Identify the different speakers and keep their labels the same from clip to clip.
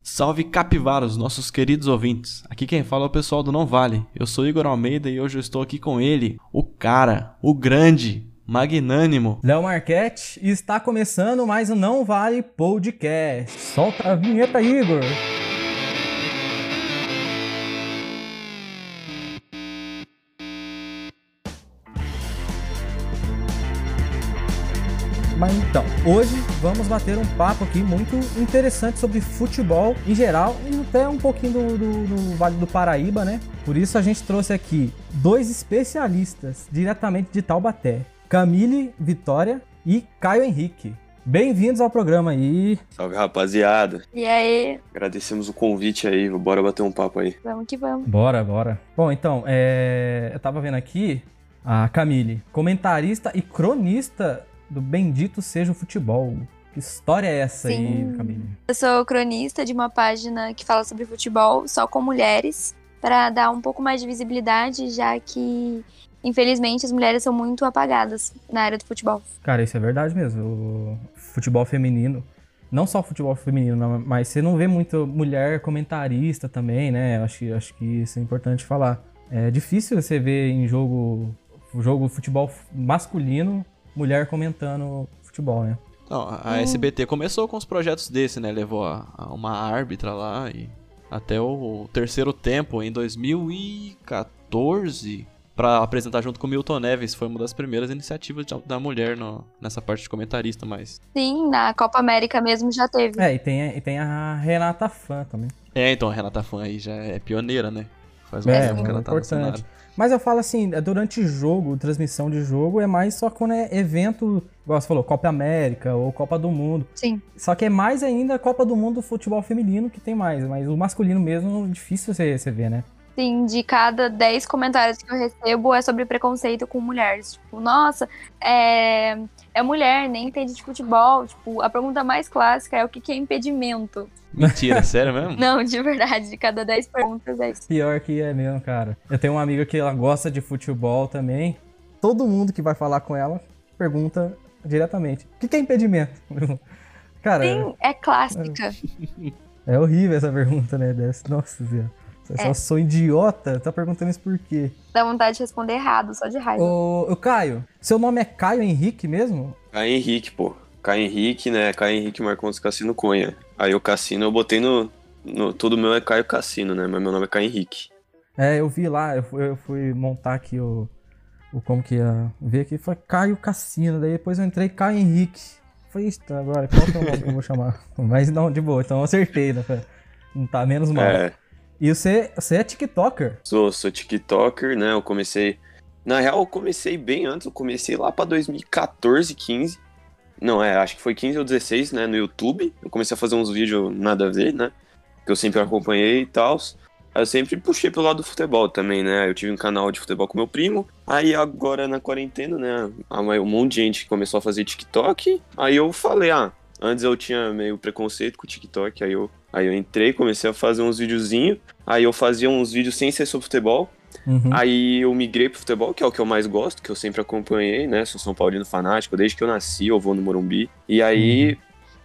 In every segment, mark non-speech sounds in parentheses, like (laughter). Speaker 1: Salve capivaros, nossos queridos ouvintes. Aqui quem fala é o pessoal do Não Vale. Eu sou Igor Almeida e hoje eu estou aqui com ele, o cara, o grande, magnânimo.
Speaker 2: Léo Marquette e está começando mais um Não Vale Podcast. Solta a vinheta, Igor. Mas então, hoje vamos bater um papo aqui muito interessante sobre futebol em geral e até um pouquinho do, do- do Vale do Paraíba, né? Por isso a gente trouxe aqui dois especialistas diretamente de Taubaté: Camille Vitória e Caio Henrique. Bem-vindos ao programa aí.
Speaker 3: Salve, rapaziada.
Speaker 4: E aí,
Speaker 3: Agradecemos o convite aí. Bora bater um papo aí.
Speaker 4: vamos que vamos.
Speaker 2: Bora, bora. Bom, então, é, eu tava vendo aqui a Camille, comentarista e cronista do Bendito Seja o Futebol. Que história é essa aí,
Speaker 4: Sim.
Speaker 2: Camille?
Speaker 4: Eu sou cronista de uma página que fala sobre futebol só com mulheres, para dar um pouco mais de visibilidade, já que, infelizmente, as mulheres são muito apagadas na área do futebol.
Speaker 2: Cara, isso é verdade mesmo. O futebol feminino, não só o futebol feminino, não, mas você não vê muito mulher comentarista também, né? Eu Acho, que- acho que isso é importante falar. É difícil você ver em jogo, jogo futebol masculino, mulher comentando futebol, né?
Speaker 1: Não, a a SBT começou com os projetos desse, né? Levou a- a uma árbitra lá e até o terceiro tempo em 2014 pra apresentar junto com o Milton Neves. Foi uma das primeiras iniciativas de- da mulher no- nessa parte de comentarista, mas
Speaker 4: Sim, na Copa América mesmo já teve.
Speaker 2: É, e tem, e tem a Renata Fã também.
Speaker 1: é então a Renata Fan aí já é pioneira, né? Faz
Speaker 2: É,
Speaker 1: tempo que ela tá no
Speaker 2: importante.
Speaker 1: cenário.
Speaker 2: Mas eu falo assim, é durante jogo, transmissão de jogo, é mais só quando é evento, igual você falou, Copa América ou Copa do Mundo.
Speaker 4: Sim.
Speaker 2: Só que é mais ainda a Copa do Mundo futebol feminino que tem mais, mas o masculino mesmo difícil você, você ver, né?
Speaker 4: Sim, de cada 10 comentários que eu recebo é sobre preconceito com mulheres. Tipo, nossa, é, é mulher, nem entende de futebol. Tipo, a pergunta mais clássica é o que que é impedimento?
Speaker 1: Mentira, (laughs) sério mesmo?
Speaker 4: Não, de verdade, de cada 10 perguntas é isso.
Speaker 2: Pior que é mesmo, cara. Eu tenho uma amiga que ela gosta de futebol também. Todo mundo que vai falar com ela pergunta diretamente: o que, que é impedimento? (laughs) cara,
Speaker 4: Sim, é clássica.
Speaker 2: é horrível essa pergunta, né? Dessa. Nossa Senhora. Você só sou idiota, tá perguntando isso por quê?
Speaker 4: Dá vontade de responder errado, só de raiva.
Speaker 2: Ô, ô, Caio, seu nome é Caio Henrique mesmo?
Speaker 3: Caio Henrique, pô. Caio Henrique, né? Caio Henrique Marcondes Cassino Cunha. Aí o Cassino eu botei no. no tudo meu é Caio Cassino, né? Mas meu nome é Caio Henrique.
Speaker 2: É, eu vi lá, eu fui, eu fui montar aqui o, o como que ia ver aqui, foi Caio Cassino, daí depois eu entrei Caio Henrique. Falei, isso agora, qual que é o nome que eu vou chamar? (laughs) Mas não, de boa, então eu acertei, né? Foi- Não tá menos mal.
Speaker 3: É.
Speaker 2: E você, você é TikToker?
Speaker 3: Sou, sou TikToker, né? Eu comecei. Na real, eu comecei bem antes. Eu comecei lá pra 2014, 15. Não, é, acho que foi 15 ou 16, né? No YouTube. Eu comecei a fazer uns vídeos nada a ver, né? Que eu sempre acompanhei e tal. Eu sempre puxei pro lado do futebol também, né? Eu tive um canal de futebol com meu primo. Aí agora na quarentena, né? a mai- Um monte de gente começou a fazer TikTok. Aí eu falei, ah, antes eu tinha meio preconceito com o TikTok. Aí eu, aí eu entrei, comecei a fazer uns videozinhos. Aí eu fazia uns vídeos sem ser sobre futebol.
Speaker 2: Uhum.
Speaker 3: Aí eu migrei pro futebol, que é o que eu mais gosto, que eu sempre acompanhei, né? Sou São Paulino fanático, desde que eu nasci eu vou no Morumbi. E aí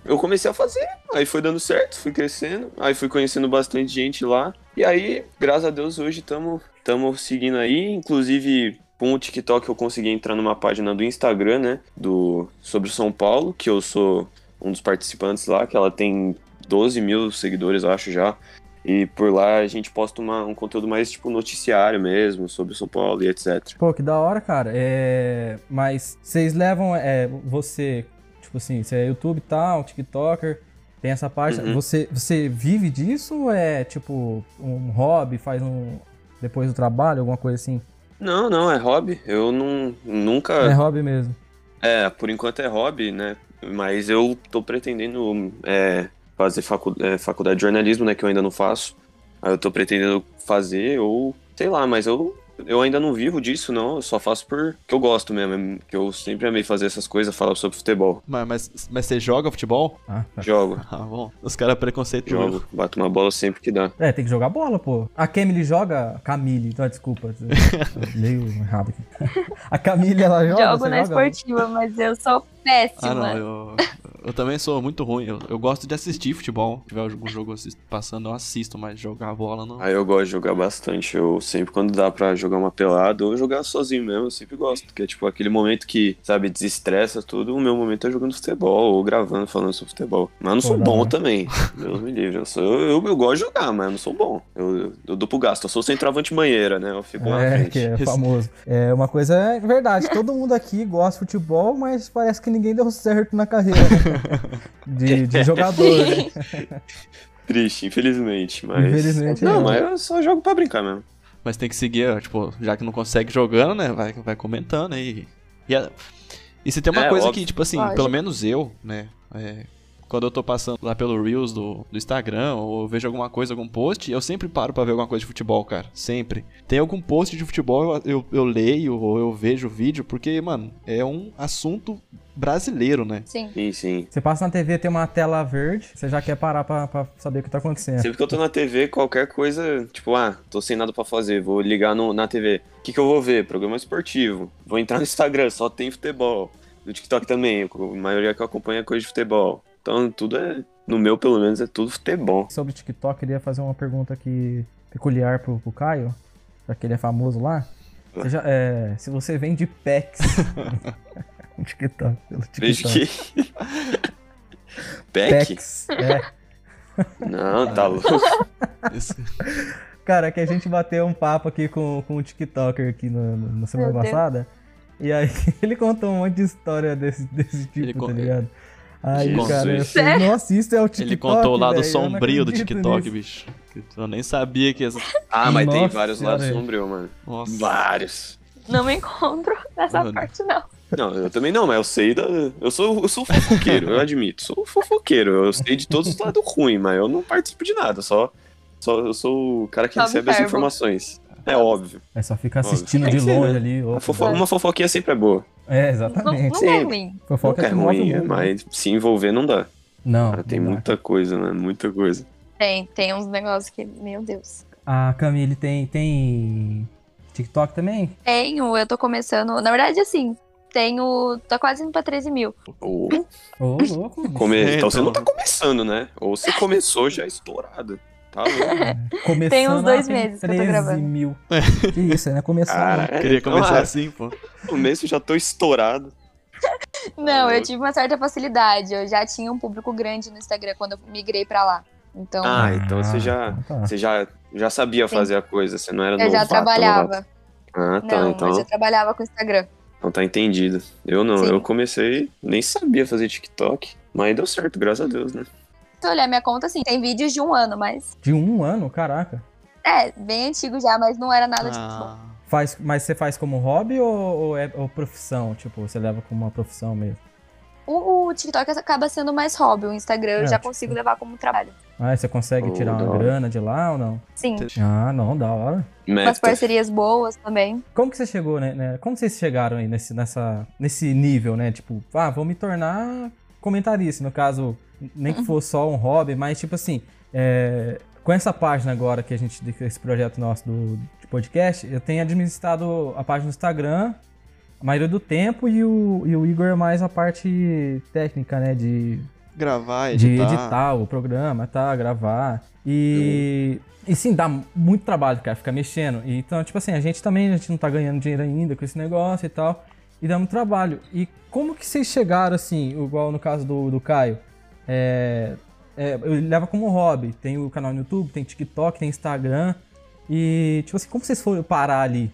Speaker 3: eu comecei a fazer, aí foi dando certo, fui crescendo, aí fui conhecendo bastante gente lá. E aí, graças a Deus, hoje estamos tamo seguindo aí. Inclusive, com o TikTok eu consegui entrar numa página do Instagram, né? Do, sobre o São Paulo, que eu sou um dos participantes lá, que ela tem 12 mil seguidores, eu acho já. E por lá a gente posta uma- um conteúdo mais tipo noticiário mesmo, sobre o São Paulo e etc.
Speaker 2: Pô, que da hora, cara. É, mas vocês levam é, você, tipo assim, você é YouTube e tal, TikToker, tem essa parte.
Speaker 3: Uhum.
Speaker 2: Você, você vive disso ou é tipo um hobby, faz um. depois do trabalho, alguma coisa assim?
Speaker 3: Não, não, é hobby. Eu não, nunca.
Speaker 2: (laughs) É hobby mesmo.
Speaker 3: É, por enquanto é hobby, né? Mas eu tô pretendendo é, fazer facu- é, faculdade de jornalismo, né? Que eu ainda não faço. Aí eu tô pretendendo fazer, ou sei lá, mas eu, eu ainda não vivo disso, não. Eu só faço porque eu gosto mesmo. Que eu sempre amei fazer essas coisas, falar sobre futebol.
Speaker 1: Mas, mas, mas você joga futebol?
Speaker 2: Ah, tá.
Speaker 3: Jogo,
Speaker 1: Ah, bom. Os caras preconceituosos.
Speaker 3: jogo, bato uma bola sempre que dá.
Speaker 2: É, tem que jogar bola, pô. A Camille joga. Camille, então, desculpa. Leio errado aqui. A Camille, ela joga.
Speaker 4: Jogo
Speaker 2: você
Speaker 4: na
Speaker 2: joga?
Speaker 4: esportiva, mas eu sou
Speaker 1: Ah,
Speaker 4: péssima.
Speaker 1: não, eu, Eu também sou muito ruim. Eu, eu gosto de assistir futebol. Se tiver algum jogo assisto- passando, eu assisto, mas jogar bola não.
Speaker 3: Aí eu gosto de jogar bastante. Eu sempre, quando dá pra jogar uma pelada ou jogar sozinho mesmo, eu sempre gosto. Porque é tipo aquele momento que, sabe, desestressa tudo. O meu momento é jogando futebol ou gravando, falando sobre futebol. Mas eu não sou
Speaker 2: Pô,
Speaker 3: bom
Speaker 2: não. né?
Speaker 3: também. Deus me livre. Eu, sou, eu, eu gosto de jogar, mas eu não sou bom. Eu, eu, dou pro gasto. Eu sou centroavante banheira, né? Eu fico lá na
Speaker 2: É,
Speaker 3: frente.
Speaker 2: que é famoso. É, uma coisa é verdade, todo mundo aqui gosta de futebol, mas parece que ninguém deu certo na carreira né? de, de jogador, né?
Speaker 3: Triste, infelizmente. Mas.
Speaker 2: Infelizmente,
Speaker 3: Não,
Speaker 2: é.
Speaker 3: mas eu só jogo pra brincar mesmo.
Speaker 1: Mas tem que seguir, ó, tipo, já que não consegue jogando, né? Vai, vai comentando aí. E, a- e se tem uma
Speaker 3: É,
Speaker 1: coisa
Speaker 3: óbvio.
Speaker 1: que, tipo assim,
Speaker 4: Lógico.
Speaker 1: pelo menos eu, né? é, quando eu tô passando lá pelo Reels do, do Instagram, ou eu vejo alguma coisa, algum post, eu sempre paro pra ver alguma coisa de futebol, cara. Sempre. Tem algum post de futebol, eu, eu, eu leio ou eu vejo o vídeo, porque, mano, é um assunto brasileiro,
Speaker 2: (laughs)
Speaker 1: né?
Speaker 4: Sim.
Speaker 3: Sim, sim.
Speaker 2: Você passa na TV, tem uma tela verde, você já quer parar pra, pra saber o que tá acontecendo.
Speaker 3: Sempre que eu tô na TV, qualquer coisa, tipo, ah, tô sem nada pra fazer, vou ligar no, na TV. O que, que eu vou ver? Programa esportivo. Vou entrar no Instagram, só tem futebol. No TikTok também, a maioria que eu acompanho é coisa de futebol. Então tudo é, no meu pelo menos, é tudo futebol.
Speaker 2: Sobre o TikTok, queria fazer uma pergunta aqui peculiar pro, pro Caio, já que ele é famoso lá. Você já- é, se você vende packs (laughs) no TikTok, pelo
Speaker 3: Vejo
Speaker 2: TikTok.
Speaker 3: que. (laughs) Peck?
Speaker 2: Packs, é.
Speaker 3: Não, tá louco.
Speaker 1: Esse-
Speaker 2: Cara, que a gente bateu um papo aqui com, com um TikToker aqui no- no- na semana
Speaker 4: Meu Deus.
Speaker 2: passada. E aí (laughs) ele contou um monte de história desse, desse tipo,
Speaker 1: Ele con-
Speaker 2: tá ligado? Aí,
Speaker 1: Jesus.
Speaker 2: cara, eu falei, nossa, isso é o TikTok.
Speaker 1: Ele contou o lado
Speaker 2: velho, eu não
Speaker 1: sombrio do
Speaker 2: acredito
Speaker 1: TikTok,
Speaker 2: nisso.
Speaker 1: bicho. Que Eu nem sabia que essa.
Speaker 3: Ah, mas tem
Speaker 2: Nossa
Speaker 3: vários
Speaker 2: senhora,
Speaker 3: lados
Speaker 2: velho.
Speaker 3: sombrios, mano.
Speaker 1: Nossa.
Speaker 3: Vários.
Speaker 4: Não me encontro nessa
Speaker 1: Mano.
Speaker 4: parte, não.
Speaker 3: Não, eu também não, mas eu sei da. Eu sou, eu sou fofoqueiro, eu admito. Sou fofoqueiro. Eu sei de todos os lados ruim, mas eu não participo de nada. Só, só eu sou o cara que
Speaker 4: Só
Speaker 3: recebe as
Speaker 4: observo.
Speaker 3: informações. É óbvio.
Speaker 2: Aí só fica
Speaker 3: Óbvio.
Speaker 2: assistindo
Speaker 3: Tem
Speaker 2: de
Speaker 3: que ser,
Speaker 2: longe
Speaker 3: né?
Speaker 2: ali.
Speaker 3: Uma
Speaker 2: opa.
Speaker 3: fofo- uma fofoquinha sempre é boa.
Speaker 2: É,
Speaker 4: Não,
Speaker 2: exatamente.
Speaker 4: não é
Speaker 3: Sim.
Speaker 4: ruim.
Speaker 2: Fofoca
Speaker 3: Nunca é
Speaker 2: que move o
Speaker 3: ruim,
Speaker 2: mundo.
Speaker 3: mas se envolver não dá.
Speaker 2: Não,
Speaker 3: Cara, tem
Speaker 2: não dá.
Speaker 3: muita coisa, né? Muita coisa.
Speaker 4: Tem, tem uns negócios que, meu Deus.
Speaker 2: A Camille tem, tem TikTok também?
Speaker 4: Tenho, eu tô começando. Na verdade, assim, tenho. Tô quase indo pra 13 mil.
Speaker 3: Ou
Speaker 2: Ô,
Speaker 3: (laughs)
Speaker 2: louco. bicho.
Speaker 3: come...
Speaker 1: Então.
Speaker 3: Então você não tá começando, né? Ou você começou já é estourado. Tá louco.
Speaker 2: Começando
Speaker 4: Tem uns
Speaker 2: lá,
Speaker 4: dois
Speaker 2: tem
Speaker 4: meses que eu tô
Speaker 2: 13
Speaker 4: gravando.
Speaker 2: mil. Que isso, né? Começando.
Speaker 3: Cara, é,
Speaker 1: Queria
Speaker 3: então,
Speaker 1: começar
Speaker 3: ah,
Speaker 1: assim, pô.
Speaker 3: no começo eu já tô estourado.
Speaker 4: Não, eu
Speaker 3: louco.
Speaker 4: tive uma certa facilidade. Eu já tinha um público grande no Instagram quando eu migrei pra lá. Então,
Speaker 3: Ah, então você já-
Speaker 2: então tá.
Speaker 3: Você já, já sabia
Speaker 4: Sim.
Speaker 3: fazer a coisa, você não era
Speaker 4: eu
Speaker 3: novato.
Speaker 4: já trabalhava.
Speaker 3: novato. Ah, tá,
Speaker 4: Não,
Speaker 3: então.
Speaker 4: eu já trabalhava com o Instagram.
Speaker 3: Então tá entendido. Eu não,
Speaker 4: Sim.
Speaker 3: eu comecei, nem sabia fazer TikTok, mas deu certo, graças a Deus, né?
Speaker 4: Se eu olhar minha conta, assim, tem vídeos de um ano, mas.
Speaker 2: De um ano, caraca.
Speaker 4: É, bem antigo já, mas não era nada de muito bom.
Speaker 1: Ah,
Speaker 2: Faz, mas você faz como hobby ou, ou é ou profissão? Tipo, você leva como uma profissão mesmo?
Speaker 4: O, o TikTok acaba sendo mais hobby. O Instagram
Speaker 2: É,
Speaker 4: eu já
Speaker 2: tipo-
Speaker 4: consigo levar como trabalho.
Speaker 2: Ah, você consegue
Speaker 3: Oh,
Speaker 2: tirar
Speaker 3: da
Speaker 2: uma
Speaker 3: hora.
Speaker 2: grana de lá ou não?
Speaker 4: Sim,
Speaker 2: Ah, não, da hora.
Speaker 4: umas
Speaker 3: Meta.
Speaker 4: parcerias boas
Speaker 2: (laughs)
Speaker 4: também.
Speaker 2: Como que você chegou, né? né? Como vocês chegaram aí nesse, nessa, nesse nível, né? Tipo, ah, vou me tornar comentarista. No caso, nem que for só um hobby, mas tipo assim, é, com essa página agora que a gente, esse projeto nosso do, de podcast, eu tenho administrado a página do Instagram a maioria do tempo e o, e o Igor é mais a parte técnica, né? De
Speaker 1: gravar,
Speaker 2: de
Speaker 1: editar.
Speaker 2: editar o programa, tá? Gravar. E. E sim, dá muito trabalho, cara, ficar mexendo. E, então, tipo assim, a gente também a gente não tá ganhando dinheiro ainda com esse negócio e tal. E dá muito trabalho. E como que vocês chegaram, assim, igual no caso do, do Caio? É, é, eu levo como hobby. Tem o canal no YouTube, tem TikTok, tem Instagram. E, tipo assim, como vocês foram parar ali?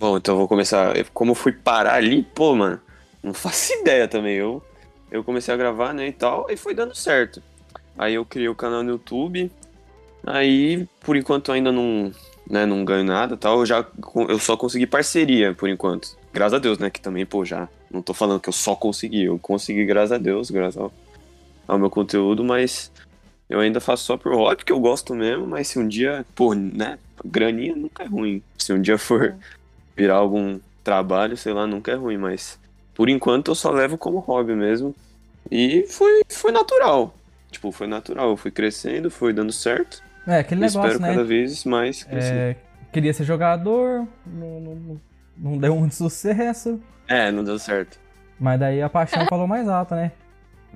Speaker 3: Bom, então eu vou começar. Eu- Como eu fui parar ali, pô, mano, não (laughs) faço ideia também. Eu, eu comecei a gravar, né, e tal, e foi dando certo. Aí eu criei o canal no YouTube. Aí, por enquanto, ainda não, né, não ganho nada e tal. Eu, já, con- eu só consegui parceria, por enquanto. Graças a Deus, né? Que também, pô, já. Não tô falando que eu só consegui. Eu consegui, graças a Deus, graças ao, ao meu conteúdo, mas eu ainda faço só por hobby, que eu gosto mesmo, mas se um dia, pô, né? Graninha nunca é ruim. Se um dia for virar algum trabalho, sei lá, nunca é ruim, mas por enquanto eu só levo como hobby mesmo. E foi, foi natural. Tipo, foi natural. Eu fui crescendo, foi dando certo.
Speaker 2: É, aquele
Speaker 3: Eu espero
Speaker 2: negócio, né?
Speaker 3: cada vez mais crescer.
Speaker 2: É, queria ser jogador, não, não- não- não deu muito (laughs) sucesso.
Speaker 3: É, não deu certo.
Speaker 4: (laughs)
Speaker 2: Mas daí a paixão falou mais alto, né?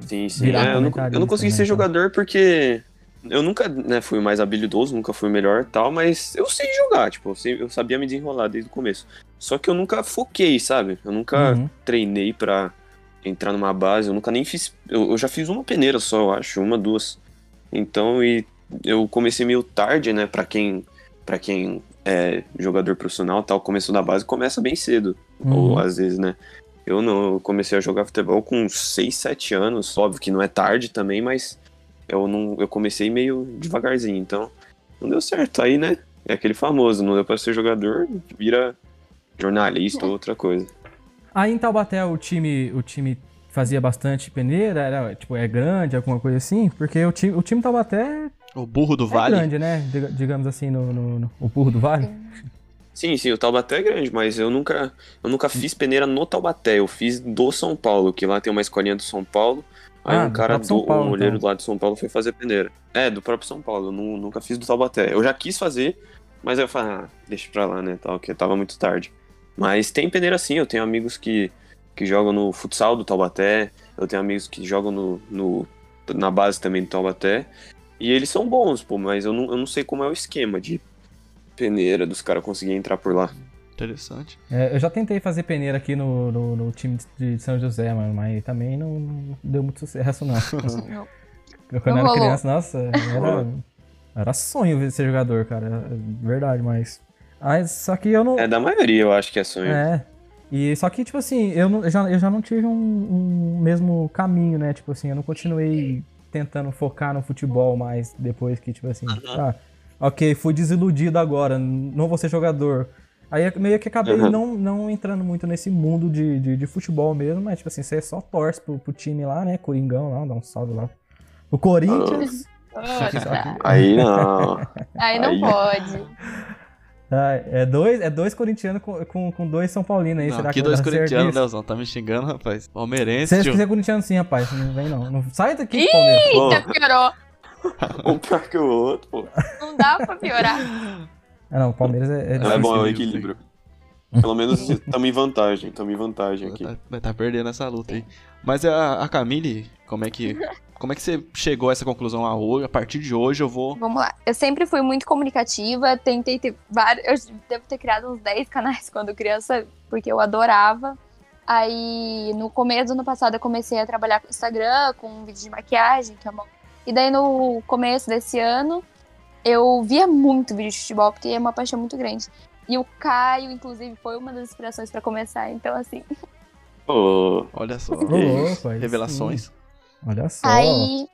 Speaker 3: Sim, sim.
Speaker 2: Virar
Speaker 3: É, eu, não,
Speaker 2: comentarista,
Speaker 3: eu não consegui
Speaker 2: né,
Speaker 3: ser
Speaker 2: então.
Speaker 3: jogador porque eu nunca né, fui mais habilidoso, nunca fui o melhor e tal, mas eu sei jogar, tipo, eu, sei- eu sabia me desenrolar desde o começo. Só que eu nunca foquei, sabe? Eu nunca
Speaker 2: Uhum.
Speaker 3: treinei pra entrar numa base, eu nunca nem fiz. Eu, eu já fiz uma peneira só, eu acho, uma, duas. Então, e eu comecei meio tarde, né, pra quem. para quem é jogador profissional e tal, começou da base, começa bem cedo ou
Speaker 2: Uhum.
Speaker 3: às vezes, né? Eu não, eu comecei a jogar futebol com 6, 7 anos, óbvio que não é tarde também, mas eu não, eu comecei meio devagarzinho, então não deu certo aí, né? É aquele famoso, não deu pra ser jogador, vira jornalista ou outra coisa.
Speaker 2: Aí em Taubaté o time, o time fazia bastante peneira, era, tipo, é grande, alguma coisa assim, porque o time, o time Taubaté
Speaker 1: O burro do
Speaker 2: é
Speaker 1: vale.
Speaker 2: grande, né? Diga- Digamos assim, no, no- no- o burro do vale.
Speaker 3: Sim, sim, o Taubaté é grande, mas eu nunca, eu
Speaker 2: Hum.
Speaker 3: nunca fiz peneira no Taubaté, eu fiz do São Paulo, que lá tem uma escolinha do São Paulo. Aí
Speaker 2: Ah,
Speaker 3: um
Speaker 2: do
Speaker 3: cara
Speaker 2: próprio São
Speaker 3: do,
Speaker 2: Paulo,
Speaker 3: um olheiro
Speaker 2: então.
Speaker 3: lá de São Paulo foi fazer peneira. É, do próprio São Paulo, eu nu- nunca fiz do Taubaté. Eu já quis fazer, mas aí eu falei, ah, deixa pra lá, né, tal, que tava muito tarde. Mas tem peneira sim, eu tenho amigos que, que jogam no futsal do Taubaté, eu tenho amigos que jogam no, no- na base também do Taubaté, e eles são bons, pô, mas eu não, eu não sei como é o esquema de peneira dos caras conseguirem entrar por lá.
Speaker 1: Interessante.
Speaker 2: É, eu já tentei fazer peneira aqui no, no- no time de de São José, mano, mas também não, não deu muito sucesso, não.
Speaker 4: (laughs) Não.
Speaker 2: Quando eu era
Speaker 4: rolou.
Speaker 2: criança, nossa, era, era sonho ver ser jogador, cara. é Verdade, mas. Aí, só que eu não.
Speaker 3: É da maioria, eu acho que é sonho.
Speaker 2: É. E só que, tipo assim, eu, não- eu já, eu já não tive um, um mesmo caminho, né? Tipo assim, eu não continuei tentando focar no futebol mais depois que, tipo assim, ah, ok, fui desiludido agora, n- não vou ser jogador. Aí eu meio que acabei
Speaker 3: Aham.
Speaker 2: não, não entrando muito nesse mundo de, de, de futebol mesmo, mas, tipo assim, você só torce pro, pro time lá, né? Coringão lá, dá um salve lá. O Corinthians.
Speaker 4: Nossa.
Speaker 3: Aí (laughs) não.
Speaker 4: Aí não
Speaker 3: Aí-
Speaker 4: pode.
Speaker 2: Ah, é, dois, é dois corintianos com, com, com dois São Paulinos aí,
Speaker 1: Não,
Speaker 2: será
Speaker 1: aqui
Speaker 2: que vai
Speaker 1: dois
Speaker 2: dar certo
Speaker 1: corintianos,
Speaker 2: isso?
Speaker 1: Leozão. Tá me xingando, rapaz. Palmeirense,
Speaker 2: Você
Speaker 1: tio.
Speaker 2: que é corintiano sim, rapaz. Não vem não. não sai daqui,
Speaker 4: Ih!
Speaker 2: Palmeiras.
Speaker 4: Eita, piorou.
Speaker 3: Um pior que o outro, pô.
Speaker 4: Não dá pra piorar.
Speaker 2: Ah, não, o Palmeiras é, é
Speaker 3: É
Speaker 1: Sim,
Speaker 3: bom, é o
Speaker 1: sim,
Speaker 3: equilíbrio. Pelo (laughs) menos estamos em vantagem, estamos em vantagem
Speaker 1: Vai
Speaker 3: aqui.
Speaker 1: tá, vai tá perdendo essa luta aí. Mas é, a, a Camille, como é que. Como é que você chegou a essa conclusão a hoje? A partir de hoje eu vou.
Speaker 4: Vamos lá. Eu sempre fui muito comunicativa, tentei ter vários. Eu devo ter criado uns 10 canais (laughs) quando criança, porque eu adorava. Aí, no começo do ano passado, eu comecei a trabalhar com Instagram, com um vídeo de maquiagem, que é uma... E daí, no começo desse ano, eu via muito vídeo de futebol, porque é uma paixão muito grande. E o Caio, inclusive, foi uma das inspirações para começar. Então, assim,
Speaker 3: Ô,
Speaker 1: Olha só.
Speaker 2: Ô, louco, aí
Speaker 1: Revelações.
Speaker 2: sim. Olha só.
Speaker 4: Aí,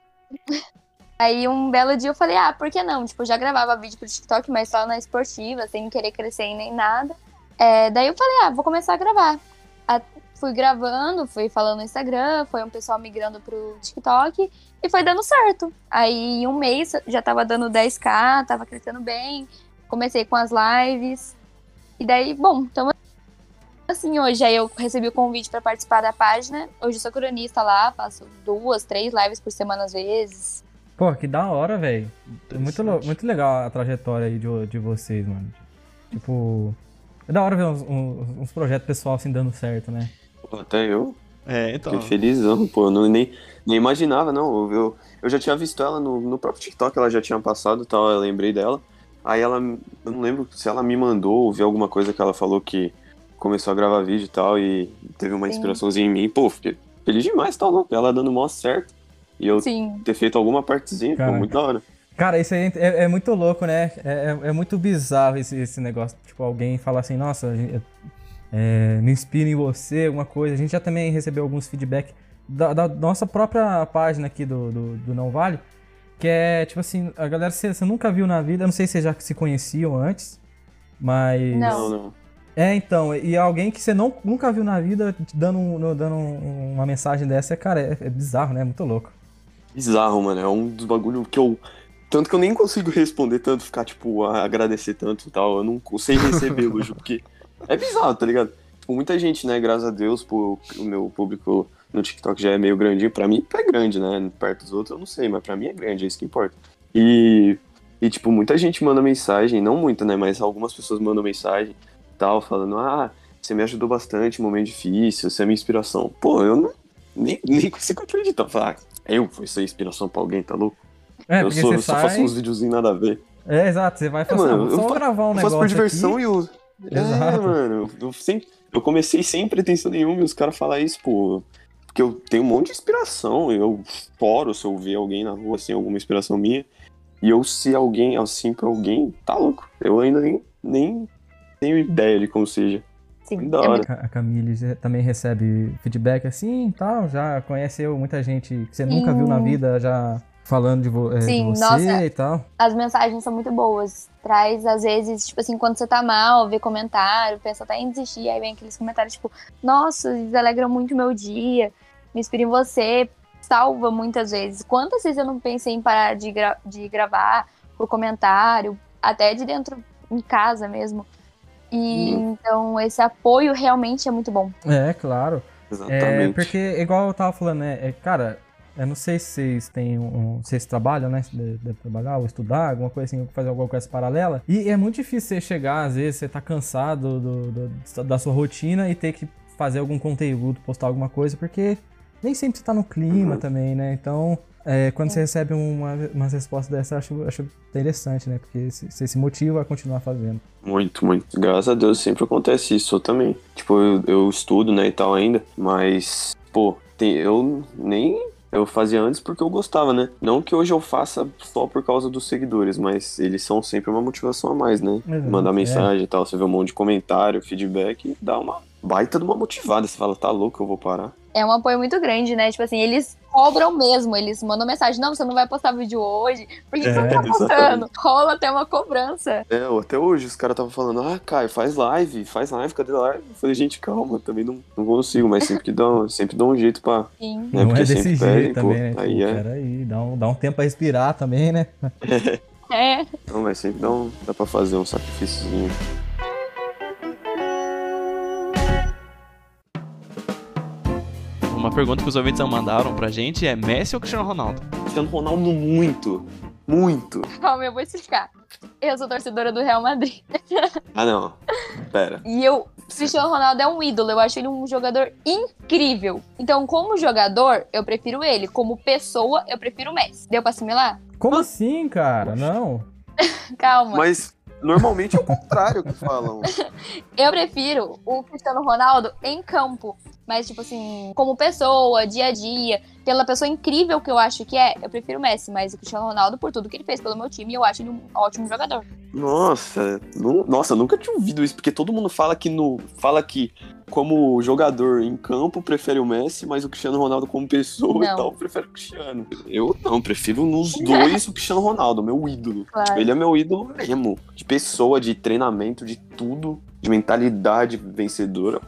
Speaker 4: aí um belo dia eu falei, ah, por que não? Tipo, eu já gravava vídeo pro TikTok, mas só na esportiva, sem querer crescer e nem nada. É, daí eu falei, ah, vou começar a gravar. A- fui gravando, fui falando no Instagram, foi um pessoal migrando pro TikTok e foi dando certo. Aí em um mês já tava dando 10k, tava crescendo bem, comecei com as lives. E daí, bom, então assim, hoje aí eu recebi o convite pra participar da página. Hoje eu sou cronista lá, faço duas, três lives por semana às vezes.
Speaker 2: Pô, que da hora, velho. É Muito,
Speaker 1: Interessante.
Speaker 2: lou- muito legal a trajetória aí de, de vocês, mano. Tipo. É da hora ver uns, uns- uns projetos pessoal assim dando certo, né?
Speaker 3: até eu
Speaker 1: É, então.
Speaker 3: fiquei felizão, pô. Eu não- nem, nem imaginava, não. Eu, eu já tinha visto ela no, no próprio TikTok, ela já tinha passado e tal, eu lembrei dela. Aí ela, eu não lembro se ela me mandou ou viu alguma coisa que ela falou que começou a gravar vídeo e tal e teve uma
Speaker 4: Sim.
Speaker 3: inspiraçãozinha em mim. Pô, fiquei feliz demais, tal, louco. Ela dando mó certo. E eu
Speaker 4: Sim.
Speaker 3: ter feito alguma partezinha, pô,
Speaker 2: Caraca.
Speaker 3: muito da hora.
Speaker 2: Cara, isso aí é, é muito louco, né? É, é- é muito bizarro esse, esse negócio. Tipo, alguém falar assim, nossa, a gente- é, me inspira em você, alguma coisa. A gente já também recebeu alguns feedback da, da nossa própria página aqui do, do, do Não Vale, que é, tipo assim, a galera você, você nunca viu na vida, eu não sei se vocês já se conheciam antes, mas...
Speaker 4: Não.
Speaker 3: Não, não.
Speaker 2: É, então, e alguém que você não, nunca viu na vida te dando, um- no- dando um- uma mensagem dessa, é, cara, é, é bizarro, né? É muito louco.
Speaker 3: Bizarro, mano. É um dos bagulhos que eu. Tanto que eu nem consigo responder tanto, ficar, tipo, a- agradecer tanto e tal. Eu não co- sei receber elogio, porque é bizarro, tá ligado? Tipo, muita gente, né, graças a Deus, pô, o meu público no TikTok já é meio grandinho. Pra mim é grande, né? Perto dos outros eu não sei, mas pra mim é grande, é isso que importa. E, e tipo, muita gente manda mensagem, não muita, né? Mas algumas pessoas mandam mensagem tal, falando, ah, você me ajudou bastante, momento difícil, você é minha inspiração. Pô, eu não Nem, nem consigo acreditar. Falar, ah, eu vou ser inspiração pra alguém, tá louco?
Speaker 2: É,
Speaker 3: eu
Speaker 2: porque
Speaker 3: sou,
Speaker 2: você
Speaker 3: eu só
Speaker 2: sai...
Speaker 3: faço uns videozinhos nada a ver.
Speaker 2: É, exato, você vai fazer
Speaker 3: mano, eu
Speaker 2: só
Speaker 3: fa-
Speaker 2: gravar um
Speaker 3: eu
Speaker 2: negócio
Speaker 3: faço por diversão
Speaker 2: aqui.
Speaker 3: e eu. É,
Speaker 2: Exato.
Speaker 3: mano. Eu, eu sempre- eu comecei sem pretensão nenhuma e os caras falam isso, pô. Porque eu tenho um monte de inspiração. Eu estouro se eu ver alguém na rua, assim, alguma inspiração minha. E eu, se alguém, assim, pra alguém, tá louco. Eu ainda nem, nem tenho ideia de como seja.
Speaker 4: Sim,
Speaker 3: Da
Speaker 4: é
Speaker 3: hora.
Speaker 4: muito-
Speaker 2: né, A Camille já- também recebe feedback assim e tal, já conheceu muita gente que você nunca
Speaker 4: Sim.
Speaker 2: viu na vida já falando de, vo- é, de
Speaker 4: Sim,
Speaker 2: você
Speaker 4: nossa.
Speaker 2: e tal.
Speaker 4: as mensagens são muito boas. Traz, às vezes, tipo assim, quando você tá mal, vê comentário, pensa até em desistir, aí vem aqueles comentários tipo, nossa, eles alegram muito o meu dia, me inspira em você, salva muitas vezes. Quantas vezes eu não pensei em parar de, gra- de gravar por comentário, até de dentro em casa mesmo. E então esse apoio realmente é muito bom.
Speaker 2: É, claro. É,
Speaker 3: Exatamente.
Speaker 2: porque, igual eu tava falando, né? é, cara, eu não sei se vocês têm um. um- Vocês trabalham, né? Deve deve trabalhar ou estudar, alguma coisa assim, fazer alguma coisa paralela. E é muito difícil você chegar, às vezes, você tá cansado do- do- da sua rotina e ter que fazer algum conteúdo, postar alguma coisa, porque nem sempre você tá no clima
Speaker 3: Uhum.
Speaker 2: também, né? Então. é, quando você recebe uma, umas respostas dessa, eu acho, acho interessante, né? Porque você você se motiva a continuar fazendo.
Speaker 3: Muito, muito. Graças a Deus sempre acontece isso. Eu também. Tipo, eu, eu estudo, né, e tal ainda. Mas, pô, tem, eu nem. Eu fazia antes porque eu gostava, né? Não que hoje eu faça só por causa dos seguidores, mas eles são sempre uma motivação a mais, né?
Speaker 2: Exato,
Speaker 3: Mandar
Speaker 2: é.
Speaker 3: mensagem e tal, você vê um monte de comentário, feedback, e dá uma baita de uma motivada. Você fala, tá louco, eu vou parar.
Speaker 4: É um apoio muito grande, né? Tipo assim, eles cobram mesmo, eles mandam mensagem, não, você não vai postar vídeo hoje, por que, que você não tá
Speaker 3: exatamente.
Speaker 4: postando? Rola até uma cobrança.
Speaker 3: É, eu- até hoje os caras estavam falando, ah, Caio, faz live, faz live, cadê live? Eu falei, gente, calma, também não, não consigo, mas sempre que dá, (laughs) sempre dá um jeito pra,
Speaker 4: Sim,
Speaker 3: né?
Speaker 2: Não é
Speaker 3: Porque
Speaker 2: desse
Speaker 3: sempre
Speaker 2: jeito
Speaker 3: pede,
Speaker 2: também,
Speaker 3: pô.
Speaker 2: né? Tipo,
Speaker 3: Aí é.
Speaker 2: Peraí, dá um, dá um tempo pra respirar também, né?
Speaker 4: é. (laughs)
Speaker 3: Não, mas sempre dá, um, dá pra fazer um sacrifíciozinho.
Speaker 1: Uma pergunta que os ouvintes mandaram pra gente é Messi ou Cristiano Ronaldo?
Speaker 3: Cristiano um Ronaldo muito, muito.
Speaker 4: Calma, eu vou explicar. Eu sou torcedora do Real Madrid.
Speaker 3: Ah, não. Pera.
Speaker 4: E eu. Cristiano Ronaldo é um ídolo, eu acho ele um jogador incrível. Então, como jogador, eu prefiro ele. Como pessoa, eu prefiro o Messi. Deu pra assimilar?
Speaker 2: Como assim, cara? Não.
Speaker 4: Calma.
Speaker 3: Mas normalmente é o contrário que falam.
Speaker 4: Eu prefiro o Cristiano Ronaldo em campo. Mas, tipo assim, como pessoa, dia a dia, pela pessoa incrível que eu acho que é, eu prefiro o Messi. Mas o Cristiano Ronaldo, por tudo que ele fez pelo meu time, eu acho ele um ótimo jogador.
Speaker 3: Nossa, nu- nossa, eu nunca tinha ouvido isso, porque todo mundo fala que no. Fala que como jogador em campo prefere o Messi, mas o Cristiano Ronaldo como pessoa
Speaker 4: Não.
Speaker 3: e tal prefere o Cristiano. Eu não, prefiro nos dois o Cristiano Ronaldo, meu ídolo.
Speaker 4: Claro.
Speaker 3: Ele é meu ídolo mesmo. De pessoa, de treinamento, de tudo. De mentalidade vencedora.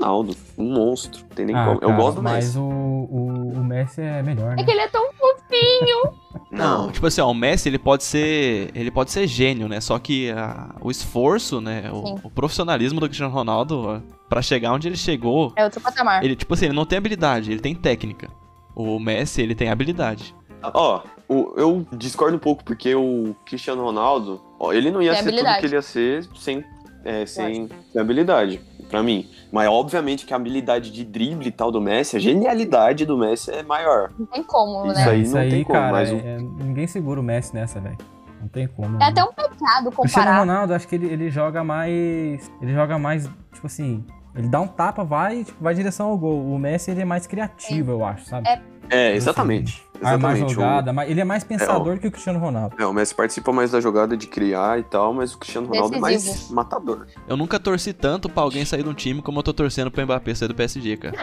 Speaker 3: Ronaldo, um monstro. não Tem nem como. Eu gosto do
Speaker 2: Ah, mas
Speaker 3: Messi.
Speaker 2: o, o, o Messi é melhor, né?
Speaker 4: É que ele é tão fofinho.
Speaker 1: Não, tipo assim, ó, o Messi ele pode ser, ele pode ser gênio, né? Só que a- o esforço, né,
Speaker 4: Sim.
Speaker 1: o, o profissionalismo do Cristiano Ronaldo ó, pra chegar onde ele chegou,
Speaker 4: É outro patamar.
Speaker 1: ele tipo assim, ele não tem habilidade, ele tem técnica. O Messi ele tem habilidade.
Speaker 3: Ó, o- eu discordo um pouco porque o Cristiano Ronaldo, ó, ele não ia
Speaker 4: Sem
Speaker 3: ser
Speaker 4: habilidade.
Speaker 3: tudo que ele ia ser sem, é, sem sem habilidade, pra mim. Mas obviamente que a habilidade de drible e tal do Messi, a genialidade do Messi é maior.
Speaker 4: Não tem como, né?
Speaker 3: Isso aí não tem como,
Speaker 2: cara,
Speaker 3: mas o-
Speaker 2: é- ninguém segura o Messi nessa, velho. Não tem como.
Speaker 4: É
Speaker 2: né?
Speaker 4: até um pecado
Speaker 2: O Cristiano
Speaker 4: comparar.
Speaker 2: Ronaldo, acho que ele, ele joga mais. Ele joga mais, tipo assim. Ele dá um tapa, vai, tipo, vai em direção ao gol. O Messi ele é mais criativo, eu acho, sabe?
Speaker 4: É,
Speaker 3: É, exatamente.
Speaker 2: mais
Speaker 3: Exatamente.
Speaker 2: jogada, mas ele é mais pensador que o Cristiano Ronaldo.
Speaker 3: O, é, o Messi participa mais da jogada de criar e tal, mas o Cristiano Ronaldo é mais
Speaker 4: Decisivo.
Speaker 3: matador.
Speaker 1: Eu nunca torci tanto pra alguém sair de um time como eu tô torcendo pro Mbappé sair do PSG,
Speaker 4: (laughs)
Speaker 1: cara.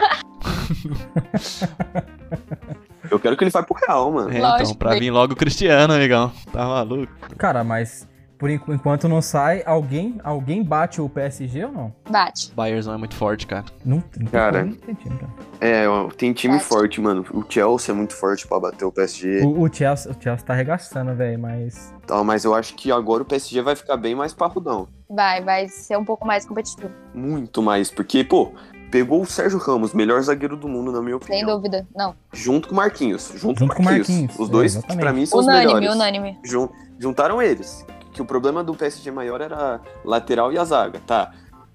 Speaker 3: Eu quero que ele vá pro Real, mano.
Speaker 1: É, então,
Speaker 4: Lógico. né?
Speaker 1: pra vir logo o Cristiano, amigão. Tá maluco?
Speaker 2: Cara, mas por enqu- enquanto não sai, alguém, alguém bate o PSG ou não?
Speaker 4: Bate.
Speaker 1: Bayern não é muito forte, cara.
Speaker 2: Não, não tem
Speaker 3: Cara.
Speaker 2: como, não tem time, cara.
Speaker 3: É, ó, tem time
Speaker 4: Verdade.
Speaker 3: forte, mano. O Chelsea é muito forte pra bater o PSG.
Speaker 2: O, o Chelsea, o Chelsea tá arregaçando, velho, mas. (laughs)
Speaker 3: e tal, mas eu acho que agora o PSG vai ficar bem mais parrudão.
Speaker 4: Vai, vai ser um pouco mais competitivo,
Speaker 3: Muito mais, porque, pô, pegou o Sérgio Ramos, melhor zagueiro do mundo, na minha opinião.
Speaker 4: sem dúvida. Não.
Speaker 3: Junto com o Marquinhos. Junto,
Speaker 2: Junto
Speaker 3: com o Marquinhos. Os
Speaker 2: é,
Speaker 3: dois,
Speaker 2: exatamente.
Speaker 3: pra mim, são os
Speaker 4: Unânime,
Speaker 3: melhores.
Speaker 4: unânime.
Speaker 3: Jun- juntaram eles. Que o problema do PSG maior era a lateral e a zaga, tá?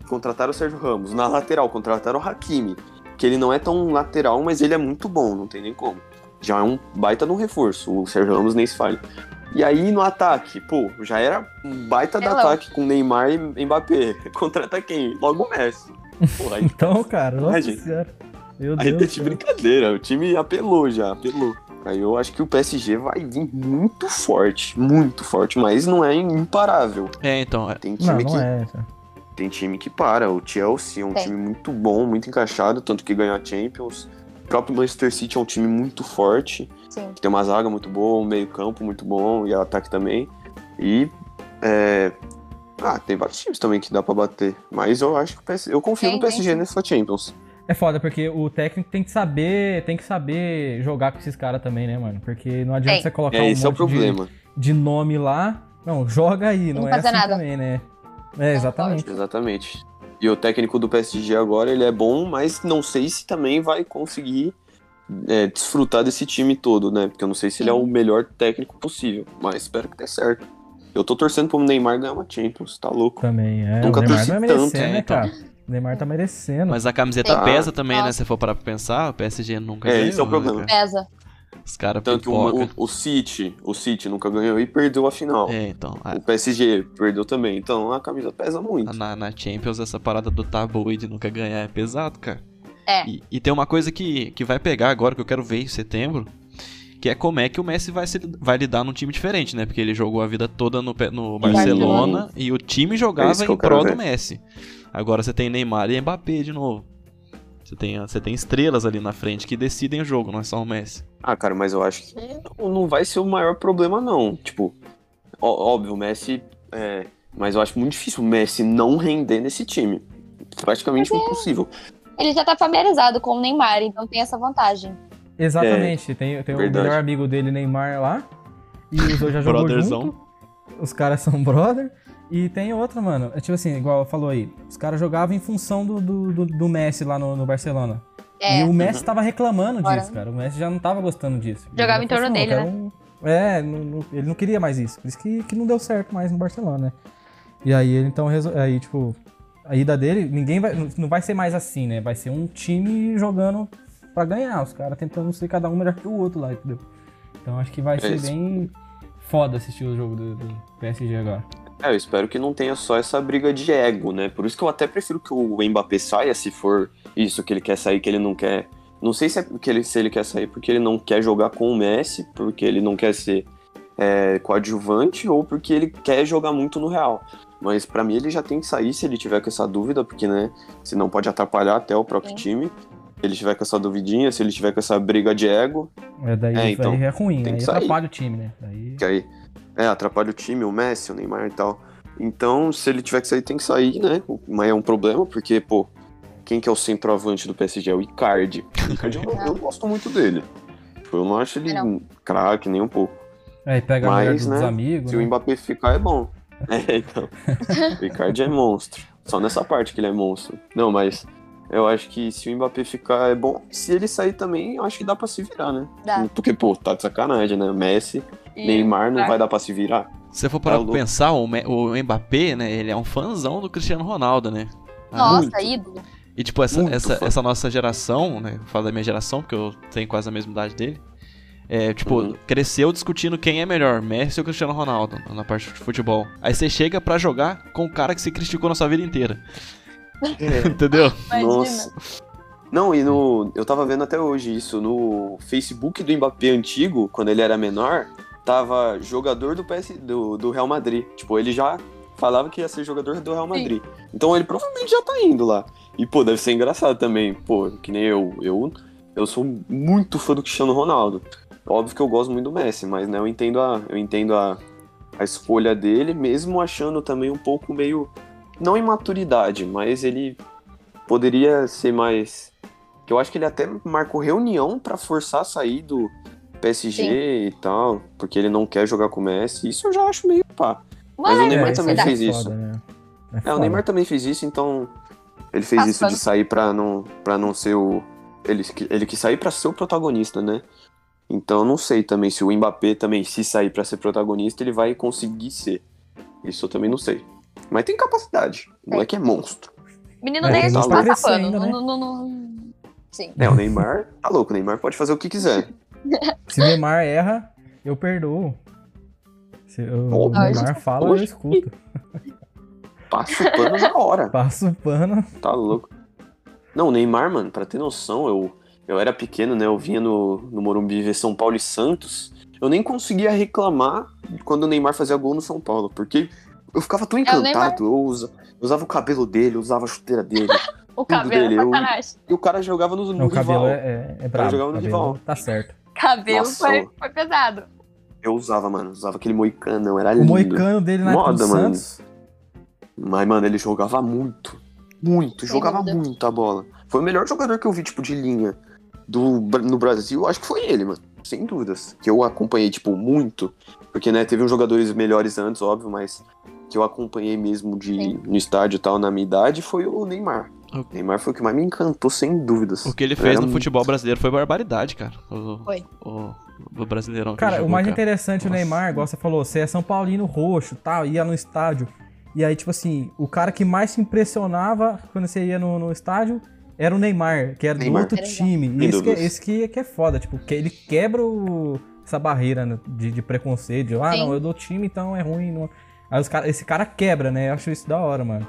Speaker 3: Contrataram o Sérgio Ramos. Na lateral, contrataram o Hakimi. que ele não é tão lateral, mas ele é muito bom, não tem nem como. Já é um baita no reforço, o Sérgio Ramos nem se fala. E aí no ataque, pô, já era um baita do
Speaker 4: Hello.
Speaker 3: ataque com Neymar e Mbappé. (laughs) Contrata quem? Logo o Messi. Pô, aí,
Speaker 2: Então, cara, nossa
Speaker 3: Imagina.
Speaker 2: senhora. Meu
Speaker 3: aí
Speaker 2: Deus.
Speaker 3: tá
Speaker 2: do
Speaker 3: de
Speaker 2: céu.
Speaker 3: brincadeira, o time apelou já, apelou. Aí eu acho que o PSG vai vir muito forte, muito forte, mas não é imparável.
Speaker 1: É, então, é.
Speaker 3: Tem time
Speaker 2: Não,
Speaker 3: que
Speaker 2: não é. cara.
Speaker 3: tem time que para. O Chelsea é um
Speaker 4: Tem.
Speaker 3: time muito bom, muito encaixado, tanto que ganhou a Champions. O próprio Manchester City é um time muito forte,
Speaker 4: Sim.
Speaker 3: que tem uma zaga muito boa, um meio-campo muito bom e ataque também. E é, ah, tem vários times também que dá pra bater, mas eu acho que o PS... eu confio
Speaker 4: Tem,
Speaker 3: no PSG
Speaker 4: tem.
Speaker 3: nessa Champions.
Speaker 2: É foda, porque o técnico tem que saber, tem que saber jogar com esses caras também, né, mano? Porque não adianta
Speaker 4: Tem.
Speaker 2: você colocar
Speaker 3: É,
Speaker 2: um
Speaker 3: esse é o
Speaker 2: monte de,
Speaker 3: problema.
Speaker 2: de nome lá. Não, joga aí, não,
Speaker 4: Não
Speaker 2: é
Speaker 4: fazer
Speaker 2: assim
Speaker 4: nada.
Speaker 2: também, né? É, exatamente.
Speaker 3: Exatamente. E o técnico do PSG agora, ele é bom, mas não sei se também vai conseguir é, desfrutar desse time todo, né? Porque eu não sei se ele é o melhor técnico possível, mas espero que dê certo. Eu tô torcendo pro Neymar ganhar uma Champions, tá louco.
Speaker 2: Também, é.
Speaker 3: Nunca
Speaker 2: o Neymar
Speaker 3: torci
Speaker 2: não é
Speaker 3: tanto,
Speaker 2: merecendo,
Speaker 1: né,
Speaker 2: né,
Speaker 1: então.
Speaker 2: cara? O Neymar tá merecendo.
Speaker 1: Mas a camiseta
Speaker 3: Tem.
Speaker 1: pesa também, né?
Speaker 4: Nossa.
Speaker 1: Se for parar pra pensar, o PSG nunca
Speaker 3: É,
Speaker 1: ganhou,
Speaker 3: esse é o
Speaker 1: né,
Speaker 3: problema.
Speaker 1: cara?
Speaker 4: Pesa.
Speaker 1: Os caras
Speaker 3: Tanto que
Speaker 1: pipoca.
Speaker 3: o, o, o City, o City nunca ganhou e perdeu a final.
Speaker 1: É, Ah, então. a-
Speaker 3: O PSG perdeu também, então a camisa pesa muito.
Speaker 1: Na, na Champions, essa parada do tabu e de nunca ganhar é pesado, cara.
Speaker 4: É.
Speaker 1: E, e tem uma coisa que, que vai pegar agora, que eu quero ver em setembro, que é como é que o Messi vai, se, vai lidar num time diferente, né? Porque ele jogou a vida toda no, Pe- no
Speaker 4: Barcelona.
Speaker 1: Barcelona e o time
Speaker 3: É
Speaker 1: jogava
Speaker 3: isso que eu
Speaker 1: em prol
Speaker 3: quero
Speaker 1: do Messi. Agora você tem Neymar e Mbappé de novo. Você tem, você tem estrelas ali na frente que decidem o jogo, não é só o Messi.
Speaker 3: Ah, cara, mas eu acho que não não vai ser o maior problema, não. Tipo, ó- óbvio, o Messi. é, mas eu acho muito difícil o Messi não render nesse time. Praticamente impossível.
Speaker 4: Ele já tá familiarizado com o Neymar, então tem essa vantagem.
Speaker 2: Exatamente. tem tem o
Speaker 3: verdade.
Speaker 2: melhor amigo dele, Neymar, lá. E os dois já jogou
Speaker 1: Brotherzão. (laughs)
Speaker 2: junto. Os caras são (laughs) brother. E tem outra, mano. É tipo assim, igual falou aí. Os caras jogavam em função do, do, do- do Messi lá no, no Barcelona.
Speaker 4: É.
Speaker 2: E
Speaker 3: um
Speaker 2: o Messi tava reclamando
Speaker 4: Bora.
Speaker 2: disso, cara. O Messi já não tava gostando disso. Ele
Speaker 4: Jogava
Speaker 2: já
Speaker 4: em torno
Speaker 2: falou assim,
Speaker 4: dele, né?
Speaker 2: "Não, eu quero um- É, não- não- ele não queria mais isso. Por isso que, que não deu certo mais no Barcelona, né? E aí ele então resol... aí tipo a ida dele, ninguém vai não- não vai ser mais assim, né? Vai ser um time jogando pra ganhar, os caras tentando ser cada um melhor que o outro lá, entendeu? Então acho que vai ser
Speaker 3: isso.
Speaker 2: bem foda assistir o jogo do, do PSG agora.
Speaker 3: É, eu espero que não tenha só essa briga de ego, né? Por isso que eu até prefiro que o Mbappé saia, se for isso que ele quer sair, que ele não quer. Não sei se, é que ele, se ele quer sair porque ele não quer jogar com o Messi, porque ele não quer ser é, coadjuvante, ou porque ele quer jogar muito no Real. Mas pra mim ele já tem que sair se ele tiver com essa dúvida, porque, né? Senão pode atrapalhar até o próprio
Speaker 4: Sim.
Speaker 3: time. Se ele tiver com essa duvidinha, se ele tiver com essa briga de ego,
Speaker 2: É daí
Speaker 3: É,
Speaker 2: aí
Speaker 3: então,
Speaker 2: é ruim,
Speaker 3: tem
Speaker 2: aí
Speaker 3: que sair.
Speaker 2: atrapalha o time, né? Daí
Speaker 3: que aí é, atrapalha o time, o Messi, o Neymar e tal. Então, se ele tiver que sair, tem que sair, né? Mas é um problema, porque, pô, quem que é o centroavante do PSG? É o Icardi. O Icardi eu, não- eu não gosto muito dele. Tipo, Eu não acho ele
Speaker 4: Não.
Speaker 3: um craque nem um pouco.
Speaker 2: aí É, pega a
Speaker 3: Mas,
Speaker 2: melhor dos
Speaker 3: né,
Speaker 2: amigos.
Speaker 3: Se o
Speaker 2: né?
Speaker 3: Mbappé ficar, é bom. (laughs) É, então. O Icardi é monstro. Só nessa parte que ele é monstro. Não, mas eu acho que se o Mbappé ficar, é bom. Se ele sair também, eu acho que dá pra se virar, né?
Speaker 4: Dá.
Speaker 3: Porque, pô, tá de sacanagem, né? Messi,
Speaker 4: E-
Speaker 3: Neymar não
Speaker 4: tá.
Speaker 3: vai dar pra se virar.
Speaker 1: Se você for parar
Speaker 3: Tá
Speaker 1: pra
Speaker 3: louco.
Speaker 1: pensar, o, Me- o Mbappé, né? Ele é um fãzão do Cristiano Ronaldo, né? Ah,
Speaker 4: Nossa,
Speaker 3: muito.
Speaker 4: ídolo.
Speaker 1: E tipo, essa,
Speaker 3: Muito
Speaker 1: essa,
Speaker 3: fã.
Speaker 1: essa nossa geração, né? Eu falo da minha geração, porque eu tenho quase a mesma idade dele. É, tipo,
Speaker 3: Uhum.
Speaker 1: cresceu discutindo quem é melhor, Messi ou Cristiano Ronaldo, na parte de futebol. Aí você chega pra jogar com o cara que você criticou na sua vida inteira. Entendeu?
Speaker 4: Imagina.
Speaker 3: Nossa. Não, e no. Eu tava vendo até hoje isso. No Facebook do Mbappé antigo, quando ele era menor, tava jogador do PS do, do Real Madrid. Tipo, ele já falava que ia ser jogador do Real Madrid. Então ele provavelmente já tá indo lá. E, pô, deve ser engraçado também. Pô, que nem eu. Eu, eu sou muito fã do Cristiano Ronaldo. Óbvio que eu gosto muito do Messi, mas né, eu entendo a. Eu entendo a, a escolha dele, mesmo achando também um pouco meio. Não imaturidade, mas ele poderia ser mais. Que eu acho que ele até marcou reunião pra forçar a sair do PSG e tal, porque ele não quer jogar com o Messi. Isso eu já acho meio pá. Mas o
Speaker 4: Moleque,
Speaker 3: Neymar
Speaker 2: isso
Speaker 3: também
Speaker 2: é
Speaker 4: cuidado.
Speaker 3: fez isso.
Speaker 2: foda, né?
Speaker 3: É, o
Speaker 2: foda.
Speaker 3: Neymar também fez isso, então ele fez
Speaker 4: Tá
Speaker 3: isso de
Speaker 4: foda.
Speaker 3: sair pra não para não ser o ele que- ele quis sair pra ser o protagonista, né? Então eu não sei também se o Mbappé também se sair pra ser protagonista, ele vai conseguir ser. Isso eu também não sei. Mas tem capacidade. O moleque é monstro.
Speaker 4: Menino
Speaker 2: É,
Speaker 4: nem tá
Speaker 2: tem
Speaker 4: a gente
Speaker 2: valor.
Speaker 4: passa pano.
Speaker 2: Ainda, né?
Speaker 4: Não- não- não- não- Sim.
Speaker 3: É, o Neymar tá louco, o Neymar pode fazer o que quiser.
Speaker 2: Se Neymar erra, eu perdoo. Se eu- o
Speaker 3: Hoje-
Speaker 2: Neymar fala, eu
Speaker 3: hoje-
Speaker 2: escuto.
Speaker 3: Passa o pano na hora,
Speaker 2: Passo o pano.
Speaker 3: tá louco. Não, o Neymar, mano, pra ter noção, eu, eu era pequeno, né? Eu vinha no, no Morumbi ver São Paulo e Santos. Eu nem conseguia reclamar quando o Neymar fazia gol no São Paulo, porque eu ficava tão
Speaker 4: Neymar.
Speaker 3: encantado. Eu usa- eu usava o cabelo dele, eu usava a chuteira dele.
Speaker 4: O cabelo
Speaker 3: dele,
Speaker 4: é
Speaker 3: eu-
Speaker 4: sacanagem.
Speaker 3: e o cara jogava no, no
Speaker 2: Não, o
Speaker 3: rival.
Speaker 2: cabelo é, é, é brabo.
Speaker 3: jogava no
Speaker 2: cabelo
Speaker 3: rival.
Speaker 2: tá certo.
Speaker 4: Cabelo
Speaker 3: Nossa,
Speaker 4: foi,
Speaker 3: ô.
Speaker 4: foi pesado.
Speaker 3: Eu usava, mano. Usava aquele moicanão, era
Speaker 2: O
Speaker 3: lindo.
Speaker 2: moicano dele na época do
Speaker 3: Moda, mano.
Speaker 2: Santos.
Speaker 3: Mas, mano, ele jogava muito. Muito.
Speaker 4: Sem
Speaker 3: jogava
Speaker 4: dúvida.
Speaker 3: muito a bola. Foi o melhor jogador que eu vi, tipo, de linha do, Bra- no Brasil. Acho que foi ele, mano. Sem dúvidas. Que eu acompanhei, tipo, muito. Porque, né, teve uns jogadores melhores antes, óbvio, mas que eu acompanhei mesmo de,
Speaker 4: Sim.
Speaker 3: no estádio e tal, na minha idade, foi o Neymar.
Speaker 1: O-
Speaker 3: O Neymar foi o que mais me encantou, sem dúvidas.
Speaker 1: O que ele fez
Speaker 3: Era
Speaker 1: no
Speaker 3: muito-
Speaker 1: futebol brasileiro foi barbaridade, cara. O,
Speaker 4: Foi.
Speaker 1: O, o brasileirão. que
Speaker 2: Cara,
Speaker 1: ele
Speaker 2: o
Speaker 1: jogou,
Speaker 2: mais
Speaker 1: cara.
Speaker 2: interessante o
Speaker 1: Nossa.
Speaker 2: Neymar, igual você falou, você é São Paulino roxo, tal, ia no estádio. E aí, tipo assim, o cara que mais te impressionava quando você ia no, no estádio era o Neymar, que era
Speaker 3: Neymar.
Speaker 2: do outro
Speaker 4: Era igual.
Speaker 2: time. E
Speaker 3: Sem
Speaker 2: esse que,
Speaker 3: dúvidas.
Speaker 2: esse que, que é foda, tipo, que ele quebra o- essa barreira né, de, de preconceito, de, ah,
Speaker 4: Sim.
Speaker 2: não, eu dou time, então é ruim. Não... Aí os cara, esse cara quebra, né? Eu acho isso da hora, mano.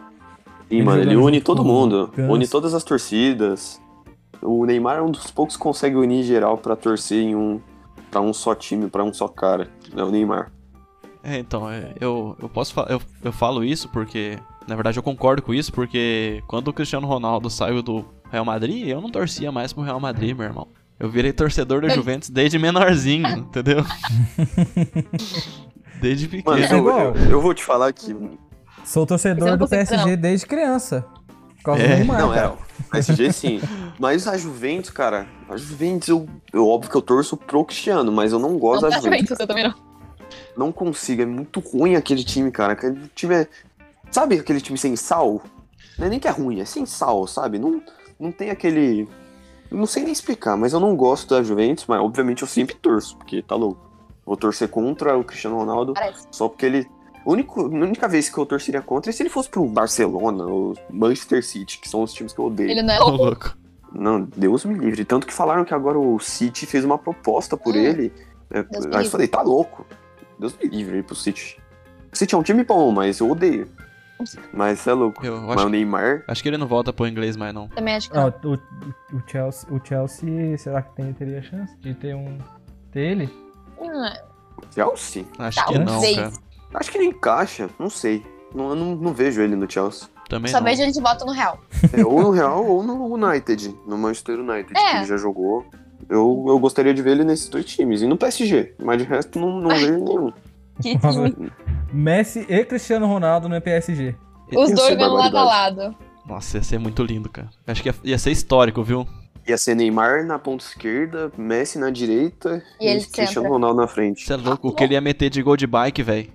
Speaker 3: Sim, mano, ele
Speaker 2: jogando
Speaker 3: une
Speaker 2: junto
Speaker 3: todo
Speaker 2: com o
Speaker 3: mundo,
Speaker 2: Ganso.
Speaker 3: une todas as torcidas. O Neymar é um dos poucos que consegue unir geral pra torcer em um para um só time, pra um só cara. É o Neymar.
Speaker 1: É, então, é, eu, eu posso fa- eu, eu falo isso porque, na verdade, eu concordo com isso, porque quando o Cristiano Ronaldo saiu do Real Madrid, eu não torcia mais pro Real Madrid, meu irmão. Eu virei torcedor da
Speaker 4: Ei.
Speaker 1: Juventus desde menorzinho,
Speaker 4: (laughs)
Speaker 1: entendeu? desde
Speaker 3: Mano,
Speaker 1: pequeno.
Speaker 2: é
Speaker 3: eu,
Speaker 2: igual.
Speaker 3: eu, eu vou te falar que
Speaker 2: Sou torcedor
Speaker 4: Você não
Speaker 2: do
Speaker 4: consegue,
Speaker 2: PSG desde criança. Por causa do
Speaker 1: É.
Speaker 2: Neymar.
Speaker 3: não
Speaker 2: cara.
Speaker 3: é. o PSG sim, mas a Juventus, cara, a Juventus eu, eu óbvio que eu torço pro Cristiano, mas eu não gosto
Speaker 4: Não,
Speaker 3: da
Speaker 4: tá
Speaker 3: Juventus.
Speaker 4: vendo, eu também não.
Speaker 3: Não consigo, é muito ruim aquele time, cara. Aquele time é. Sabe aquele time sem sal? Não é nem que é ruim, é sem sal, sabe? Não, não tem aquele. Não sei nem explicar, mas eu não gosto da Juventus, mas obviamente eu sempre torço, porque tá louco. Vou torcer contra o Cristiano Ronaldo
Speaker 4: Parece.
Speaker 3: só porque ele. o único- A única, vez que eu torceria contra é se ele fosse pro Barcelona ou Manchester City, que são os times que eu odeio.
Speaker 4: Ele não é
Speaker 1: Ô, louco.
Speaker 3: Não, Deus me livre. Tanto que falaram que agora o City fez uma proposta por
Speaker 4: Hum.
Speaker 3: ele. né?
Speaker 4: Deus me
Speaker 3: aí
Speaker 4: livre.
Speaker 3: eu falei, tá louco. Deus me livre ir pro City. O City é um time bom, mas eu odeio. Mas é louco.
Speaker 1: Eu
Speaker 3: Mas
Speaker 1: acho,
Speaker 3: o Neymar.
Speaker 1: acho que ele não volta pro inglês mais, não.
Speaker 4: Também acho que
Speaker 2: Não,
Speaker 4: não.
Speaker 2: o, o- o Chelsea, o Chelsea, será que tem- teria chance de ter um dele?
Speaker 4: Hum, tá, um
Speaker 3: Chelsea?
Speaker 1: Acho que não,
Speaker 4: Talvez.
Speaker 1: cara.
Speaker 3: Acho que ele encaixa, não sei. Não, eu não, não vejo ele no Chelsea.
Speaker 1: Também
Speaker 4: Só
Speaker 1: não.
Speaker 4: vejo a gente bota
Speaker 1: (laughs)
Speaker 4: no Real.
Speaker 3: É, ou no Real ou no United. No Manchester United,
Speaker 4: É.
Speaker 3: que ele já jogou. Eu, eu gostaria de ver ele nesses dois times. E no PSG. Mas de resto, não,
Speaker 4: (laughs)
Speaker 3: não vejo nenhum.
Speaker 4: Que time.
Speaker 2: Messi e Cristiano Ronaldo no PSG.
Speaker 4: Os
Speaker 3: Ia
Speaker 4: dois
Speaker 3: ser
Speaker 4: vão lado a lado.
Speaker 1: Nossa, ia ser muito lindo, cara. Acho que ia, ia ser histórico, viu?
Speaker 3: Ia ser Neymar na ponta esquerda, Messi na direita
Speaker 4: E ele
Speaker 3: Cristiano
Speaker 4: centra.
Speaker 3: Ronaldo na frente.
Speaker 1: Você é louco. O que ele ia meter de gol de bike, velho?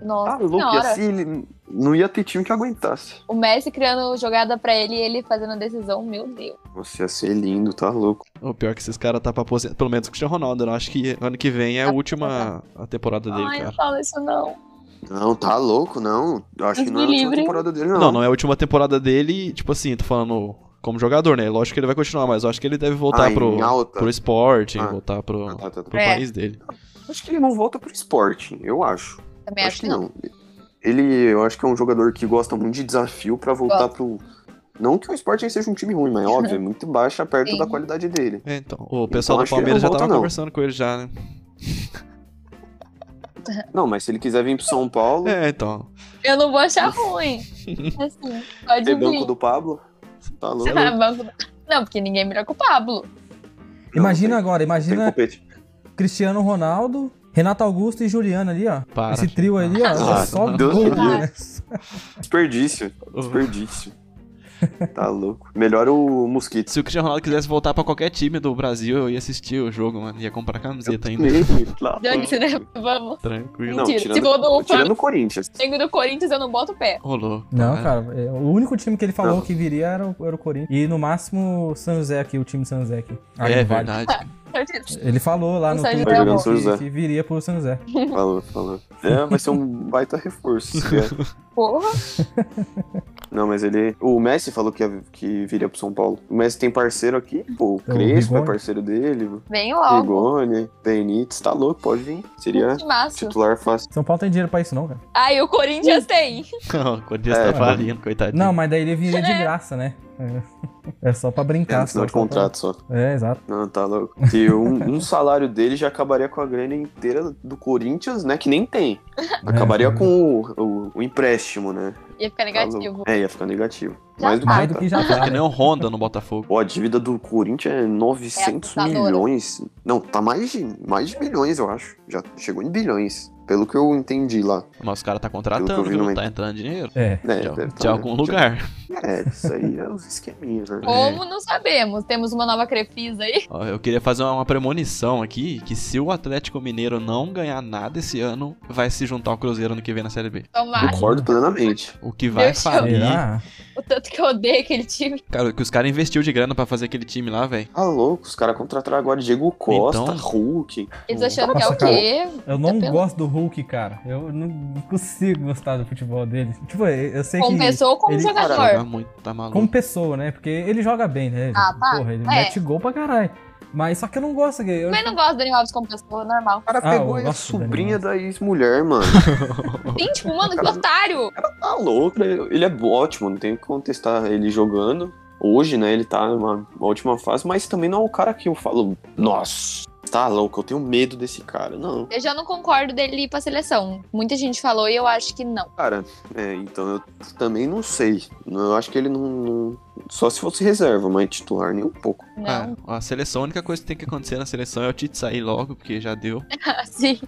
Speaker 4: Nossa
Speaker 3: Tá louco,
Speaker 4: senhora.
Speaker 3: ia ser, ele- não ia ter time que aguentasse.
Speaker 4: O Messi criando jogada pra ele e ele fazendo a decisão, meu Deus.
Speaker 3: Nossa, ia ser lindo, tá louco.
Speaker 1: O pior é que esses caras tá pra aposentar. Pelo menos o Cristiano Ronaldo, né? Acho que ano que vem é a última a temporada dele,
Speaker 4: Ai, não
Speaker 1: cara.
Speaker 4: fala isso não.
Speaker 3: Não, tá louco, não. Eu acho
Speaker 4: Deus
Speaker 3: que não é
Speaker 4: me
Speaker 3: a última
Speaker 4: livre.
Speaker 3: temporada dele, não.
Speaker 1: Não, não é a última temporada dele, tipo assim, tô falando como jogador, né? Lógico que ele vai continuar, mas eu acho que ele deve voltar
Speaker 3: Ah, em
Speaker 1: pro,
Speaker 3: alta.
Speaker 1: pro esporte,
Speaker 3: Ah.
Speaker 1: voltar pro,
Speaker 3: Ah, tá, tá, tá.
Speaker 1: pro
Speaker 4: É.
Speaker 1: país dele.
Speaker 3: Acho que ele não volta pro esporte, eu acho.
Speaker 4: Também acho que não.
Speaker 3: Ele, eu acho que é um jogador que gosta muito de desafio pra voltar pro... Não que o esporte seja um time ruim, mas
Speaker 4: (laughs)
Speaker 3: óbvio, é muito baixa perto
Speaker 4: Sim.
Speaker 3: da qualidade dele.
Speaker 1: É, então, o pessoal
Speaker 3: Então,
Speaker 1: do
Speaker 3: acho que ele
Speaker 1: Palmeiras já
Speaker 3: não
Speaker 1: tava
Speaker 3: volta, não.
Speaker 1: conversando com ele já, né?
Speaker 3: Não, mas se ele quiser vir pro São Paulo,
Speaker 1: É, então.
Speaker 4: Eu não vou achar ruim. Assim, pode
Speaker 3: ser banco
Speaker 4: vir.
Speaker 3: do Pablo, tá louco.
Speaker 4: Ah, (laughs) banco do- Não, porque ninguém é melhor que o Pablo.
Speaker 2: Imagina
Speaker 3: tem-
Speaker 2: agora, né?
Speaker 3: tem que
Speaker 2: imagina
Speaker 3: competir.
Speaker 2: Cristiano Ronaldo, Renato Augusto e Juliano ali, ó.
Speaker 1: Para.
Speaker 2: Esse trio ali, ó.
Speaker 3: Ah,
Speaker 2: é só
Speaker 1: (laughs)
Speaker 3: Deus
Speaker 2: gol,
Speaker 3: me livre.
Speaker 2: né?
Speaker 3: Desperdício.
Speaker 1: Uhum.
Speaker 3: Desperdício. tá louco. Melhor o Mosquito.
Speaker 1: Se o Cristiano Ronaldo quisesse voltar pra qualquer time do Brasil, eu ia assistir o jogo, mano. Ia comprar camiseta ainda.
Speaker 3: Lá,
Speaker 4: Dane-se, né? Vamos.
Speaker 1: Tranquilo.
Speaker 3: Não,
Speaker 4: Mentira.
Speaker 3: tirando-
Speaker 4: Se for do
Speaker 3: Tirando o Corinthians.
Speaker 4: Flamengo e do Corinthians, eu não boto o pé.
Speaker 1: Rolou.
Speaker 2: Não, cara, é, o único time que ele falou
Speaker 3: Não.
Speaker 2: que viria era o, era o Corinthians. E no máximo o San José aqui, o time San José aqui. Ah,
Speaker 1: É
Speaker 2: não vale.
Speaker 1: verdade. cara.
Speaker 4: Certeza.
Speaker 2: Ele falou lá
Speaker 4: O
Speaker 2: no
Speaker 4: San José
Speaker 2: Twitter
Speaker 3: é bom. San
Speaker 2: que,
Speaker 3: José.
Speaker 2: que viria pro San José.
Speaker 3: Falou, falou. É, vai ser um baita reforço. se vier.
Speaker 4: Porra.
Speaker 3: Não, mas ele. O Messi falou que, ia- que viria pro São Paulo. O Messi tem parceiro aqui, pô, o
Speaker 2: Então, o
Speaker 3: Crespo é
Speaker 2: Rigoni.
Speaker 3: parceiro dele, o
Speaker 4: Vem logo.
Speaker 3: Rigoni, Benítez, tá louco, pode vir. Seria
Speaker 4: Que massa.
Speaker 3: titular fácil.
Speaker 2: São Paulo tem dinheiro pra isso, não, cara.
Speaker 4: Aí o Corinthians tem.
Speaker 1: o Corinthians
Speaker 3: É,
Speaker 1: tá
Speaker 3: pô.
Speaker 1: falindo, coitadinho.
Speaker 2: Não, mas daí ele viria de graça, né? É, É só pra
Speaker 3: É,
Speaker 2: brincar.
Speaker 3: no final
Speaker 2: só
Speaker 3: de
Speaker 2: pra-
Speaker 3: contrato só.
Speaker 2: É, exato.
Speaker 3: Não, tá louco. Se um, um salário dele já acabaria com a grana inteira do Corinthians, né? Que nem tem. Acabaria
Speaker 2: É.
Speaker 3: com o, o- o empréstimo, né?
Speaker 4: Ia ficar
Speaker 3: Tá louco.
Speaker 4: negativo.
Speaker 3: É, ia ficar negativo.
Speaker 4: Já
Speaker 3: Mais do que.
Speaker 2: Mais
Speaker 3: tá.
Speaker 2: do que já tá,
Speaker 1: Que nem
Speaker 2: né?
Speaker 1: o Honda no Botafogo.
Speaker 3: Pô, a dívida do Corinthians é 900
Speaker 4: assustadora.
Speaker 3: milhões. Não, tá mais de, mais de bilhões, eu acho. Já chegou em bilhões. Pelo que eu entendi lá.
Speaker 1: Mas os caras tá
Speaker 3: Pelo
Speaker 1: contratando,
Speaker 3: que eu vi
Speaker 1: viu?
Speaker 3: no
Speaker 1: Não
Speaker 3: momento.
Speaker 1: tá entrando dinheiro.
Speaker 2: É.
Speaker 3: É,
Speaker 1: de,
Speaker 3: deve tá,
Speaker 1: de
Speaker 3: né?
Speaker 1: algum lugar.
Speaker 3: É, isso aí é os esqueminhas, né?
Speaker 4: Como não sabemos? Temos uma nova Crefisa aí?
Speaker 1: Ó, Eu queria fazer uma premonição aqui, que se o Atlético Mineiro não ganhar nada esse ano, vai se juntar ao Cruzeiro ano que vem na Série B.
Speaker 4: Tomara.
Speaker 3: Concordo plenamente.
Speaker 1: O que vai
Speaker 4: Meu Deus.
Speaker 1: falir...
Speaker 2: Será?
Speaker 4: O tanto que eu odeio aquele time.
Speaker 1: Cara, o que os caras investiu de grana pra fazer aquele time lá, velho.
Speaker 3: Tá louco, os caras contrataram agora Diego Costa,
Speaker 1: Então-
Speaker 3: Hulk.
Speaker 4: Eles
Speaker 3: tá
Speaker 4: achando que é
Speaker 2: Nossa,
Speaker 4: o quê?
Speaker 2: Eu não
Speaker 4: Tá pelo-
Speaker 2: gosto do Hulk, cara. Eu não consigo gostar do futebol dele. Tipo, eu sei
Speaker 4: Como
Speaker 2: que.
Speaker 4: pessoa ou como
Speaker 2: ele-
Speaker 4: jogador?
Speaker 1: Jogar muito, tá maluco.
Speaker 2: Como pessoa, né? Porque ele joga bem, né?
Speaker 4: Ah, pá.
Speaker 2: Porra, ele
Speaker 4: É.
Speaker 2: mete gol pra caralho. Mas só que eu não gosto. Eu...
Speaker 4: Também não gosto do Daniel Alves como pessoa, normal.
Speaker 3: O cara
Speaker 2: Ah,
Speaker 3: pegou
Speaker 2: o-
Speaker 3: aí a
Speaker 2: nossa,
Speaker 3: sobrinha da ex-mulher, mano.
Speaker 4: Sim, tipo, mano, que otário.
Speaker 3: (laughs) Tá louco, ele ele é bo- ótimo, não tem o que contestar ele jogando. Hoje, né, ele tá numa ótima fase, mas também não é o cara que eu falo, nossa, tá louco, eu tenho medo desse cara. Não,
Speaker 4: Eu já não concordo dele ir pra seleção. Muita gente falou e eu acho que não.
Speaker 3: cara, é, então eu t- também não sei. Eu acho que ele não, não- Só se fosse reserva, mas titular nem um pouco.
Speaker 4: Não,
Speaker 1: Cara, a seleção, a única coisa que tem que acontecer na seleção é o Tite sair logo, porque já deu.
Speaker 3: É.
Speaker 4: (laughs) assim.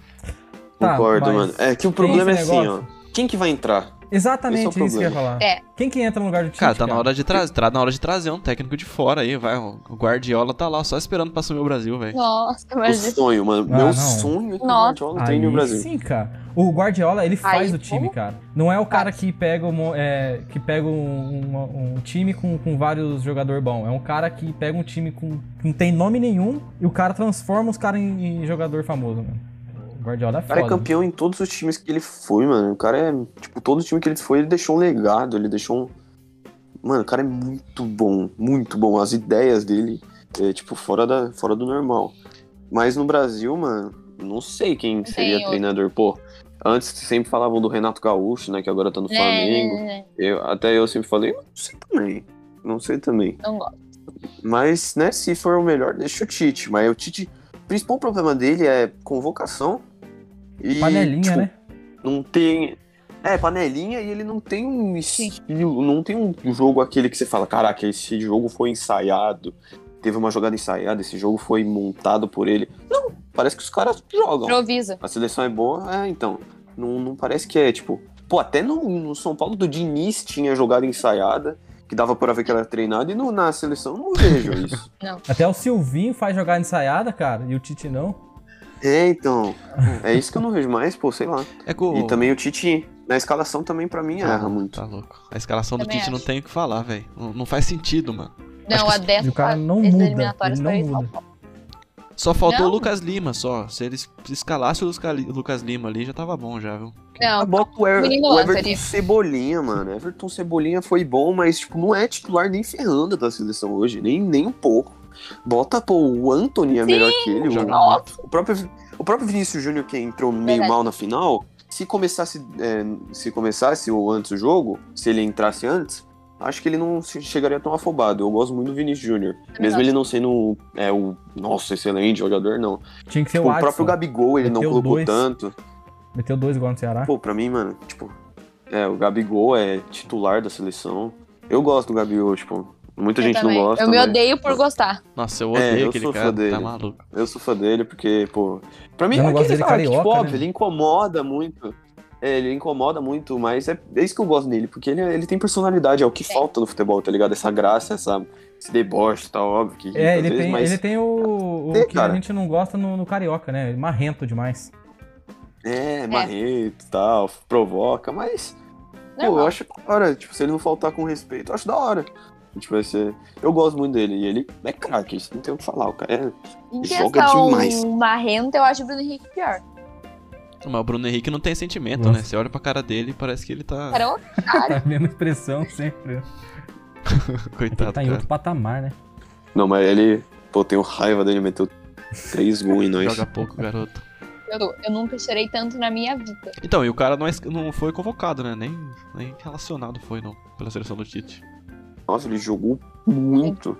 Speaker 2: Tá,
Speaker 3: Concordo,
Speaker 2: mas
Speaker 3: mano. É que
Speaker 2: tem
Speaker 3: o problema é
Speaker 2: esse
Speaker 3: assim, ó.
Speaker 2: negócio.
Speaker 3: Quem que vai entrar?
Speaker 2: Exatamente
Speaker 3: Esse é o
Speaker 2: isso que eu ia falar.
Speaker 4: É.
Speaker 2: Quem que entra no lugar do Tite?
Speaker 1: Cara, tá na hora de trazer, tá na hora de trazer um técnico de fora aí, vai. O Guardiola tá lá só esperando pra assumir o Brasil,
Speaker 3: É.
Speaker 1: velho.
Speaker 4: Nossa,
Speaker 3: O
Speaker 4: mas
Speaker 3: sonho, mano.
Speaker 2: Ah,
Speaker 3: Meu
Speaker 2: não.
Speaker 3: sonho é que o
Speaker 4: Nossa.
Speaker 3: Guardiola
Speaker 2: Aí,
Speaker 3: treine o Brasil.
Speaker 2: Sim, cara. O Guardiola, ele faz
Speaker 4: Aí,
Speaker 2: o time,
Speaker 4: como?
Speaker 2: cara. Não é o cara que pega, um, é, que pega um, uma- um time com, com vários jogadores bons. É um cara que pega um time com, que não tem nome nenhum e o cara transforma os caras em, em jogador famoso, mano. O Guardiola é
Speaker 3: O cara é
Speaker 2: foda.
Speaker 3: campeão em todos os times que ele foi, mano. O cara é. Tipo, todo time que ele foi, ele deixou um legado, ele deixou um. Mano, o cara é muito bom, muito bom. As ideias dele é, tipo, fora, da, fora do normal. Mas no Brasil, mano, não sei quem seria
Speaker 4: outro.
Speaker 3: treinador. Pô, antes sempre falavam do Renato Gaúcho, né? Que agora tá no
Speaker 4: É,
Speaker 3: Flamengo.
Speaker 4: é, é,
Speaker 3: Eu, até eu sempre falei, não sei também. Não sei também.
Speaker 4: não gosto.
Speaker 3: Mas, né, se for o melhor, deixa o Tite. Mas o Tite. O principal problema dele é convocação. E,
Speaker 2: Panelinha,
Speaker 3: tipo,
Speaker 2: né?
Speaker 3: não tem. É, panelinha e ele não tem um estilo, não tem um jogo aquele que você fala, caraca, esse jogo foi ensaiado, teve uma jogada ensaiada, esse jogo foi montado por ele. Não, parece que os caras jogam.
Speaker 4: Improvisa.
Speaker 3: A seleção é boa, é, então. Não, não parece que é, tipo. Pô, até no, no São Paulo do Diniz tinha jogada ensaiada, que dava pra ver que era treinada, e no, na seleção eu não vejo isso.
Speaker 2: Até o Silvinho faz jogar ensaiada, cara, e o Tite não.
Speaker 3: (laughs) é, então. É isso que eu não vejo mais, pô, sei lá.
Speaker 1: É que o...
Speaker 3: E também o Tite, na escalação também pra mim
Speaker 1: Ah,
Speaker 3: erra muito.
Speaker 1: Tá louco. A escalação do
Speaker 4: Também
Speaker 1: Tite não
Speaker 4: acho.
Speaker 1: tem o que falar, velho. Não, não faz sentido, mano.
Speaker 4: Não, a
Speaker 2: E
Speaker 4: 10
Speaker 2: o cara não
Speaker 4: desses
Speaker 2: muda.
Speaker 4: eliminatórios
Speaker 2: Ele não
Speaker 4: pra ele,
Speaker 2: muda.
Speaker 1: Só faltou
Speaker 4: Não.
Speaker 1: o Lucas Lima, só. Se eles escalassem o Lucas, Lucas Lima ali, já tava bom já, viu?
Speaker 4: Não,
Speaker 3: Ah, bota o, Er-
Speaker 4: Tá Menino é
Speaker 3: o
Speaker 4: Anthony.
Speaker 3: Everton Cebolinha, mano. Everton Cebolinha foi bom, mas tipo, não é titular nem ferrando da seleção hoje, nem, nem um pouco. Bota, pô, o Anthony é melhor que ele.
Speaker 1: joga
Speaker 3: O, o próprio, o próprio Vinícius Júnior, que entrou meio
Speaker 4: Verdade.
Speaker 3: mal na final, se começasse, é, se começasse ou antes o jogo, se ele entrasse antes, acho que ele não se- chegaria tão afobado. Eu gosto muito do Vinícius Júnior. Mesmo
Speaker 4: gosto.
Speaker 3: ele não sendo é, o, nossa, excelente jogador, não.
Speaker 2: Tinha que ser
Speaker 3: Tipo,
Speaker 2: o
Speaker 3: o
Speaker 2: Adson.
Speaker 3: próprio Gabigol, ele não
Speaker 2: Meteu
Speaker 3: colocou
Speaker 2: dois.
Speaker 3: tanto.
Speaker 2: Meteu dois gols no Ceará.
Speaker 3: Pô, pra mim, mano, tipo, é, o Gabigol é titular da seleção. Eu gosto do Gabigol, tipo, muita
Speaker 4: eu
Speaker 3: gente
Speaker 4: também.
Speaker 3: não gosta. né?
Speaker 4: Eu me
Speaker 3: mas
Speaker 4: odeio por gostar.
Speaker 1: Nossa, eu
Speaker 3: É,
Speaker 1: odeio
Speaker 3: eu
Speaker 1: aquele
Speaker 3: sou fã
Speaker 1: cara.
Speaker 3: dele.
Speaker 1: Tá maluco.
Speaker 3: Eu sou fã dele porque, pô, pra mim
Speaker 2: Eu não gosto
Speaker 3: aquele
Speaker 2: dele
Speaker 3: cara que, tipo,
Speaker 2: carioca,
Speaker 3: óbvio,
Speaker 2: né?
Speaker 3: ele incomoda muito. É, ele incomoda muito, mas é, é isso que eu gosto nele, porque ele, ele tem personalidade, é o que falta no futebol, tá ligado? Essa graça, essa, esse deboche, tá óbvio que irrita
Speaker 2: É, ele
Speaker 3: às vezes,
Speaker 2: tem,
Speaker 3: mas
Speaker 2: ele tem o, o
Speaker 3: Tem,
Speaker 2: que
Speaker 3: cara.
Speaker 2: a gente não gosta no, no Carioca, né? Ele é Marrento demais.
Speaker 3: é marrento e tal, provoca, mas Pô, eu
Speaker 4: Normal.
Speaker 3: acho da hora. Tipo, se ele não faltar com respeito, eu acho da hora. Tipo, esse, eu gosto muito dele. E ele é craque, isso não tem o que falar. O cara é-
Speaker 4: Em
Speaker 3: joga
Speaker 4: questão
Speaker 3: demais.
Speaker 4: marrenta, eu acho o Bruno Henrique pior.
Speaker 1: Mas o Bruno Henrique não tem sentimento,
Speaker 2: Nossa.
Speaker 1: né? Você olha pra cara dele e parece que ele tá.
Speaker 4: Era outro cara.
Speaker 2: A mesma expressão sempre.
Speaker 1: (laughs) Coitado,
Speaker 2: É Ele tá em
Speaker 1: cara.
Speaker 2: outro patamar, né?
Speaker 3: Não, mas ele. Pô, tenho raiva dele, meteu
Speaker 2: (laughs)
Speaker 3: três gols em nós.
Speaker 1: Joga pouco, garoto.
Speaker 4: Eu, eu nunca chorei tanto na minha vida.
Speaker 1: Então, e o cara não, é- não foi convocado, né? Nem, nem relacionado foi, não, pela seleção do Tite.
Speaker 3: Nossa, ele jogou muito.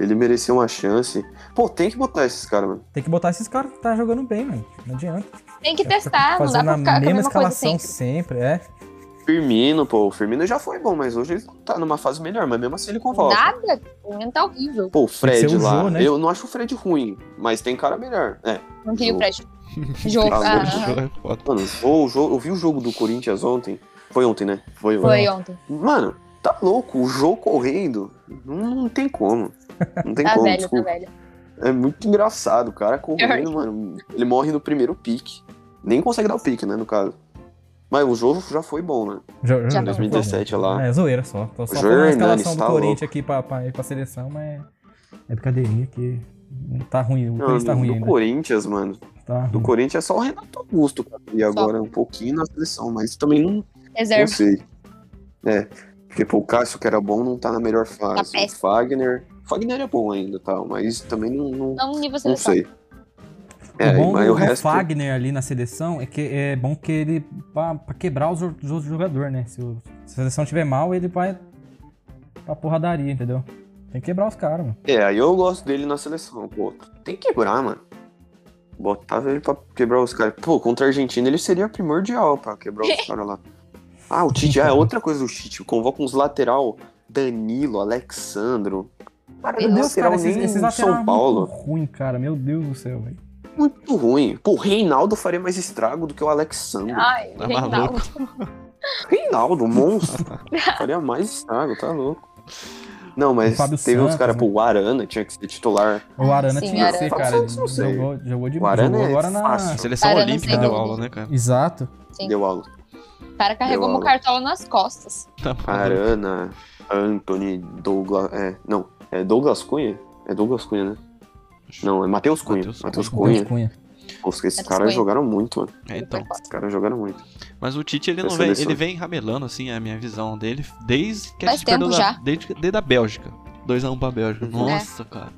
Speaker 3: Ele mereceu uma chance. Pô, tem que botar esses caras, mano.
Speaker 2: Tem que botar esses caras que tá jogando bem, mano. Não adianta. É
Speaker 4: Tem que testar, não
Speaker 2: Fazendo
Speaker 4: dá pra
Speaker 2: a
Speaker 4: ficar com a
Speaker 2: mesma
Speaker 4: mesma coisa
Speaker 2: escalação
Speaker 4: sempre.
Speaker 2: sempre, é.
Speaker 3: Firmino, pô, o Firmino já foi bom, mas hoje ele tá numa fase melhor, mas mesmo assim ele convoca.
Speaker 4: Nada, o menino tá horrível.
Speaker 3: Pô, o Fred
Speaker 2: Tem que ser o
Speaker 3: lá.
Speaker 2: Jô, né?
Speaker 3: Eu não acho o Fred ruim, mas tem cara melhor. É.
Speaker 4: Não queria o
Speaker 3: Jogo. (laughs)
Speaker 4: Fred. Jogo.
Speaker 3: Tá
Speaker 4: Ah,
Speaker 3: louco.
Speaker 1: É foda.
Speaker 3: Mano, o jogo, eu vi o jogo do Corinthians ontem. Foi ontem, né? Foi ontem.
Speaker 4: foi ontem.
Speaker 3: Mano, tá louco. O jogo correndo. Não, não tem como. Não tem
Speaker 4: (laughs) Tá
Speaker 3: como,
Speaker 4: velho, tá
Speaker 3: desculpa.
Speaker 4: velho.
Speaker 3: É muito engraçado. O cara correndo, mano. Ele morre no primeiro pique. Nem consegue dar o pique, né, no caso. Mas o jogo já foi bom, né?
Speaker 2: Jo-
Speaker 4: Já
Speaker 2: jo-
Speaker 3: 2017 lá.
Speaker 2: É, zoeira só. Tô só
Speaker 3: Jorge
Speaker 2: falando a
Speaker 3: Hernandes,
Speaker 2: escalação do
Speaker 3: tá
Speaker 2: Corinthians aqui pra, pra ir pra seleção, mas é brincadeirinha que não tá ruim. O
Speaker 3: Não,
Speaker 2: Corinthians tá ruim
Speaker 3: do
Speaker 2: ainda.
Speaker 3: Corinthians, mano.
Speaker 2: Tá
Speaker 3: Do
Speaker 2: ruim.
Speaker 3: Corinthians é só o Renato Augusto. cara. E agora um pouquinho na seleção, mas também não, Não
Speaker 4: Reserva.
Speaker 3: sei. É. Porque pô, o Cássio, que era bom, não tá na melhor
Speaker 4: Tá
Speaker 3: fase. o
Speaker 4: péssimo.
Speaker 3: Fagner. Fagner é bom ainda, tal, mas também não, não,
Speaker 4: Não nível
Speaker 3: não
Speaker 4: seleção.
Speaker 3: sei. É,
Speaker 2: o bom
Speaker 3: mas
Speaker 2: do
Speaker 3: o resto.
Speaker 2: Fagner ali na seleção é que é bom que ele pra, pra quebrar os outros os outros jogadores, né? Se, o- se a seleção tiver mal, ele vai pra porradaria, entendeu? Tem que quebrar os caras, mano.
Speaker 3: É, aí eu gosto dele na seleção. Pô, tem que quebrar, mano. Botava ele pra quebrar os caras. Pô, contra a Argentina ele seria primordial pra quebrar os caras lá. Ah, o Tite. Ah, é outra coisa do Tite. Convoca uns lateral. Danilo, Alexandro. Cara,
Speaker 4: Meu Deus,
Speaker 3: lateral
Speaker 2: esses,
Speaker 3: nem
Speaker 2: esses
Speaker 3: em
Speaker 2: lateral é
Speaker 3: São
Speaker 2: muito
Speaker 3: Paulo.
Speaker 2: ruim, cara. Meu Deus do céu, velho.
Speaker 3: Muito ruim. Pô, o Reinaldo faria mais estrago do que o Alexandro.
Speaker 4: Ai,
Speaker 1: Tá
Speaker 4: Reinaldo.
Speaker 3: Reinaldo, um
Speaker 4: (laughs)
Speaker 3: monstro. Faria mais estrago, tá louco. Não, mas
Speaker 2: O Fábio
Speaker 3: teve uns
Speaker 2: Santos,
Speaker 3: caras,
Speaker 2: né?
Speaker 3: pô, o Arana tinha que ser titular.
Speaker 2: O Arana
Speaker 4: Sim,
Speaker 2: tinha que
Speaker 4: Arana.
Speaker 2: ser, cara.
Speaker 3: Não sei, não sei.
Speaker 2: Jogou, jogou de
Speaker 3: O Arana
Speaker 2: jogou
Speaker 3: é
Speaker 2: agora na.
Speaker 1: A
Speaker 3: fácil.
Speaker 1: seleção
Speaker 4: Cara, eu não
Speaker 1: olímpica
Speaker 4: sei
Speaker 1: deu
Speaker 4: não.
Speaker 1: aula, né, cara?
Speaker 2: Exato.
Speaker 4: Sim.
Speaker 3: Deu aula.
Speaker 4: O cara carregou
Speaker 3: Deu
Speaker 4: meu
Speaker 3: aula.
Speaker 4: cartola nas costas.
Speaker 1: Tá maluco.
Speaker 3: Arana, Anthony, Douglas. É, não, é Douglas Cunha? É Douglas Cunha, né? Não, é Matheus Cunha.
Speaker 1: Matheus
Speaker 3: Matheus
Speaker 2: Deus
Speaker 3: Cunha.
Speaker 2: Cunha.
Speaker 3: Pô, esses
Speaker 4: Matheus
Speaker 3: caras
Speaker 4: Cunha.
Speaker 3: jogaram muito, mano.
Speaker 1: É, então.
Speaker 3: Esses caras jogaram muito.
Speaker 1: Mas o Tite, ele não
Speaker 3: Essa
Speaker 1: vem,
Speaker 3: seleção.
Speaker 1: ele vem ramelando, assim, é a minha visão dele, desde que a
Speaker 4: Faz
Speaker 1: gente
Speaker 4: tempo
Speaker 1: perdeu da,
Speaker 4: já.
Speaker 1: desde, que- desde a Bélgica. 2x1 pra Bélgica.
Speaker 3: Uhum.
Speaker 1: Nossa, cara.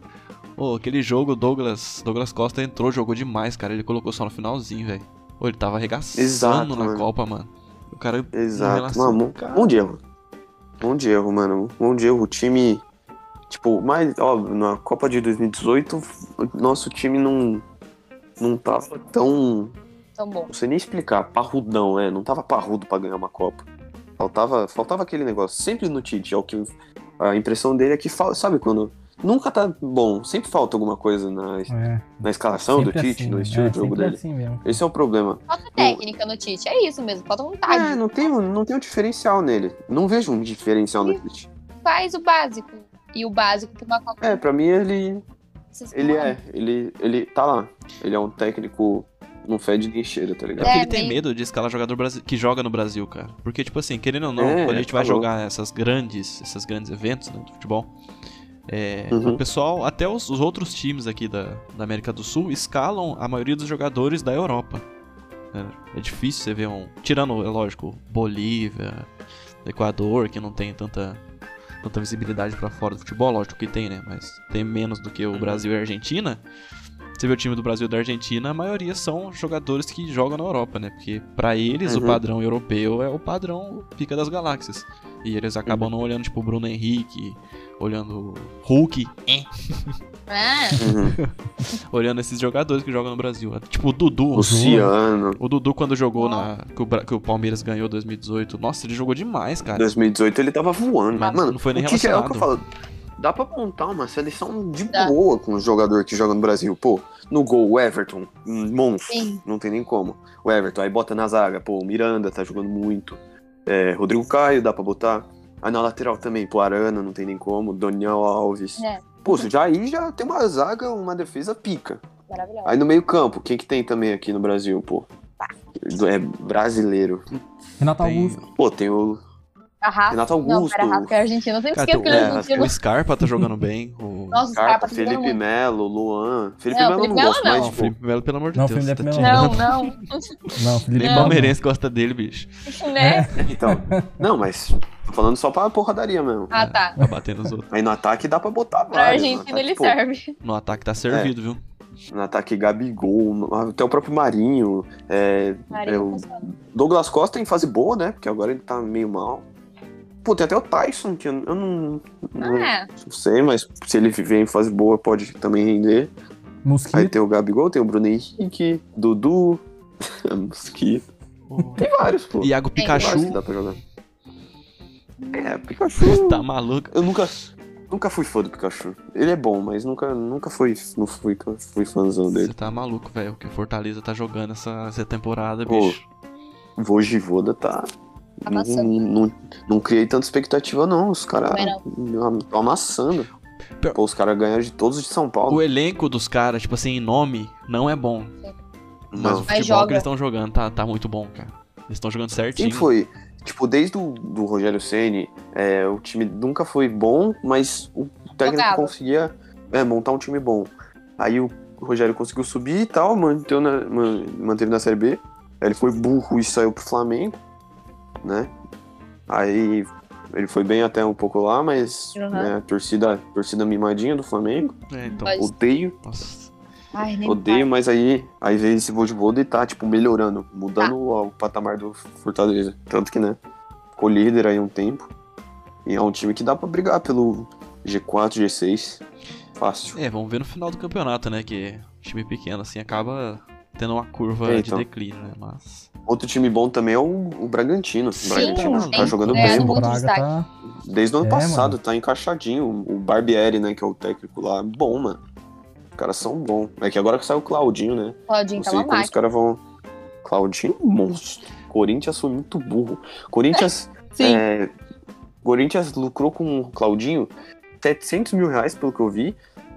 Speaker 1: Ô, aquele jogo, o Douglas, Douglas Costa entrou, jogou demais, cara. Ele colocou só no finalzinho, velho. Ô, ele tava arregaçando
Speaker 3: Exato,
Speaker 1: na
Speaker 3: mano.
Speaker 1: Copa, mano. O cara. Em
Speaker 3: Exato.
Speaker 1: relação-
Speaker 3: Mano, um monte de erro. Um monte de erro, mano. Um monte de erro. O time. Tipo, mas, óbvio, na Copa de 2018, o nosso time não. Não tava tão.
Speaker 4: Tão bom.
Speaker 3: Não sei nem explicar. Parrudão, é. Não tava parrudo pra ganhar uma Copa. Faltava, faltava aquele negócio. Sempre no Tite. É o que, a impressão dele é que. fal- Sabe quando. Nunca tá bom. Sempre falta alguma coisa na,
Speaker 2: É.
Speaker 3: na escalação do
Speaker 2: Sempre
Speaker 3: Tite,
Speaker 2: assim,
Speaker 3: no
Speaker 2: né?
Speaker 3: estilo
Speaker 2: É,
Speaker 3: de jogo
Speaker 2: sempre
Speaker 3: dele.
Speaker 2: assim mesmo.
Speaker 3: Esse é o problema.
Speaker 4: Falta técnica no Tite. É isso mesmo. Falta vontade.
Speaker 3: É, não tem, um- não tem um diferencial nele. Não vejo um diferencial no Tite.
Speaker 4: Faz o básico. E o básico pra uma Copa.
Speaker 3: É, pra mim ele.
Speaker 4: vocês
Speaker 3: Ele
Speaker 4: falam.
Speaker 3: é. Ele, ele tá lá. Ele é um técnico. Não fede nem cheira, tá
Speaker 1: É
Speaker 3: ligado?
Speaker 1: porque ele
Speaker 4: É,
Speaker 1: tem
Speaker 4: meio-
Speaker 1: medo de escalar jogador brasi- que joga no Brasil, cara. Porque, tipo assim, querendo ou não,
Speaker 3: É,
Speaker 1: quando a gente vai
Speaker 3: falou.
Speaker 1: jogar essas grandes, esses grandes eventos né, do futebol, é,
Speaker 3: Uhum.
Speaker 1: o pessoal, até os, os outros times aqui da, da América do Sul, escalam a maioria dos jogadores da Europa. É, é difícil você ver um. Tirando, é lógico, Bolívia, Equador, que não tem tanta. Tanta visibilidade pra fora do futebol, lógico que tem, né? Mas tem menos do que o
Speaker 3: Uhum.
Speaker 1: Brasil e a Argentina. Você vê o time do Brasil e da Argentina, a maioria são jogadores que jogam na Europa, né? Porque pra eles o
Speaker 3: Uhum.
Speaker 1: padrão europeu é o padrão pica das galáxias. E eles acabam não olhando, tipo, o Bruno Henrique, olhando o Hulk,
Speaker 5: né?
Speaker 4: Ah,
Speaker 3: Uhum.
Speaker 1: olhando esses jogadores que jogam no Brasil. Tipo o Dudu.
Speaker 3: Luciano.
Speaker 1: O Dudu, quando jogou
Speaker 3: Ah.
Speaker 1: na. Que o, Bra- que o Palmeiras ganhou em 2018. Nossa, ele jogou demais, cara.
Speaker 3: 2018 ele tava voando.
Speaker 1: Mas
Speaker 3: Mano,
Speaker 1: não foi nem
Speaker 3: o Tite é o que eu
Speaker 1: relacionado.
Speaker 3: falo. Dá pra montar uma seleção de
Speaker 4: Dá.
Speaker 3: boa com os jogadores que jogam no Brasil. Pô, no gol, o Everton, um monstro.
Speaker 4: sim.
Speaker 3: Não tem nem como. O Everton, aí bota na zaga. Pô, o Miranda tá jogando muito. É, Rodrigo Caio, dá pra botar. Aí na lateral também, pô, Arana, não tem nem como. Daniel Alves.
Speaker 4: É.
Speaker 3: Pô, já aí já tem uma zaga, uma defesa pica.
Speaker 4: Maravilhoso.
Speaker 3: Aí no meio-campo, quem que tem também aqui no Brasil, pô? É brasileiro.
Speaker 2: Renato
Speaker 1: Tem-
Speaker 2: Augusto.
Speaker 3: Pô, tem o
Speaker 4: Arrasta.
Speaker 3: Renato
Speaker 5: Não,
Speaker 3: Augusto,
Speaker 5: pera, Rafa, é argentino. Eu sempre
Speaker 1: Cara,
Speaker 5: esqueço que ele é
Speaker 1: tem- é,
Speaker 5: argentino.
Speaker 1: o Scarpa tá jogando bem.
Speaker 3: (laughs)
Speaker 1: O...
Speaker 5: Nossa, os
Speaker 3: Scarpa,
Speaker 5: caras tá jogando
Speaker 3: Felipe
Speaker 5: muito.
Speaker 3: Melo, Luan. Felipe
Speaker 5: Não,
Speaker 3: Melo eu não
Speaker 5: Felipe Melo
Speaker 3: gosto,
Speaker 5: não.
Speaker 3: mas
Speaker 1: Não, o
Speaker 3: tipo,
Speaker 1: Felipe Melo, pelo amor de
Speaker 2: Não, o
Speaker 1: Deus.
Speaker 2: Felipe
Speaker 1: tá
Speaker 2: Melo
Speaker 1: tirando-
Speaker 4: Não,
Speaker 5: (laughs)
Speaker 4: não.
Speaker 2: Não, Felipe
Speaker 1: Nem
Speaker 5: Não.
Speaker 1: palmeirense gosta dele, bicho.
Speaker 4: né?
Speaker 3: então. (laughs) Não, mas tô falando só pra porradaria mesmo.
Speaker 5: Ah, tá.
Speaker 1: Tá batendo nos outros.
Speaker 3: Aí no ataque dá pra botar
Speaker 5: Pra
Speaker 3: vários. no
Speaker 5: argentino
Speaker 3: ataque,
Speaker 5: ele
Speaker 3: pô,
Speaker 5: serve.
Speaker 1: No ataque tá
Speaker 3: É.
Speaker 1: servido, viu?
Speaker 3: No ataque Gabigol, até o próprio Marinho. é,
Speaker 5: Marinho
Speaker 3: é, o
Speaker 5: funciona.
Speaker 3: Douglas Costa em fase boa, né? Porque agora ele tá meio mal. Pô, tem até o Tyson, que eu eu não, não,
Speaker 5: Ah,
Speaker 3: não sei, mas se ele viver em fase boa pode também render. Aí tá
Speaker 2: Mosquito.
Speaker 3: tem o Gabigol, tem o Bruno Henrique, Dudu, (laughs) Mosquito. Tem vários, pô.
Speaker 1: Iago
Speaker 3: Vários que
Speaker 1: Pikachu.
Speaker 3: dá pra jogar. É, Pikachu.
Speaker 1: Tá maluco.
Speaker 3: Eu nunca, nunca fui fã do Pikachu. Ele é bom, mas nunca, nunca fui, não fui, fui fãzão
Speaker 1: Você
Speaker 3: dele.
Speaker 1: tá maluco, velho. O que Fortaleza tá jogando essa, essa temporada,
Speaker 3: Pô.
Speaker 1: bicho.
Speaker 3: Vojivoda tá.
Speaker 5: Tá
Speaker 3: não,
Speaker 5: amassando.
Speaker 3: não, não criei tanta expectativa, não. Os caras
Speaker 5: Também não.
Speaker 3: estão amassando.
Speaker 1: Pior-
Speaker 3: Pô, os caras ganharam de todos de São Paulo.
Speaker 1: O elenco dos caras, tipo assim, em nome, não é bom. Mas o
Speaker 3: Não.
Speaker 1: futebol
Speaker 5: joga.
Speaker 1: que eles estão jogando tá, tá muito bom, cara. Eles estão jogando certinho.
Speaker 3: Sempre foi. Tipo, desde o do Rogério Ceni, é, o time nunca foi bom, mas o técnico
Speaker 5: Jogava.
Speaker 3: conseguia é, montar um time bom. Aí o Rogério conseguiu subir e tal, manteve na, man- manteve na Série B. Aí ele foi burro e saiu pro Flamengo, né? Aí ele foi bem até um pouco lá, mas
Speaker 5: Uhum.
Speaker 3: né, a torcida, torcida mimadinha do Flamengo,
Speaker 1: É, então.
Speaker 5: Pode-
Speaker 3: odeio.
Speaker 1: Nossa.
Speaker 5: Ai, nem
Speaker 3: Odeio, mas aí, aí veio esse Voivoda e tá, tipo, melhorando,
Speaker 5: Tá.
Speaker 3: mudando o, o patamar do Fortaleza. Tanto que, né, ficou líder aí um tempo. E é um time que dá pra brigar pelo G4, G6. Fácil.
Speaker 1: É, vamos ver no final do campeonato, né? Que time pequeno, assim, acaba tendo uma curva
Speaker 3: É,
Speaker 1: de
Speaker 3: então.
Speaker 1: declínio, né? Mas.
Speaker 3: Outro time bom também é o, o Bragantino.
Speaker 1: Sim,
Speaker 3: o Bragantino tá
Speaker 1: sim.
Speaker 3: jogando
Speaker 5: É,
Speaker 3: bem
Speaker 5: sim.
Speaker 2: o
Speaker 5: muito
Speaker 2: Braga
Speaker 5: destaque.
Speaker 2: tá.
Speaker 3: desde o ano
Speaker 2: É,
Speaker 3: passado,
Speaker 2: mano.
Speaker 3: tá encaixadinho. O Barbieri, né, que é o técnico lá, bom, mano. Os caras são bons. É que agora que saiu o Claudinho, né?
Speaker 5: Claudinho
Speaker 3: Não
Speaker 5: tá
Speaker 3: sei
Speaker 5: uma
Speaker 3: como os
Speaker 5: máquina.
Speaker 3: caras vão. Claudinho, é um monstro. Corinthians foi muito burro. Corinthians.
Speaker 5: Sim.
Speaker 3: é, Corinthians lucrou com o Claudinho 700 mil reais, pelo que eu vi.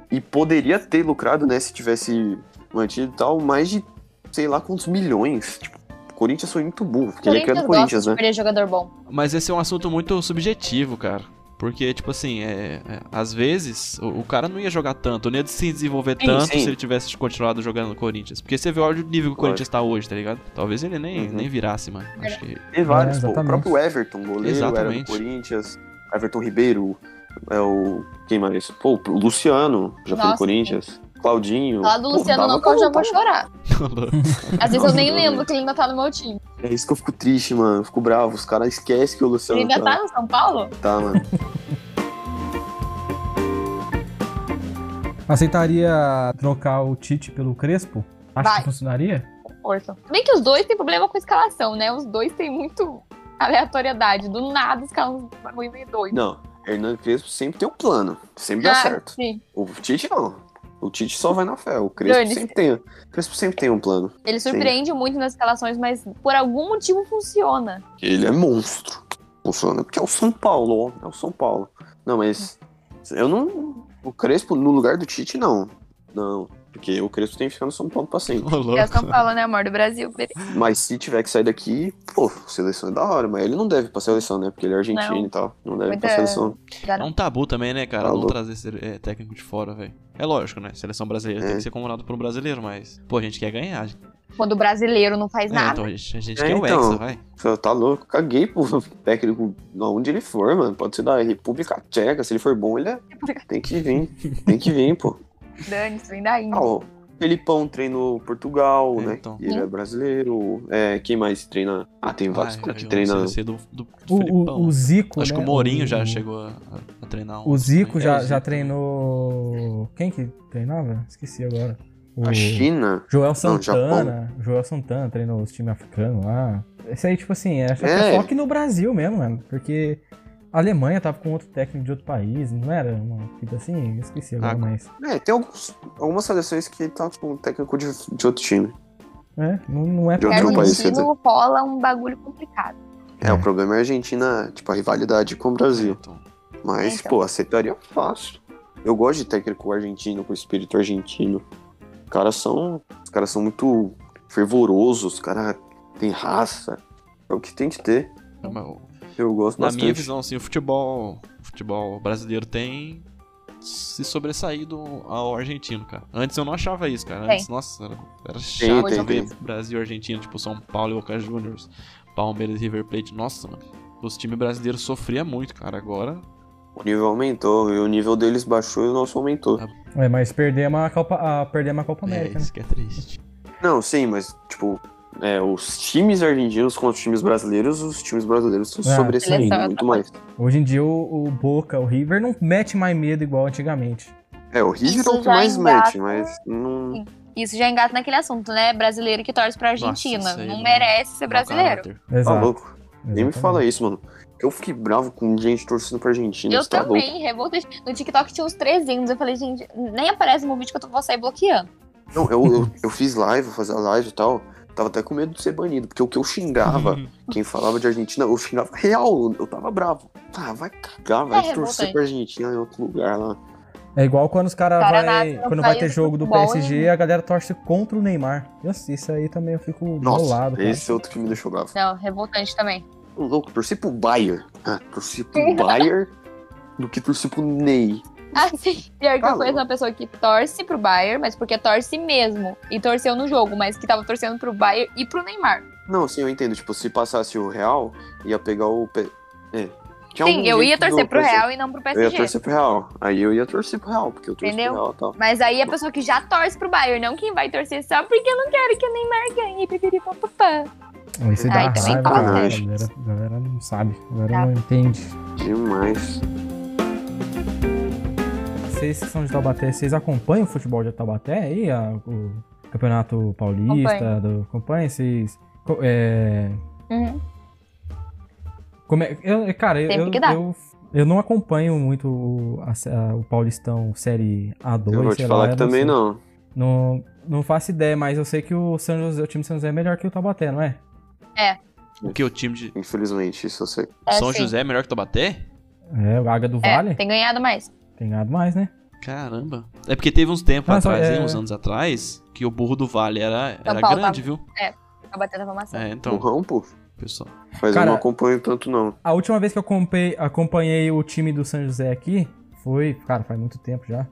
Speaker 3: E poderia ter lucrado, né? Se tivesse mantido e tal, mais de sei lá quantos milhões. Tipo, Corinthians foi muito burro. Porque ele é criado do
Speaker 5: gosta
Speaker 3: Corinthians,
Speaker 5: de
Speaker 3: né?
Speaker 5: perder jogador bom.
Speaker 1: Mas esse é um assunto muito subjetivo, cara. Porque, tipo assim, é, é, às vezes o, o cara não ia jogar tanto, não ia se desenvolver
Speaker 3: Sim,
Speaker 1: tanto
Speaker 3: sim.
Speaker 1: se ele tivesse continuado jogando no Corinthians. Porque você vê olha o nível que o Corinthians tá hoje, tá ligado? Talvez ele nem,
Speaker 3: Uhum.
Speaker 1: nem virasse, mano. Acho que. (laughs)
Speaker 3: né? Tem vários,
Speaker 2: É,
Speaker 3: pô. O
Speaker 2: exatamente.
Speaker 3: próprio Everton, goleiro, era do
Speaker 1: Exatamente.
Speaker 3: Corinthians. Everton Ribeiro, é o. Quem mais? Pô, o Luciano, já foi
Speaker 5: Nossa,
Speaker 3: do Corinthians. Claudinho.
Speaker 5: Falar do
Speaker 3: Pô,
Speaker 5: Luciano
Speaker 3: dava tá?
Speaker 5: não,
Speaker 3: pra
Speaker 5: que eu já vou
Speaker 3: montar.
Speaker 5: chorar. Às vezes eu
Speaker 3: Nossa,
Speaker 5: nem
Speaker 3: não,
Speaker 5: lembro
Speaker 3: velho.
Speaker 5: que ele ainda tá no meu time.
Speaker 3: É isso que eu fico triste, mano. Eu fico bravo. Os caras esquecem que o
Speaker 5: Ele
Speaker 3: Luciano
Speaker 5: ainda tá
Speaker 3: tá,
Speaker 5: no São Paulo?
Speaker 3: tá, mano.
Speaker 2: Aceitaria trocar o Tite pelo Crespo? Acho
Speaker 5: Vai.
Speaker 2: que funcionaria?
Speaker 5: Força. Bem que os dois têm problema com escalação, né? Os dois têm muito aleatoriedade. Do nada escalam um bagulho meio doido.
Speaker 3: Não, Hernando Crespo sempre tem um plano. Sempre dá
Speaker 5: Ah,
Speaker 3: certo.
Speaker 5: sim.
Speaker 3: O Tite não. O Tite só vai na fé. O Crespo
Speaker 5: Dane-se.
Speaker 3: sempre tem. O Crespo sempre tem um plano.
Speaker 5: Ele surpreende muito nas escalações, mas por algum motivo funciona.
Speaker 3: Ele é monstro. Funciona porque é o São Paulo, ó. É o São Paulo. Não, mas eu não. O Crespo no lugar do Tite, não. Não. Porque o Crespo tem que ficar no São Paulo pra
Speaker 1: (laughs)
Speaker 3: sempre.
Speaker 1: Ô,
Speaker 4: É o São
Speaker 1: louco.
Speaker 4: Paulo, né, amor? Do Brasil.
Speaker 3: Mas se tiver que sair daqui, pô, seleção é da hora. Mas ele não deve ir pra seleção, né? Porque ele é argentino
Speaker 4: Não.
Speaker 3: e tal. Não deve ir
Speaker 5: Muita-
Speaker 3: pra seleção.
Speaker 1: É um tabu também, né, cara?
Speaker 3: Tá
Speaker 1: não
Speaker 3: louco.
Speaker 1: trazer esse- é, técnico de fora, velho. É lógico, né? Seleção brasileira tem
Speaker 3: É.
Speaker 1: que ser comandado por um brasileiro, mas. Pô, a gente quer ganhar. gente-
Speaker 5: Quando o brasileiro não faz
Speaker 1: É,
Speaker 5: nada.
Speaker 1: então a gente, a gente
Speaker 3: É,
Speaker 1: quer o
Speaker 3: então.
Speaker 1: Hexa, vai.
Speaker 3: Você tá louco, caguei pro (laughs) técnico aonde ele for, mano. Pode ser da República Tcheca, se ele for bom, ele é... tem que vir. Tem que vir, pô.
Speaker 1: então.
Speaker 5: Dane-se, vem da Índia.
Speaker 3: Ah, o Felipão treinou Portugal,
Speaker 1: É,
Speaker 3: né?
Speaker 1: então.
Speaker 3: E ele é brasileiro. É, quem mais treina? Ah, tem vários
Speaker 1: Ai,
Speaker 3: caras
Speaker 1: cara,
Speaker 3: que
Speaker 1: é, eu
Speaker 3: treinam.
Speaker 1: não sei, eu sei do, do, do
Speaker 2: O,
Speaker 1: Felipão.
Speaker 2: o, o Zico.
Speaker 1: Acho
Speaker 2: né?
Speaker 1: que o Mourinho já
Speaker 2: o-
Speaker 1: chegou a, a- a treinar um.
Speaker 2: O Zico
Speaker 1: É,
Speaker 2: já,
Speaker 1: o Zico.
Speaker 2: já treinou. Quem que treinava? Esqueci agora. O
Speaker 1: é
Speaker 3: A China.
Speaker 2: Joel
Speaker 3: Não, Japão.
Speaker 2: Santana. Joel Santana treinou os times africanos lá. Esse aí, tipo assim, é, acho que
Speaker 3: É.
Speaker 2: é só aqui no Brasil mesmo, mano. Porque a Alemanha tava com outro técnico de outro país, não era uma fita assim? Eu Esqueci agora,
Speaker 1: Ah,
Speaker 2: mas.
Speaker 3: É, tem alguns, algumas seleções que tá com um técnico de, de outro time.
Speaker 2: É, não, não é
Speaker 3: De outro
Speaker 2: pra-
Speaker 5: um
Speaker 3: Não, país. mas-
Speaker 4: Argentino rola um bagulho complicado.
Speaker 3: É,
Speaker 2: É.
Speaker 3: o problema é a Argentina, tipo, a rivalidade com o Brasil.
Speaker 1: Então,
Speaker 3: Mas,
Speaker 4: Então.
Speaker 3: pô, aceitaria fácil. Eu gosto de técnico argentino, com espírito argentino. Os caras são, os caras são muito fervorosos, os caras têm raça. É o que tem que ter.
Speaker 1: é, mas o-
Speaker 3: Eu gosto
Speaker 1: Na
Speaker 3: bastante.
Speaker 1: minha visão, assim, o futebol, o futebol brasileiro tem se sobressaído ao argentino, cara. Antes eu não achava isso, cara.
Speaker 5: Tem.
Speaker 1: Antes, nossa, era, era chato
Speaker 3: tem,
Speaker 1: ver
Speaker 3: tem.
Speaker 1: Brasil e Argentina, tipo São Paulo e Boca Juniors, Palmeiras e River Plate. Nossa, mano. Os times brasileiros sofriam muito, cara. Agora,
Speaker 3: O nível aumentou, e o nível deles baixou e o nosso
Speaker 1: Ah.
Speaker 3: aumentou.
Speaker 2: É, mas perdemos a Copa, a, perdemos a Copa América,
Speaker 1: é,
Speaker 2: né?
Speaker 1: isso que é triste.
Speaker 3: Não, sim, mas, tipo, é, os times argentinos contra os times brasileiros, os times brasileiros estão
Speaker 2: Ah.
Speaker 3: sobressaindo
Speaker 5: Seleção,
Speaker 3: muito mais.
Speaker 2: Hoje em dia o, o Boca, o River não mete mais medo igual antigamente.
Speaker 3: É, o River é o
Speaker 4: Isso
Speaker 3: que
Speaker 4: já
Speaker 3: mais
Speaker 4: engata.
Speaker 3: mete, mas não. tá
Speaker 4: Isso já engata naquele assunto, né? Brasileiro que torce pra Argentina.
Speaker 1: Nossa, isso aí
Speaker 4: não
Speaker 1: não-
Speaker 4: merece
Speaker 5: É
Speaker 4: ser brasileiro.
Speaker 1: Mau caráter.
Speaker 3: Tá
Speaker 2: Exato.
Speaker 3: louco. Nem me fala isso, mano. Eu fiquei bravo com gente torcendo pra Argentina.
Speaker 5: Eu
Speaker 3: você tá
Speaker 5: também,
Speaker 3: louco.
Speaker 5: revolta. No TikTok tinha uns 300. Eu falei, gente, nem aparece no vídeo que eu tô- vou sair bloqueando.
Speaker 3: Não, eu, eu, eu fiz live, vou fazer a live e tal. Tava até com medo de ser banido, porque o que eu xingava, quem falava de Argentina, eu xingava real, eu tava bravo. Tá, vai cagar, vai torcer
Speaker 5: revoltante.
Speaker 3: pra Argentina em outro lugar lá.
Speaker 2: É igual quando os caras
Speaker 5: Cara
Speaker 2: vai,
Speaker 5: nasce no
Speaker 2: quando vai
Speaker 5: país
Speaker 2: ter
Speaker 5: do
Speaker 2: jogo do
Speaker 5: futebol, né?
Speaker 2: PSG, a galera torce contra o Neymar. Nossa, isso aí também eu fico
Speaker 3: Nossa,
Speaker 2: bolado, cara.
Speaker 3: esse é outro que me deixou bravo.
Speaker 5: Não, revoltante também.
Speaker 3: Ô, louco, torcer pro Bayer. Ah, torcer pro Bayer do que torcer pro Ney.
Speaker 5: (laughs) Assim, pior que
Speaker 3: Tá
Speaker 5: eu conheço
Speaker 3: louco.
Speaker 5: uma pessoa que torce pro Bayern, mas porque torce mesmo. E torceu no jogo, mas que tava torcendo pro Bayern e pro Neymar.
Speaker 3: Não, sim, eu entendo. Tipo, se passasse o Real, ia pegar o. P... É. Tinha algum
Speaker 5: Sim, eu ia
Speaker 3: jeito do
Speaker 5: torcer pro
Speaker 3: PSG.
Speaker 5: Real e não pro
Speaker 3: Eu ia
Speaker 5: PSG.
Speaker 3: torcer pro Real. Aí eu ia torcer pro Real, porque eu torço
Speaker 5: Entendeu?
Speaker 3: pro Real e tal.
Speaker 5: Mas aí a pessoa que já torce pro Bayern, não quem vai torcer só porque eu não quero que o Neymar ganhe, preferi papapá.
Speaker 2: Isso dá
Speaker 5: Ai, também Tá.
Speaker 2: raiva,
Speaker 5: fala
Speaker 2: cara. A
Speaker 3: sério.
Speaker 2: galera, a galera não sabe, a galera não entende.
Speaker 3: Demais.
Speaker 2: Vocês que são de Taubaté, vocês acompanham o futebol de Taubaté aí? A- o Campeonato Paulista,
Speaker 5: Acompanho.
Speaker 2: do, acompanham? Vocês. co- É,
Speaker 5: Uhum.
Speaker 2: como é- eu, cara, eu,
Speaker 5: Sempre
Speaker 2: eu,
Speaker 5: que dá.
Speaker 2: eu, eu não acompanho muito o- a sé- a- o Paulistão Série A2.
Speaker 3: eu vou
Speaker 2: sei
Speaker 3: te
Speaker 2: lá,
Speaker 3: falar que
Speaker 2: eu não
Speaker 3: também
Speaker 2: sei.
Speaker 3: não.
Speaker 2: Não, não faço ideia, mas eu sei que o, São José, o time de São José é melhor que o Taubaté, não é?
Speaker 1: O que? O time de
Speaker 3: Infelizmente, isso eu sei.
Speaker 5: É,
Speaker 1: São
Speaker 5: sim.
Speaker 1: José é melhor que Taubaté?
Speaker 2: É, o Águia do
Speaker 5: É,
Speaker 2: Vale.
Speaker 5: tem ganhado mais.
Speaker 2: Tem ganhado mais, né?
Speaker 1: Caramba. É porque teve uns tempos
Speaker 2: Nossa,
Speaker 1: atrás,
Speaker 2: é-
Speaker 1: hein, uns anos atrás, que o burro do Vale era,
Speaker 5: São
Speaker 1: era
Speaker 5: Paulo
Speaker 1: grande, viu?
Speaker 5: Tá batendo a formação.
Speaker 1: É,
Speaker 3: Então,
Speaker 1: então,
Speaker 3: Burrão, pô.
Speaker 1: pessoal.
Speaker 3: Mas
Speaker 2: Cara-
Speaker 3: eu não acompanho tanto, não.
Speaker 2: A última vez que eu acompanhei, acompanhei o time do São José aqui foi, cara, faz muito tempo já.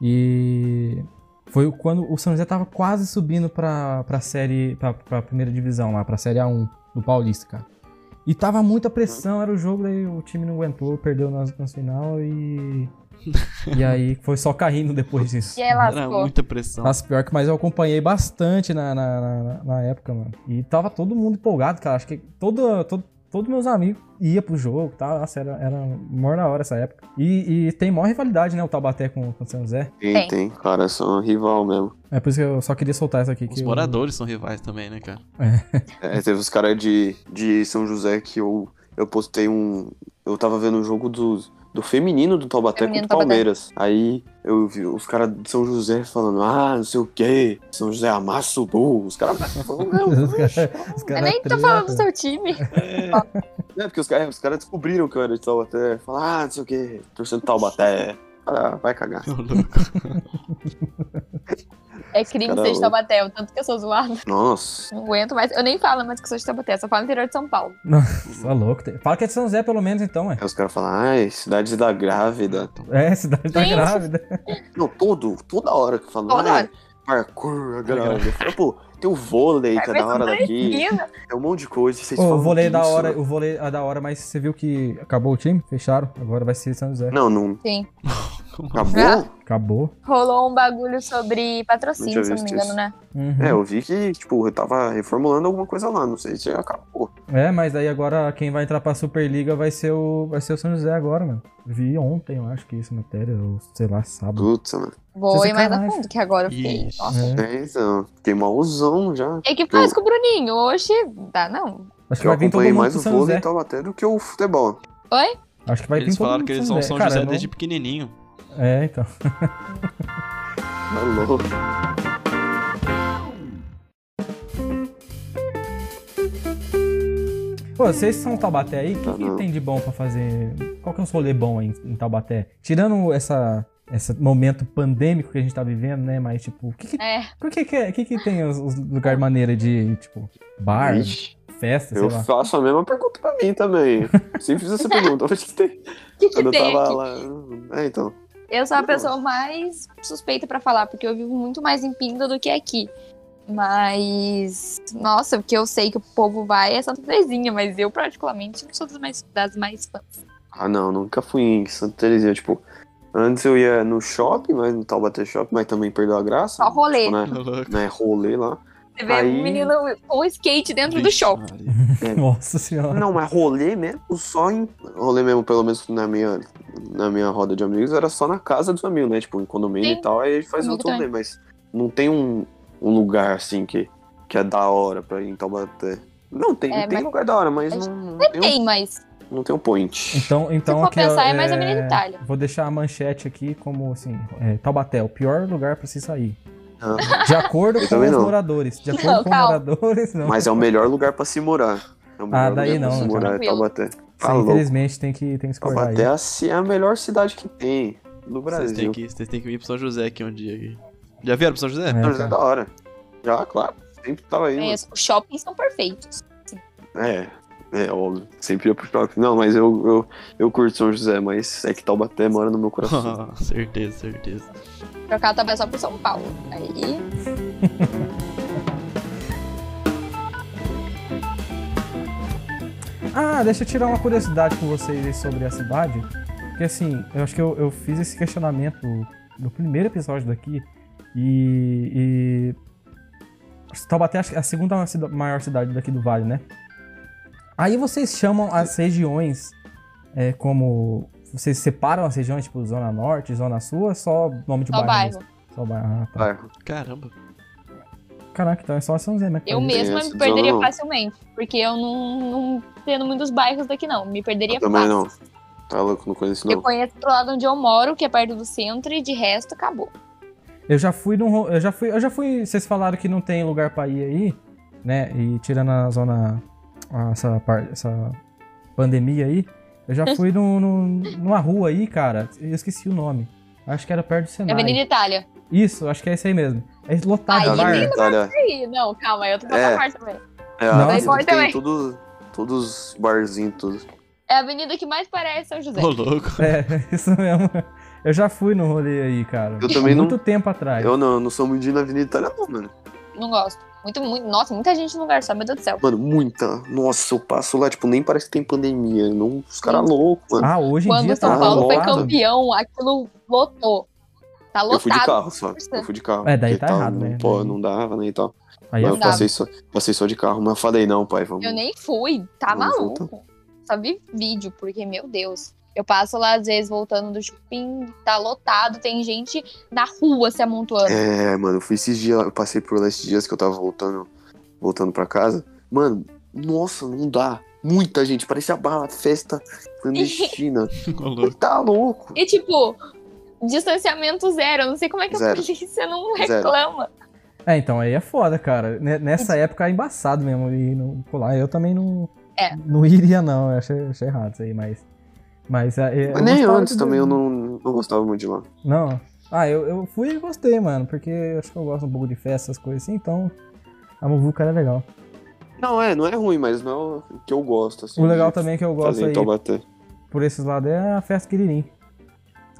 Speaker 2: E foi quando o São José tava quase subindo pra, pra série, pra, pra primeira divisão lá, pra série A1 do Paulista, cara. E tava muita pressão, era o jogo, daí o time não aguentou, perdeu na, na final e. e aí foi só caindo depois disso.
Speaker 5: E
Speaker 4: é
Speaker 5: aí
Speaker 4: Tá,
Speaker 1: Era
Speaker 5: (laughs) lascou.
Speaker 1: muita
Speaker 3: Então.
Speaker 1: pressão.
Speaker 2: Nossa, pior que, mas eu acompanhei bastante na, na, na- na época, mano. E tava todo mundo empolgado, cara. Acho que todo, todo, todos meus amigos ia pro jogo, tá? Nossa, era, era maior da hora essa época. E, e tem maior rivalidade, né? O Taubaté com, com o São José.
Speaker 3: Tem,
Speaker 5: Tem.
Speaker 3: tem, cara. São rival mesmo.
Speaker 2: É por isso que eu só queria soltar isso aqui.
Speaker 1: Os
Speaker 2: que eu-
Speaker 1: moradores são rivais também, né, cara? (laughs)
Speaker 3: É, teve os caras de, de São José que eu, eu postei um. Eu tava vendo o jogo do, do feminino do Taubaté
Speaker 5: Feminino
Speaker 3: contra o
Speaker 5: do Taubaté.
Speaker 3: Palmeiras. Aí eu vi os caras de São José falando, ah, não sei o quê, São José amassa o burro. Os caras falando, (laughs) não,
Speaker 2: Os cara- os
Speaker 5: Eu
Speaker 2: cara
Speaker 5: nem tô
Speaker 2: treta.
Speaker 5: falando do seu time.
Speaker 3: É, porque os caras os cara descobriram que eu era de Taubaté. Falaram, ah, não sei o quê, torcendo Taubaté. Ah,
Speaker 5: (laughs)
Speaker 3: vai cagar.
Speaker 1: Ô, louco.
Speaker 5: É crime
Speaker 3: Cara,
Speaker 5: ser de
Speaker 3: o-
Speaker 5: Taubaté, o tanto que eu sou zoada. (laughs)
Speaker 3: Nossa.
Speaker 5: Não aguento mais. Eu nem falo mais que sou de Taubaté, eu só falo interior de São Paulo.
Speaker 2: (laughs) Tá louco. tem- Fala que é de São José, pelo menos, então, é.
Speaker 3: Aí os caras falam, ai, cidade da grávida.
Speaker 2: É, cidade tá
Speaker 5: Gente.
Speaker 2: grávida.
Speaker 3: Não, todo, toda hora que falam,
Speaker 5: Toda
Speaker 3: ai,
Speaker 5: hora.
Speaker 3: parkour, a grávida. Eu falo, Pô, tem o vôlei que é da hora daqui,
Speaker 5: Menina,
Speaker 3: tem um monte de coisa. Vocês
Speaker 2: Ô,
Speaker 3: falam
Speaker 2: o vôlei é da
Speaker 3: disso.
Speaker 2: hora, o vôlei é da hora, mas você viu que acabou o time? Fecharam. Agora vai ser São José.
Speaker 3: Não, não.
Speaker 5: Sim.
Speaker 3: Acabou?
Speaker 5: Ah.
Speaker 2: Acabou.
Speaker 5: rolou um bagulho sobre patrocínio,
Speaker 3: Não tinha
Speaker 5: se eu não me
Speaker 3: visto
Speaker 5: engano,
Speaker 3: isso.
Speaker 5: né?
Speaker 2: Uhum.
Speaker 3: É, eu vi que, tipo, eu tava reformulando alguma coisa lá, não sei se acabou.
Speaker 2: É, mas daí agora quem vai entrar pra Superliga vai ser o, vai ser o São José agora, mano. Vi ontem, eu acho que isso, matéria, ou sei lá, sábado.
Speaker 3: Putz, mano.
Speaker 5: Vou
Speaker 2: Você
Speaker 5: ir mais a
Speaker 2: sacanagem.
Speaker 5: fundo, que agora eu fiquei.
Speaker 1: Ixi.
Speaker 5: Nossa.
Speaker 2: É.
Speaker 3: É, então, fiquei malzão já.
Speaker 4: é
Speaker 5: E que faz com o Bruninho? Hoje dá, não.
Speaker 2: Acho que
Speaker 3: Eu
Speaker 2: vai vir todo
Speaker 3: acompanhei
Speaker 2: mundo
Speaker 3: mais
Speaker 2: pro é?
Speaker 3: o
Speaker 2: São
Speaker 3: vôlei então.
Speaker 2: José.
Speaker 3: e tal até do que o futebol.
Speaker 5: Oi?
Speaker 2: Acho que vai
Speaker 1: Eles
Speaker 2: vir todo
Speaker 1: falaram
Speaker 2: mundo
Speaker 1: que
Speaker 2: pro
Speaker 1: eles são São
Speaker 2: Cara,
Speaker 1: José
Speaker 2: não-
Speaker 1: desde pequenininho.
Speaker 2: É, então.
Speaker 3: Tá louco.
Speaker 2: Pô, vocês que são Taubaté aí, o que,
Speaker 3: Tá,
Speaker 2: que
Speaker 3: não.
Speaker 2: tem de bom pra fazer? Qual que é um rolê bom aí em, em Taubaté? Tirando essa, esse momento pandêmico que a gente tá vivendo, né? Mas,
Speaker 4: né?
Speaker 2: tipo, o que que,
Speaker 5: É.
Speaker 2: por que, que, é- que que tem os, os lugares maneiros de, tipo, bar,
Speaker 3: Ixi.
Speaker 2: festa, sei
Speaker 3: Eu
Speaker 2: lá.
Speaker 3: faço a mesma pergunta pra mim também.
Speaker 2: (laughs)
Speaker 3: Sempre fiz essa pergunta. Onde que tem?
Speaker 5: O que, que
Speaker 3: Quando eu
Speaker 5: tem
Speaker 3: tava
Speaker 5: aqui?
Speaker 3: lá. É, então.
Speaker 4: Eu sou a
Speaker 3: Nossa.
Speaker 4: pessoa mais suspeita pra falar, porque eu vivo muito mais em Pinda do que aqui. Mas, nossa, o que eu sei que o povo vai é Santa Terezinha, mas eu particularmente não sou das mais, das mais fãs.
Speaker 3: Ah, não, nunca fui em Santa Teresinha. Tipo, antes eu ia no shopping, mas no Taubaté Shopping, mas também perdeu a graça.
Speaker 4: Só rolê.
Speaker 3: Tipo, né?
Speaker 1: Louco.
Speaker 3: né, rolê lá.
Speaker 4: Você vê
Speaker 3: Aí-
Speaker 4: um menino com skate dentro do
Speaker 1: Vixe,
Speaker 4: shopping.
Speaker 1: Maria.
Speaker 2: (laughs) Nossa senhora.
Speaker 3: Não, mas rolê mesmo, só em. Rolê mesmo, pelo menos na minha, na minha roda de amigos, era só na casa dos amigos, né? Tipo, em condomínio
Speaker 4: Sim.
Speaker 3: e tal, aí a gente faz
Speaker 4: Comigo
Speaker 3: outro rolê, mas não tem um, um lugar assim que, que é da hora pra ir em Taubaté. Não, tem,
Speaker 4: É,
Speaker 3: tem
Speaker 4: mas-
Speaker 3: lugar da hora, mas
Speaker 4: mas
Speaker 3: não, não, tem,
Speaker 4: Tem, mas
Speaker 3: um, não tem um point.
Speaker 2: Então, então
Speaker 4: for
Speaker 2: aqui, ó,
Speaker 4: pensar, é mais ou menos Itália.
Speaker 2: Vou deixar a manchete aqui como assim, é, Taubaté, o pior lugar pra se sair.
Speaker 3: Ah,
Speaker 2: De acordo
Speaker 3: Eu
Speaker 2: com
Speaker 3: também
Speaker 2: os
Speaker 3: não.
Speaker 2: moradores. De acordo
Speaker 4: Não,
Speaker 2: com os
Speaker 4: calma.
Speaker 2: moradores, não.
Speaker 3: mas é o melhor lugar pra se morar. É o melhor
Speaker 2: daí
Speaker 3: lugar pra
Speaker 2: não,
Speaker 3: se
Speaker 2: né,
Speaker 3: morar é
Speaker 4: cara?
Speaker 3: Taubaté.
Speaker 2: Você,
Speaker 3: Tá louco.
Speaker 2: infelizmente tem que, tem que discordar aí.
Speaker 3: Taubaté é a ci- é a melhor cidade que tem no
Speaker 1: Vocês têm
Speaker 3: Brasil.
Speaker 1: que, vocês têm que vir pro São José aqui um dia. Aqui. Já vieram pro São José?
Speaker 2: É,
Speaker 3: São José é
Speaker 2: cara.
Speaker 3: da hora. Já, claro. Sempre tava indo.
Speaker 4: é, os shoppings são perfeitos.
Speaker 3: É, é óbvio. Sempre ia pro shopping. Não, mas eu, eu, eu curto São José, mas é que Taubaté mora no meu (laughs) coração.
Speaker 1: (laughs)
Speaker 2: É.
Speaker 1: certeza, certeza.
Speaker 4: Trocar talvez só por São Paulo. Aí,
Speaker 2: Ah, deixa eu tirar uma curiosidade com vocês aí sobre a cidade. Porque assim, eu acho que eu, eu fiz esse questionamento no primeiro episódio daqui. E. e Taubaté acho que é a segunda cida- maior cidade daqui do Vale, né? Aí vocês chamam as regiões é, como. Vocês separam as regiões, tipo Zona Norte, Zona Sul, ou é só nome de
Speaker 4: só
Speaker 2: bairro?
Speaker 4: bairro.
Speaker 2: mesmo? Só bairro. Ah, tá.
Speaker 3: Bairro.
Speaker 1: Caramba.
Speaker 2: Caraca, então é só São Zé, né? que
Speaker 4: Eu
Speaker 2: faz isso.
Speaker 4: mesma
Speaker 3: essa
Speaker 4: me
Speaker 3: zona
Speaker 4: perderia
Speaker 3: não.
Speaker 4: facilmente, porque eu não, não tendo muitos bairros daqui, não. Me perderia
Speaker 3: Eu também
Speaker 4: fácil.
Speaker 3: não. Tá louco, não conheço
Speaker 4: Eu
Speaker 3: não.
Speaker 4: conheço pro lado onde eu moro, que é perto do centro, e de resto acabou.
Speaker 2: Eu já fui num. ro- Eu já fui. Eu já fui. Vocês falaram que não tem lugar pra ir aí, né? E tirando a zona. a- Essa, par- essa pandemia aí. Eu já fui num, num- numa rua aí, cara. Eu esqueci o nome. Acho que era perto do
Speaker 4: É
Speaker 2: Senai.
Speaker 4: Avenida Itália.
Speaker 2: Isso, acho que é isso aí mesmo. É lotado
Speaker 4: Aí,
Speaker 3: Tá,
Speaker 2: bar.
Speaker 4: menino,
Speaker 3: Itália.
Speaker 4: Ih, Não, calma, eu tô com outra
Speaker 3: É.
Speaker 4: parte também.
Speaker 3: É,
Speaker 2: Não.
Speaker 3: a
Speaker 2: Vai
Speaker 4: embora
Speaker 3: cidade tem
Speaker 4: também.
Speaker 3: todos, todos os barzinhos, todos.
Speaker 4: É a avenida que mais parece São José.
Speaker 1: Ô, louco. (laughs)
Speaker 2: É, (laughs) isso mesmo. Eu já fui no rolê aí, cara.
Speaker 3: Eu também
Speaker 2: Há
Speaker 3: não-
Speaker 2: muito tempo atrás.
Speaker 3: Eu não, eu não sou muito de ir na Avenida Itália não, mano.
Speaker 4: Não gosto. Muito, muito, nossa, muita gente no lugar só, meu Deus do céu.
Speaker 3: Mano, muita. Nossa, eu passo lá, tipo, nem parece que tem pandemia. Não, os caras loucos, mano.
Speaker 2: Ah, hoje em
Speaker 4: Quando
Speaker 2: dia
Speaker 4: São
Speaker 2: tá
Speaker 4: Paulo foi
Speaker 2: lotado.
Speaker 4: campeão, aquilo lotou. Tá lotado.
Speaker 3: eu fui de carro só. Eu fui de carro.
Speaker 2: É, daí tá
Speaker 3: porque tal,
Speaker 2: errado,
Speaker 3: não,
Speaker 2: né?
Speaker 3: Pô,
Speaker 2: Daí-
Speaker 3: não dava, né, e tal.
Speaker 2: Aí
Speaker 3: Mas
Speaker 2: é
Speaker 3: eu
Speaker 4: dava.
Speaker 3: passei só, passei só de carro, mas eu falei, não, pai, vamos.
Speaker 4: Eu nem fui, tá
Speaker 3: Vamos
Speaker 4: maluco. Só vi vídeo, porque, meu Deus. Eu passo lá, às vezes, voltando do shopping, tá lotado, tem gente na rua se amontoando.
Speaker 3: É, mano, eu fui esses dias, eu passei por lá esses dias que eu tava voltando, voltando pra casa. Mano, nossa, não dá. Muita gente, parecia barra, festa
Speaker 4: (laughs)
Speaker 3: clandestina.
Speaker 1: Ô, louco.
Speaker 3: tá louco.
Speaker 4: E, tipo, distanciamento zero. Eu não sei como é que
Speaker 3: Zero.
Speaker 4: a polícia não
Speaker 3: Zero.
Speaker 4: reclama.
Speaker 2: É, então aí é foda, cara. Ne- Nessa época é embaçado mesmo ir no pular. Eu também não.
Speaker 4: É.
Speaker 2: Não iria, não. Eu achei, eu achei errado isso aí, mas. Mas, é,
Speaker 3: Mas nem
Speaker 2: gostava
Speaker 3: antes
Speaker 2: de-
Speaker 3: também eu não, não gostava muito de lá.
Speaker 2: Não. Ah, eu, eu fui e gostei, mano. Porque eu acho que eu gosto um pouco de festa, essas coisas assim, então. A Muvuca era legal.
Speaker 3: Não, é, não é ruim, mas não é o que eu gosto, assim.
Speaker 2: O legal
Speaker 3: de
Speaker 2: também é que eu gosto
Speaker 3: fazer em
Speaker 2: aí
Speaker 3: Taubaté.
Speaker 2: por esses lados é a festa Quiririm.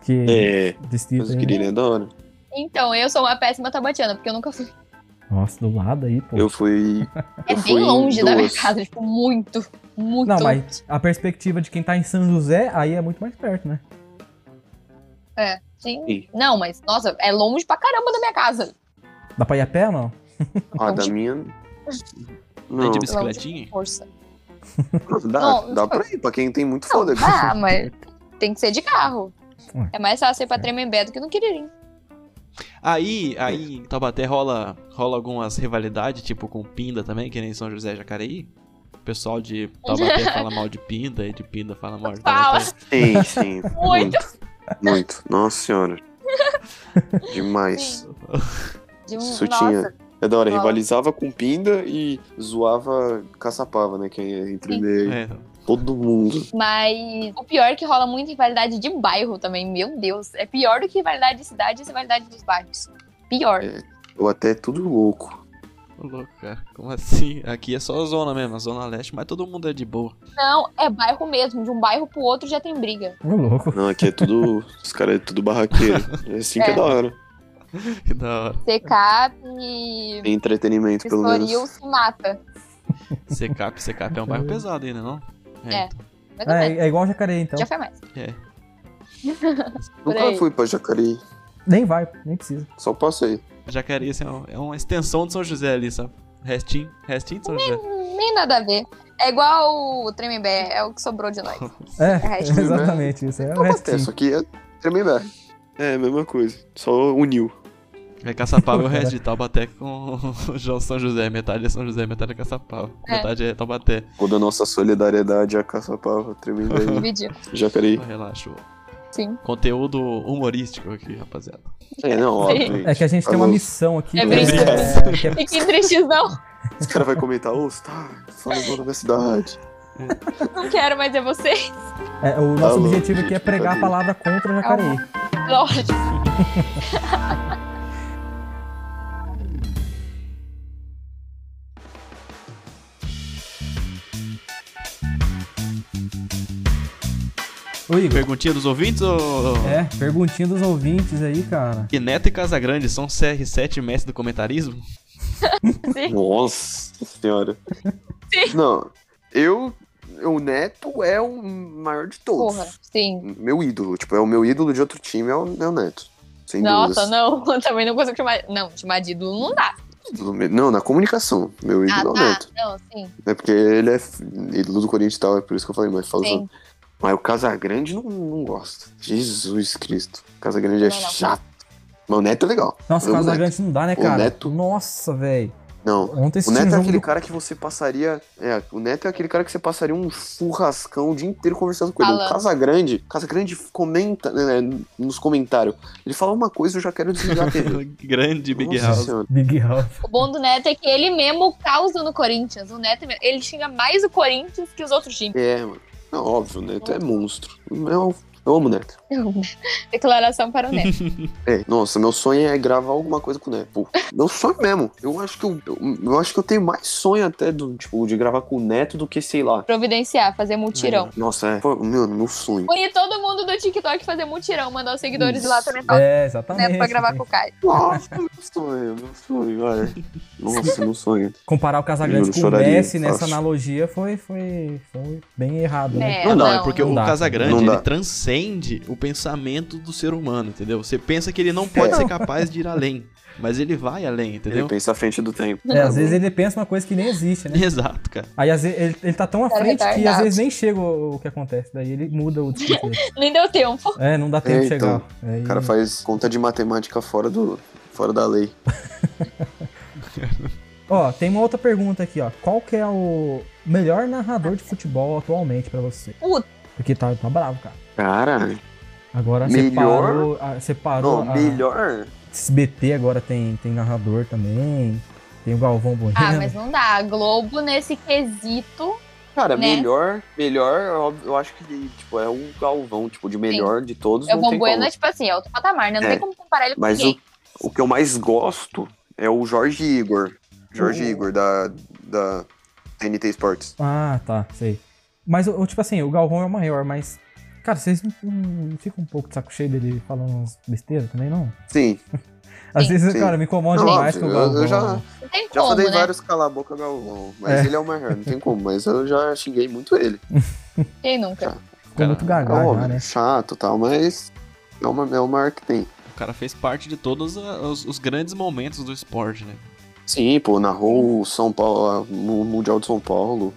Speaker 2: Que
Speaker 3: É,
Speaker 2: distrito
Speaker 3: mas o
Speaker 2: aí. né?
Speaker 3: queria é da hora.
Speaker 4: Então, eu sou uma péssima tabatiana, porque eu nunca fui.
Speaker 2: Nossa, do lado aí, pô.
Speaker 3: Eu fui.
Speaker 4: É
Speaker 3: eu fui
Speaker 4: bem
Speaker 3: em
Speaker 4: longe da minha
Speaker 3: duas.
Speaker 4: casa, tipo, muito, muito
Speaker 2: Não, mas-
Speaker 4: longe.
Speaker 2: A perspectiva de quem tá em São José, aí é muito mais perto, né?
Speaker 4: Sim.
Speaker 3: Sim.
Speaker 4: Não, mas, nossa, é longe pra caramba da minha casa.
Speaker 2: Dá pra ir a pé ou não?
Speaker 3: Ah, da minha.
Speaker 1: Vem
Speaker 3: Não,
Speaker 1: de bicicletinha?
Speaker 4: Força.
Speaker 3: dá,
Speaker 4: Não,
Speaker 3: dá pra ir, pra quem tem muito
Speaker 4: Não,
Speaker 3: fôlego. (laughs)
Speaker 4: dá,
Speaker 2: (laughs)
Speaker 4: Ah, mas tem que ser de carro.
Speaker 2: Ué.
Speaker 4: É mais fácil ir pra Tremembé do que no Quiririm.
Speaker 1: Aí, aí em Taubaté rola, rola algumas rivalidades, tipo com Pinda também, que nem São José e Jacareí. O pessoal de
Speaker 4: (laughs)
Speaker 1: Taubaté fala mal de Pinda e de Pinda fala mal de
Speaker 4: Fala.
Speaker 1: Taubaté.
Speaker 3: Sim, sim.
Speaker 4: Muito.
Speaker 3: Muito. Nossa
Speaker 4: (laughs)
Speaker 3: senhora. Demais.
Speaker 4: De um,
Speaker 3: Sutinha.
Speaker 4: Nossa,
Speaker 3: É da hora.
Speaker 4: Nossa.
Speaker 3: Rivalizava com Pinda e zoava Caçapava, né? Que é entre
Speaker 4: Sim.
Speaker 3: meio.
Speaker 1: (laughs) É,
Speaker 3: Todo mundo.
Speaker 4: mas o pior é que rola muito rivalidade de bairro também. Meu Deus, é pior do que rivalidade de cidade, essa rivalidade dos bairros. Pior.
Speaker 3: É. Ou até tudo louco.
Speaker 1: Ô, louco, cara. Como assim? Aqui é só zona mesmo, a zona leste, mas todo mundo é de boa. (laughs)
Speaker 4: Não, é bairro mesmo. De um bairro pro outro já tem briga.
Speaker 2: Ô, louco.
Speaker 3: Não, aqui é
Speaker 4: (laughs)
Speaker 3: tudo. Os caras é tudo barraqueiro. É assim que é
Speaker 4: É.
Speaker 3: da hora.
Speaker 1: Que da hora.
Speaker 4: CK e
Speaker 3: Tem entretenimento, pelo
Speaker 4: Estoril
Speaker 3: menos.
Speaker 4: se mata.
Speaker 1: Secap, Secap é um bairro pesado ainda, não?
Speaker 4: É.
Speaker 1: então.
Speaker 4: Mais ou menos.
Speaker 2: É, é igual jacaré, então.
Speaker 4: Já foi mais.
Speaker 1: É.
Speaker 4: por
Speaker 3: Nunca
Speaker 4: aí.
Speaker 3: fui pra Jacareí.
Speaker 2: Nem vai, nem precisa.
Speaker 3: Só passei.
Speaker 1: Jacareí, assim, é um- é uma extensão de São José ali, sabe? Restinho, restinho de São José.
Speaker 4: Nem nada a ver. É igual o Tremembé, é o que sobrou
Speaker 3: (laughs)
Speaker 4: de nós.
Speaker 2: É, (laughs)
Speaker 4: restinho,
Speaker 2: exatamente isso. É o
Speaker 3: Até,
Speaker 2: restinho.
Speaker 3: só que é Tremembé. É, a mesma coisa. Só uniu.
Speaker 1: É Caçapava e o resto de Taubaté com (laughs) o João São José. Metade é São José, metade é Caçapava.
Speaker 4: É.
Speaker 1: Metade é Taubaté.
Speaker 3: Toda a nossa solidariedade é a Caçapava, (laughs) Tremembé
Speaker 4: Dividiu.
Speaker 3: e Jacareí.
Speaker 1: Só relaxa.
Speaker 4: Sim.
Speaker 1: Conteúdo humorístico aqui, rapaziada.
Speaker 3: É, não,
Speaker 4: Sim.
Speaker 3: óbvio.
Speaker 2: É que a gente tem uma
Speaker 3: Falou.
Speaker 2: missão né? aqui.
Speaker 4: É
Speaker 2: que
Speaker 4: brincadeira.
Speaker 2: que é-
Speaker 4: Fiquei triste, não.
Speaker 3: Os caras vão comentar, ô, você tá falando da minha cidade.
Speaker 4: Não quero mais é você.
Speaker 2: é, o nosso
Speaker 3: Falou,
Speaker 2: objetivo
Speaker 3: gente,
Speaker 2: aqui é pregar a palavra contra o jacaré.
Speaker 4: Lógico.
Speaker 2: Ô, Igor.
Speaker 1: Perguntinha dos ouvintes ou...
Speaker 2: É, perguntinha dos ouvintes aí, cara.
Speaker 1: E Neto e Casagrande são CR7 mestre do comentarismo? (laughs)
Speaker 3: Nossa senhora. Não, eu. O Neto é o maior de todos.
Speaker 4: Porra, sim.
Speaker 3: Meu ídolo. Tipo, é o meu ídolo de outro time, é o, é o Neto. Sem
Speaker 4: Nossa,
Speaker 3: dúvidas.
Speaker 4: não. (laughs) Eu também não consigo chamar. Não, chamar de ídolo não dá.
Speaker 3: Ídolo me- Não, na comunicação. Meu
Speaker 4: Ah,
Speaker 3: ídolo é o
Speaker 4: tá.
Speaker 3: Neto.
Speaker 4: Não, sim.
Speaker 3: É porque ele é f- ídolo do Corinthians e tal, é por isso que eu falei, mas fala
Speaker 4: Sim.
Speaker 3: Mas o Casagrande não, não gosta. Jesus Cristo. O Casagrande é
Speaker 4: Não, não.
Speaker 3: chato. Mas o Neto é legal.
Speaker 2: Nossa,
Speaker 3: Eu,
Speaker 2: Casa
Speaker 3: Neto.
Speaker 2: Grande não dá, né,
Speaker 3: O
Speaker 2: cara?
Speaker 3: Neto.
Speaker 2: Nossa, velho.
Speaker 3: Não.
Speaker 2: Ontem
Speaker 3: O
Speaker 2: assisti um
Speaker 3: Neto é
Speaker 2: jogo
Speaker 3: aquele
Speaker 2: do...
Speaker 3: cara que você passaria. É, o Neto é aquele cara que você passaria um churrascão o dia inteiro conversando com ele.
Speaker 4: Falando.
Speaker 3: O Casagrande, Casagrande comenta né, nos comentários. Ele fala uma coisa, eu já quero desligar a
Speaker 4: (laughs)
Speaker 3: TV.
Speaker 1: Grande Big
Speaker 3: Nossa
Speaker 1: House.
Speaker 3: Senhora.
Speaker 2: Big House.
Speaker 4: O bom do Neto é que ele mesmo causa no Corinthians. O Neto, ele xinga mais o Corinthians que os outros times.
Speaker 3: É, mano. Não, óbvio, o Neto é monstro. Eu, eu amo o Neto.
Speaker 4: (laughs) Declaração para
Speaker 3: (laughs)
Speaker 4: o Neto.
Speaker 3: É, nossa, meu sonho é gravar alguma coisa com o Neto. Pô, Meu sonho mesmo. Eu acho que eu, eu, eu acho que eu tenho mais sonho até do, tipo, de gravar com o Neto do que, sei lá.
Speaker 4: Providenciar, fazer mutirão.
Speaker 3: Nossa, é. Pô, Meu, meu sonho.
Speaker 4: Unir todo mundo do TikTok e fazer mutirão, mandar os seguidores
Speaker 3: Isso.
Speaker 4: lá também. falar
Speaker 2: É,
Speaker 4: com o
Speaker 2: exatamente.
Speaker 4: Neto pra gravar com o Caio.
Speaker 3: Nossa, meu sonho, meu sonho, olha. Nossa, meu sonho.
Speaker 2: Comparar o Casagrande
Speaker 3: Eu
Speaker 2: com o
Speaker 3: choraria,
Speaker 2: Messi nessa
Speaker 3: fácil.
Speaker 2: analogia foi, foi, foi bem errado, né?
Speaker 4: É,
Speaker 1: não,
Speaker 4: não,
Speaker 1: é porque
Speaker 2: não
Speaker 1: o
Speaker 2: dá.
Speaker 1: Casagrande
Speaker 3: Não dá.
Speaker 1: ele transcende o pensamento do ser humano, entendeu? Você pensa que ele não pode
Speaker 3: É.
Speaker 1: ser capaz de ir além, mas ele vai além, entendeu?
Speaker 3: Ele pensa à frente do tempo.
Speaker 4: Né.
Speaker 2: É, às vezes ele pensa uma coisa que nem existe,
Speaker 1: (laughs)
Speaker 2: né?
Speaker 1: Exato, cara.
Speaker 2: Aí às vezes, ele, ele tá tão à
Speaker 4: Cara
Speaker 2: frente que às
Speaker 4: retardado.
Speaker 2: vezes nem chega o, o que acontece. Daí ele muda o discurso
Speaker 4: (laughs)
Speaker 2: dele.
Speaker 4: (laughs) Nem deu
Speaker 2: (laughs)
Speaker 4: tempo.
Speaker 2: É, não dá tempo
Speaker 3: É,
Speaker 2: de chegar.
Speaker 3: então.
Speaker 2: Aí-
Speaker 3: O cara faz conta de matemática fora do fora da lei.
Speaker 2: Ó, tem uma outra pergunta aqui, ó. Qual que é o melhor narrador de futebol atualmente pra você?
Speaker 4: Puta.
Speaker 2: Porque tá, tá bravo, cara.
Speaker 3: Cara,
Speaker 2: Agora ah,
Speaker 3: Melhor?
Speaker 2: separou, a, separou
Speaker 3: não,
Speaker 2: a
Speaker 3: melhor.
Speaker 2: SBT agora tem, tem narrador também. Tem o Galvão Bueno.
Speaker 4: Ah, mas não dá. A Globo, nesse quesito,
Speaker 3: Cara,
Speaker 4: Né?
Speaker 3: melhor, melhor, é óbvio, eu acho que tipo é o Galvão, tipo de melhor de todos,
Speaker 4: é o
Speaker 3: não tem
Speaker 4: Bombuena,
Speaker 3: como.
Speaker 4: tipo assim, é outro patamar, né? Não
Speaker 3: É.
Speaker 4: tem como comparar ele com
Speaker 3: Mas o,
Speaker 4: ninguém.
Speaker 3: o que eu mais gosto é o Jorge Igor. Jorge Igor da da TNT Sports.
Speaker 2: (laughs) Ah, tá, sei. Mas, o- o- tipo assim, o Galvão é o maior, mas... Cara, vocês não, não ficam um pouco de saco cheio dele falando umas besteiras também, não?
Speaker 3: Sim.
Speaker 2: Às
Speaker 4: Sim.
Speaker 2: vezes,
Speaker 3: Sim.
Speaker 2: cara, me incomoda
Speaker 3: Não,
Speaker 2: demais
Speaker 3: óbvio,
Speaker 2: com o
Speaker 3: eu-
Speaker 2: Galvão.
Speaker 3: eu já-
Speaker 4: Não tem
Speaker 3: Já
Speaker 4: como,
Speaker 3: falei
Speaker 4: né?
Speaker 3: vários cala a boca Galvão, mas
Speaker 2: É.
Speaker 3: ele é o maior, não tem como, mas eu já xinguei muito ele.
Speaker 4: Quem
Speaker 3: Tá
Speaker 4: nunca?
Speaker 2: Ficou muito
Speaker 1: Ah,
Speaker 2: gagá
Speaker 3: é Óbvio,
Speaker 2: já, né?
Speaker 3: chato e tal, mas é, uma, é o maior que tem.
Speaker 1: O cara fez parte de todos a- os, os grandes momentos do esporte, né?
Speaker 3: Sim, pô, narrou o São Paulo, o Mundial de São Paulo,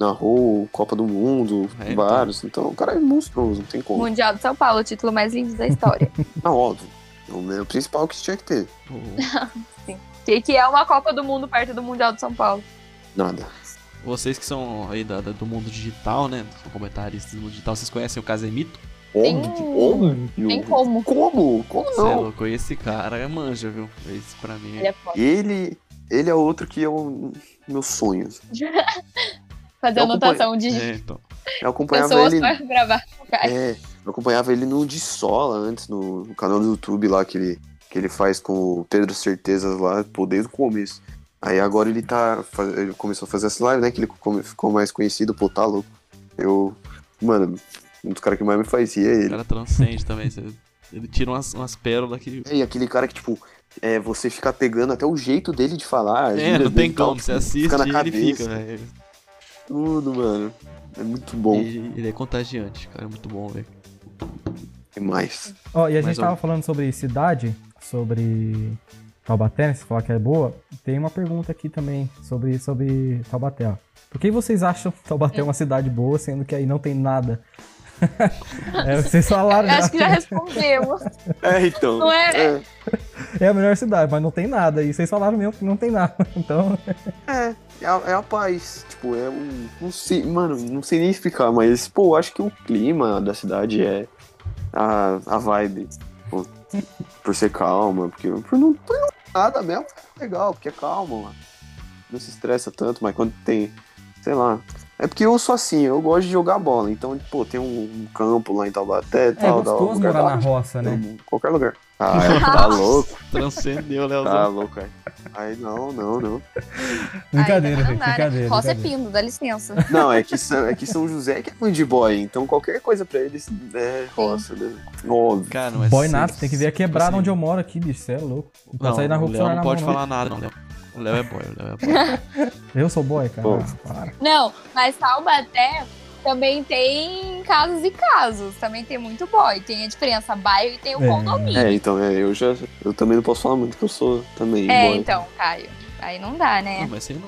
Speaker 3: narrou o Copa do Mundo,
Speaker 1: É, então.
Speaker 3: vários. Então o cara é monstruoso, não tem como.
Speaker 4: Mundial de São Paulo, o título mais lindo
Speaker 3: (laughs)
Speaker 4: da história.
Speaker 3: Ah, óbvio. É o meu principal que tinha que ter.
Speaker 1: O-
Speaker 4: que, que é uma Copa do Mundo perto do Mundial de São Paulo.
Speaker 3: Nada.
Speaker 1: vocês que são aí da- da- do mundo digital, né? São comentaristas do mundo digital, vocês conhecem o Casemito?
Speaker 3: Óbvio, óbvio.
Speaker 4: um-
Speaker 2: Uhum.
Speaker 4: Tem como.
Speaker 3: Como? Como
Speaker 1: Você é
Speaker 3: não?
Speaker 1: louco, esse cara é manja, viu? Esse pra mim
Speaker 4: Ele
Speaker 1: é.
Speaker 4: é foda.
Speaker 3: Ele, ele é outro que é o meu sonho.
Speaker 4: Fazer
Speaker 3: Eu
Speaker 4: anotação de
Speaker 1: É, então.
Speaker 3: Eu acompanhava
Speaker 4: pessoas
Speaker 3: ele.
Speaker 4: pra gravar.
Speaker 3: É, eu acompanhava ele no De Sola antes, no, no canal do YouTube lá que ele, que ele faz com o Pedro Certezas lá, pô, desde o começo. Aí agora ele tá. faz- Ele começou a fazer essa live, né? Que ele come- ficou mais conhecido, pô, tá louco. Eu. Mano, um dos caras que mais me faz rir é
Speaker 1: O
Speaker 3: ele.
Speaker 1: cara transcende também. você- Ele tira umas, umas pérolas que.
Speaker 3: É, e aquele cara que, tipo, é, você fica pegando até o jeito dele de falar. a
Speaker 1: É,
Speaker 3: gíria
Speaker 1: não
Speaker 3: dele
Speaker 1: tem
Speaker 3: e tal,
Speaker 1: como. Você
Speaker 3: tipo,
Speaker 1: assiste
Speaker 3: fica na
Speaker 1: e ele
Speaker 3: cabeça,
Speaker 1: fica, velho.
Speaker 3: Tudo, mano. É muito bom
Speaker 1: Ele, ele é contagiante, cara. É muito bom, velho.
Speaker 3: demais.
Speaker 2: Ó, e a
Speaker 1: Mais
Speaker 2: gente tava
Speaker 1: ou-
Speaker 2: falando sobre cidade, sobre Taubaté, né? Se falar que é boa, tem uma pergunta aqui também sobre, sobre Taubaté, ó. Por que vocês acham (laughs) que Taubaté é uma cidade boa, sendo que aí não tem nada? (laughs) é, vocês falaram já.
Speaker 4: Acho que já respondemos.
Speaker 3: É, então.
Speaker 4: Não é-
Speaker 3: É,
Speaker 2: É a melhor cidade, mas não tem nada. E vocês falaram mesmo que não tem nada. (laughs) Então,
Speaker 3: é, é a, é a paz. Tipo, é um. Não sei, mano, não sei nem explicar, mas, pô, eu acho que o clima da cidade é a, a vibe. Tipo, por ser calma, porque por não por não nada mesmo, é legal, porque é calmo, mano. Não se estressa tanto, mas quando tem, sei lá. É porque eu sou assim, eu gosto de jogar bola. Então, pô, tem um, um campo lá em Taubaté e
Speaker 2: é
Speaker 3: tal, dá um
Speaker 2: gostoso morar
Speaker 3: lugar da
Speaker 2: na
Speaker 3: hora de
Speaker 2: roça, né?
Speaker 3: Não, Qualquer lugar.
Speaker 4: (laughs)
Speaker 3: Ah, é, tá louco,
Speaker 1: Transcendeu, Leozão.
Speaker 3: tá louco, cara. Aí não, não, não.
Speaker 2: Brincadeira,
Speaker 4: Ai,
Speaker 2: gente,
Speaker 4: não dá, né?
Speaker 2: brincadeira.
Speaker 4: Roça é
Speaker 2: brincadeira.
Speaker 4: pindo,
Speaker 2: (laughs)
Speaker 4: dá licença.
Speaker 3: Não, é que, São, é que São José que é fã de boy, então qualquer coisa pra eles é roça, né? Óbvio.
Speaker 1: Cara, não é
Speaker 2: Boy
Speaker 1: assim,
Speaker 2: nato, tem que ver a quebrada
Speaker 1: assim,
Speaker 2: onde eu moro aqui, bicho. Você é louco. Não
Speaker 1: Não,
Speaker 2: pode sair na rua
Speaker 1: o
Speaker 2: com o
Speaker 1: Léo
Speaker 2: celular
Speaker 1: não
Speaker 2: na
Speaker 1: pode
Speaker 2: mão,
Speaker 1: falar nada, não, Léo. O Léo é boy, o Léo é boy.
Speaker 2: não. Eu sou boy, cara.
Speaker 3: Pô.
Speaker 2: Ah, para.
Speaker 4: Não, mas Taubaté também tem casos e casos. Também tem muito boy. Tem a diferença bairro e tem o
Speaker 2: É.
Speaker 4: condomínio.
Speaker 3: É, então, é, eu já. Eu também não posso falar muito, que eu sou também
Speaker 4: É,
Speaker 3: boy.
Speaker 4: então, Caio. Aí não dá, né?
Speaker 1: Não, mas você não,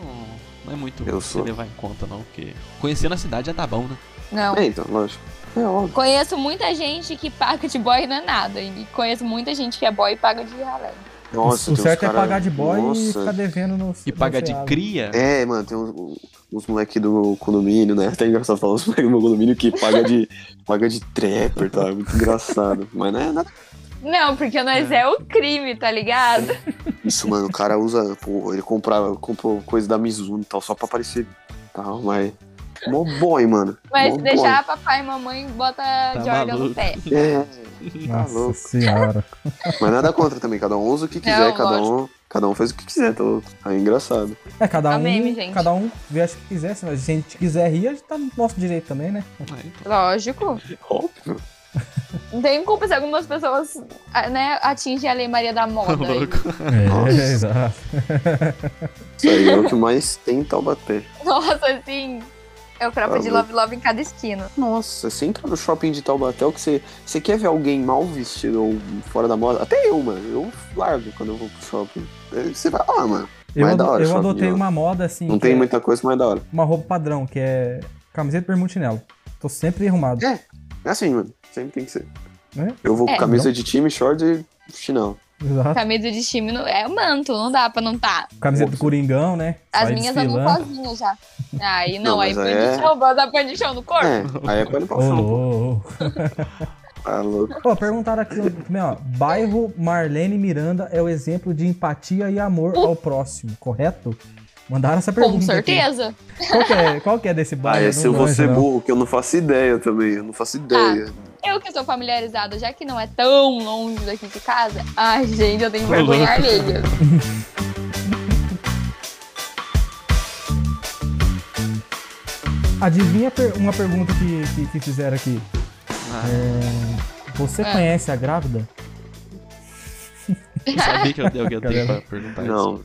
Speaker 1: não é muito
Speaker 3: Eu
Speaker 1: pra
Speaker 3: sou.
Speaker 1: você levar em conta, não, porque conhecendo a cidade já tá bom, né?
Speaker 4: Não.
Speaker 3: É, então, lógico. É óbvio.
Speaker 4: Conheço muita gente que paga de boy e não é nada. E conheço muita gente que é boy e paga de ralé.
Speaker 3: Nossa,
Speaker 2: o
Speaker 3: tem uns
Speaker 2: certo é
Speaker 3: cara-
Speaker 2: pagar de boy e
Speaker 3: Nossa.
Speaker 2: ficar devendo no.
Speaker 1: E
Speaker 2: no
Speaker 1: pagar de
Speaker 2: feriado.
Speaker 1: cria,
Speaker 3: É, mano, tem uns, uns moleque do condomínio, né? Até engraçado falar uns moleque do meu condomínio que paga de, (laughs) paga de trapper, tá? É muito engraçado. Mas não é nada.
Speaker 4: Não, porque nós é. o crime, tá ligado?
Speaker 3: Isso, mano, o cara usa. Pô, ele comprava, comprou coisa da Mizuno e tal, só pra aparecer. Tal, mas. Mó boy, mano.
Speaker 4: Mas
Speaker 3: Mó boy.
Speaker 4: deixar papai e mamãe bota
Speaker 3: Tá
Speaker 4: Jordan
Speaker 1: maluco.
Speaker 4: no pé.
Speaker 3: É, Tá
Speaker 2: Nossa
Speaker 3: louco.
Speaker 2: senhora.
Speaker 3: mas nada contra também, cada um usa o que quiser,
Speaker 4: Não,
Speaker 3: cada um, cada um faz o que quiser, tá louco? Aí é engraçado.
Speaker 2: É, cada
Speaker 4: Tá
Speaker 2: um.
Speaker 4: meme, gente.
Speaker 2: Cada um vê acho que quiser. Se a gente quiser rir, a gente tá no nosso direito também, né?
Speaker 1: Ah, então.
Speaker 4: Lógico.
Speaker 3: Óbvio.
Speaker 4: Não tem culpa se algumas pessoas ah, né, atingem a Lei Maria da
Speaker 3: (laughs)
Speaker 4: Moda.
Speaker 1: (laughs) Tá louco.
Speaker 2: (laughs)
Speaker 3: Nossa.
Speaker 2: É, exato.
Speaker 3: Isso aí é o que mais tem em Taubaté.
Speaker 4: Nossa, assim. É o
Speaker 3: Tá
Speaker 4: cropo de
Speaker 3: louco.
Speaker 4: Love Love em cada esquina.
Speaker 3: Nossa, você entra no shopping de Taubaté, é o que você, você quer ver alguém mal vestido ou fora da moda? Até eu, mano. Eu largo quando eu vou pro shopping. Aí Você vai lá, mano.
Speaker 2: Eu,
Speaker 3: Mas é da
Speaker 2: ado-
Speaker 3: hora,
Speaker 2: eu
Speaker 3: shopping,
Speaker 2: adotei
Speaker 3: ó.
Speaker 2: uma moda assim.
Speaker 3: Não
Speaker 2: que
Speaker 3: tem
Speaker 2: é
Speaker 3: muita coisa mais da hora.
Speaker 2: Uma roupa padrão, que é camiseta permuta e chinelo. Tô sempre
Speaker 4: (laughs)
Speaker 2: arrumado.
Speaker 3: É assim, mano. Sempre tem que ser.
Speaker 2: Né?
Speaker 3: Eu vou com
Speaker 4: É,
Speaker 3: camisa
Speaker 2: não.
Speaker 3: de time, short e chinelo.
Speaker 2: Exato.
Speaker 4: Camisa de time não- é o manto, não dá pra não tá.
Speaker 2: Camiseta do Coringão, né?
Speaker 4: As
Speaker 2: Sair
Speaker 4: minhas
Speaker 2: desfilando.
Speaker 4: andam sozinhas já. Aí não,
Speaker 3: Não,
Speaker 4: aí
Speaker 3: mas
Speaker 4: põe
Speaker 3: aí é-
Speaker 4: de chão, bota dar põe de chão no corpo.
Speaker 3: É, aí é quando pra
Speaker 2: Ô,
Speaker 3: chão, pô.
Speaker 2: ô, ô.
Speaker 3: Tá louco.
Speaker 2: Ó, perguntaram aqui também, ó. Bairro Marlene Miranda é o exemplo de empatia e amor ao próximo, correto? Mandaram essa pergunta.
Speaker 4: Com
Speaker 2: aqui.
Speaker 4: certeza.
Speaker 2: Qual que é, qual que é desse
Speaker 3: Ah,
Speaker 2: bairro?
Speaker 3: esse eu
Speaker 2: Não
Speaker 3: vou
Speaker 2: manjo,
Speaker 3: ser
Speaker 2: não.
Speaker 3: burro, que eu não faço ideia também. Eu não faço ideia.
Speaker 4: Tá. Eu que sou familiarizada, já que não é tão longe daqui de casa. Ai, gente, eu tenho vergonha
Speaker 1: louco.
Speaker 4: alheia.
Speaker 2: Adivinha per- uma pergunta que, que, que fizeram aqui.
Speaker 1: Ah,
Speaker 2: Você
Speaker 4: É.
Speaker 2: conhece a grávida?
Speaker 1: eu sabia que eu
Speaker 2: (laughs)
Speaker 1: dei alguém
Speaker 2: Cadê?
Speaker 1: pra perguntar
Speaker 3: Não.
Speaker 1: isso.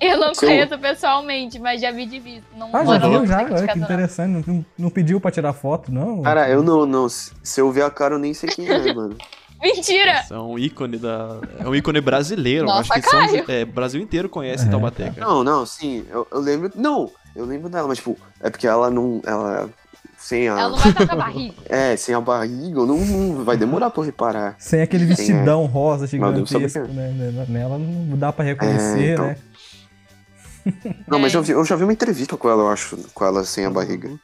Speaker 4: Eu não
Speaker 3: Seu-
Speaker 4: conheço pessoalmente, mas já vi de vista. Não
Speaker 2: Ah, já
Speaker 4: moro
Speaker 2: viu,
Speaker 4: longe
Speaker 2: já.
Speaker 4: daqui de
Speaker 2: Olha que
Speaker 4: casa, não.
Speaker 2: interessante. Não, não pediu pra tirar foto, não?
Speaker 3: Cara, eu não, não. Se se eu ver a cara, eu nem sei quem é, mano.
Speaker 4: Mentira!
Speaker 1: Isso é um ícone da. É um ícone brasileiro. eu acho
Speaker 4: Nossa,
Speaker 1: que São
Speaker 4: Caio.
Speaker 1: José- é, Brasil inteiro conhece
Speaker 2: (laughs) É.
Speaker 1: Taubaté, cara.
Speaker 3: Não, não, sim. Eu, eu lembro. Não, eu lembro dela, mas, tipo, é porque ela não. Ela. Sem
Speaker 4: Ela
Speaker 3: a.
Speaker 4: não vai estar com a barriga.
Speaker 3: É, sem a barriga, eu não, não- vai demorar pra eu reparar.
Speaker 2: Sem aquele
Speaker 3: Quem é?
Speaker 2: vestidão rosa
Speaker 3: Deus, sabe
Speaker 2: gigantesco, né? né, Nela não dá pra reconhecer,
Speaker 3: É, então.
Speaker 2: né?
Speaker 3: (laughs) Não, mas
Speaker 4: É. Uhum.
Speaker 3: eu, vi- eu já vi uma entrevista com ela, eu acho, com ela sem a barriga.
Speaker 2: N-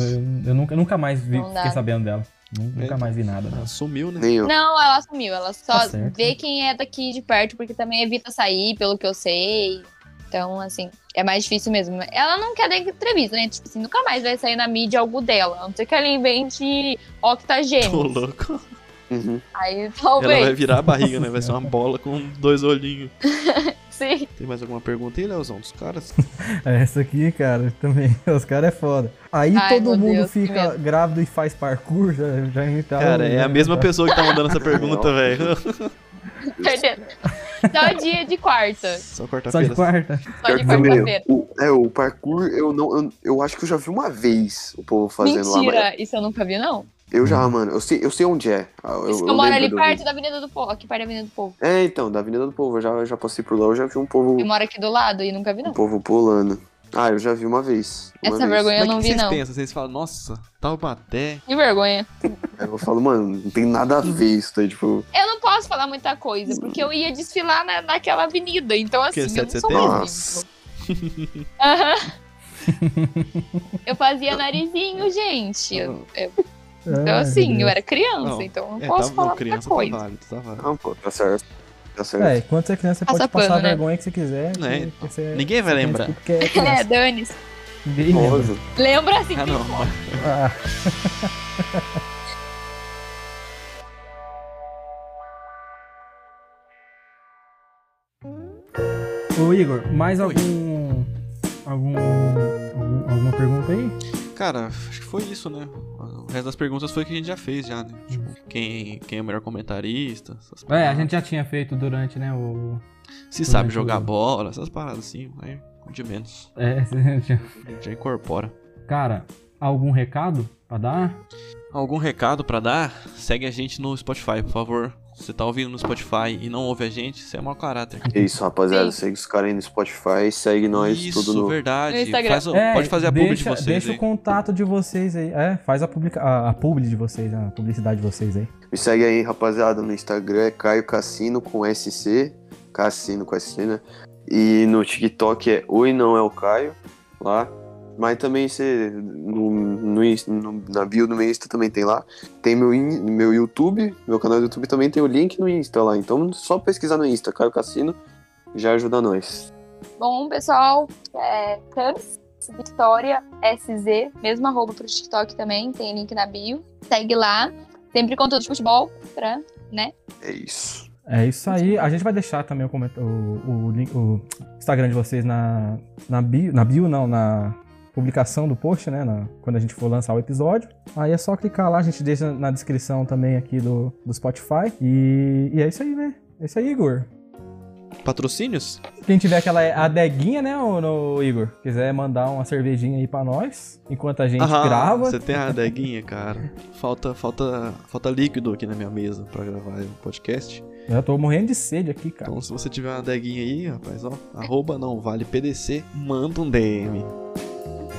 Speaker 2: né? Eu, nunca, nunca mais vi,
Speaker 4: Não dá.
Speaker 2: fiquei sabendo dela. Nu-
Speaker 3: É.
Speaker 2: Nunca mais vi nada. dela.
Speaker 1: Ah, Sumiu, né?
Speaker 3: Nem eu.
Speaker 4: Não, ela sumiu. Ela só
Speaker 2: Tá certo.
Speaker 4: vê quem é daqui de perto, porque também evita sair, pelo que eu sei. Então, assim, é mais difícil mesmo. Ela não quer dar entrevista, né? Tipo assim, nunca mais vai sair na mídia algo dela. A não ser que ela invente
Speaker 1: Tô
Speaker 4: octagêmeos.
Speaker 1: louco.
Speaker 3: Uhum.
Speaker 4: Aí
Speaker 1: Ela vai
Speaker 4: talvez.
Speaker 1: virar a barriga, né? Vai ser uma bola com dois olhinhos.
Speaker 4: Sim.
Speaker 1: Tem mais alguma pergunta aí, Leozão, dos caras?
Speaker 2: É Essa aqui, cara, (laughs) também. Os caras é foda. Aí
Speaker 4: Ai,
Speaker 2: todo
Speaker 4: meu
Speaker 2: mundo
Speaker 4: Deus, que
Speaker 2: fica
Speaker 4: medo.
Speaker 2: grávido e faz parkour. Já, já né? imitaram.
Speaker 1: Cara, é
Speaker 2: já
Speaker 1: a mesma
Speaker 2: imitaram.
Speaker 1: pessoa que tá mandando essa pergunta,
Speaker 4: (laughs)
Speaker 1: velho.
Speaker 4: Perdendo. Só dia de quarta.
Speaker 1: Só
Speaker 2: Só de
Speaker 1: quarta-feira.
Speaker 2: quarta.
Speaker 4: Só de
Speaker 3: Meu,
Speaker 4: quarta-feira.
Speaker 3: o- é, o parkour, eu não. Eu, eu acho que eu já vi uma vez o povo fazendo lá, mas
Speaker 4: Mentira, isso eu nunca vi, não.
Speaker 3: Eu já, mano, eu sei, eu sei onde é. Ah, Eu,
Speaker 4: isso que
Speaker 3: eu
Speaker 4: eu moro
Speaker 3: lembro
Speaker 4: ali
Speaker 3: do
Speaker 4: perto
Speaker 3: vídeo.
Speaker 4: da Avenida do Povo. Aqui perto da Avenida do Povo.
Speaker 3: É, então, da Avenida do Povo, eu já, eu já passei por lá, eu já vi um povo,
Speaker 4: Eu moro aqui do lado e nunca vi,
Speaker 3: um
Speaker 4: não.
Speaker 3: povo pulando. Ah, eu já vi uma vez. Uma
Speaker 4: Essa é
Speaker 3: vez.
Speaker 4: vergonha eu
Speaker 1: Mas o
Speaker 4: não
Speaker 1: que
Speaker 4: vi,
Speaker 1: vocês
Speaker 4: não.
Speaker 1: pensam? Vocês falam, nossa, Taubaté.
Speaker 4: Que vergonha.
Speaker 3: Aí eu falo, mano, não tem nada a
Speaker 4: Uhum.
Speaker 3: ver isso daí, tipo.
Speaker 4: Eu não posso falar muita coisa, porque eu ia desfilar na, naquela avenida. Então, assim,
Speaker 1: Que,
Speaker 4: eu
Speaker 1: 7
Speaker 4: não
Speaker 1: de
Speaker 4: sou
Speaker 1: setembro?
Speaker 4: mais limpo. Aham. Eu fazia narizinho, gente.
Speaker 3: Ah.
Speaker 4: Eu- eu- então,
Speaker 2: Ai,
Speaker 4: assim, eu
Speaker 2: meu
Speaker 4: era criança,
Speaker 1: Não,
Speaker 4: então eu não
Speaker 1: É,
Speaker 4: posso
Speaker 1: tá,
Speaker 4: falar
Speaker 1: não, criança,
Speaker 4: muita
Speaker 1: tá
Speaker 4: coisa.
Speaker 1: válido, tá válido.
Speaker 3: Não, pô, tá certo. Tá certo.
Speaker 2: Deus. É, quando você é criança, você
Speaker 4: Passa
Speaker 2: pode passar
Speaker 4: pano,
Speaker 2: a
Speaker 4: né?
Speaker 2: vergonha que você quiser. que-
Speaker 1: Né?
Speaker 2: que você-
Speaker 1: Ninguém vai
Speaker 2: você né? tem
Speaker 1: lembrar.
Speaker 2: desculpa Porque é
Speaker 4: É, (laughs)
Speaker 2: criança.
Speaker 4: Dani,
Speaker 2: Ninguém lembra.
Speaker 3: Óbvio.
Speaker 4: lembra assim
Speaker 1: Ah,
Speaker 4: que
Speaker 1: não. mas-
Speaker 2: Ah, Ô Igor, mais
Speaker 1: Oi.
Speaker 2: algum, algum. algum- Alguma pergunta aí?
Speaker 1: Cara, acho que foi isso, né? O resto das perguntas foi que a gente já fez, já, né? Tipo, quem, quem é o melhor comentarista? essas
Speaker 2: É, a
Speaker 1: paradas.
Speaker 2: gente já tinha feito durante, né? O. (laughs)
Speaker 1: Se
Speaker 2: Uhum.
Speaker 1: sabe jogar bola, essas paradas assim, aí, de menos.
Speaker 2: É, já tinha-
Speaker 1: A gente já incorpora.
Speaker 2: Cara, algum recado pra dar?
Speaker 1: Algum recado pra dar? Segue a gente no Spotify, por favor. Se você tá ouvindo no Spotify e não ouve a gente, você é mau caráter.
Speaker 3: É isso, rapaziada.
Speaker 4: Sim.
Speaker 3: Segue os caras aí no Spotify, segue nós,
Speaker 1: Isso,
Speaker 3: tudo no.
Speaker 1: verdade.
Speaker 4: No Instagram.
Speaker 1: Faz o-
Speaker 2: É,
Speaker 1: Então, pode fazer a publi de
Speaker 2: deixa-
Speaker 1: vocês
Speaker 2: Deixa
Speaker 1: aí.
Speaker 2: o contato de vocês aí. É, faz a, publica, a, a publi de vocês, a publicidade de vocês aí.
Speaker 3: Me segue aí, rapaziada, no Instagram é Caio Cassino com SC, Cassino com SC, né? E no TikTok é Oi Não É o Caio, lá. Mas também você, no, no, Ins- no- na bio do meu Insta também tem lá. Tem meu, In- meu YouTube, meu canal do YouTube também tem o link no Insta lá. Então só pesquisar no Insta, Caio Cassino, já ajuda nós.
Speaker 6: Bom, pessoal, é, Cams, Victoria, SZ,
Speaker 4: mesmo arroba pro TikTok também, tem link na bio. Segue lá. Sempre conteúdo de futebol pra
Speaker 3: É isso.
Speaker 2: É isso aí. A gente vai deixar também o, coment- o- o link- o Instagram de vocês na, na bio. Na bio, não, na publicação do post, né? na- quando a gente for lançar o episódio. Aí é só clicar lá, a gente deixa na descrição também aqui do, do Spotify. E, e é isso aí, né? É isso aí, Igor.
Speaker 1: Patrocínios?
Speaker 2: Quem tiver aquela adeguinha, né, ô- no Igor? Quiser mandar uma cervejinha aí pra nós, enquanto a gente
Speaker 1: Aham,
Speaker 2: grava.
Speaker 1: Você tem a adeguinha, cara. Falta, falta, falta líquido aqui na minha mesa pra gravar o podcast.
Speaker 2: Eu tô morrendo de sede aqui, cara.
Speaker 1: Então, se você tiver uma adeguinha aí, rapaz, ó, arroba não vale PDC, manda um DM.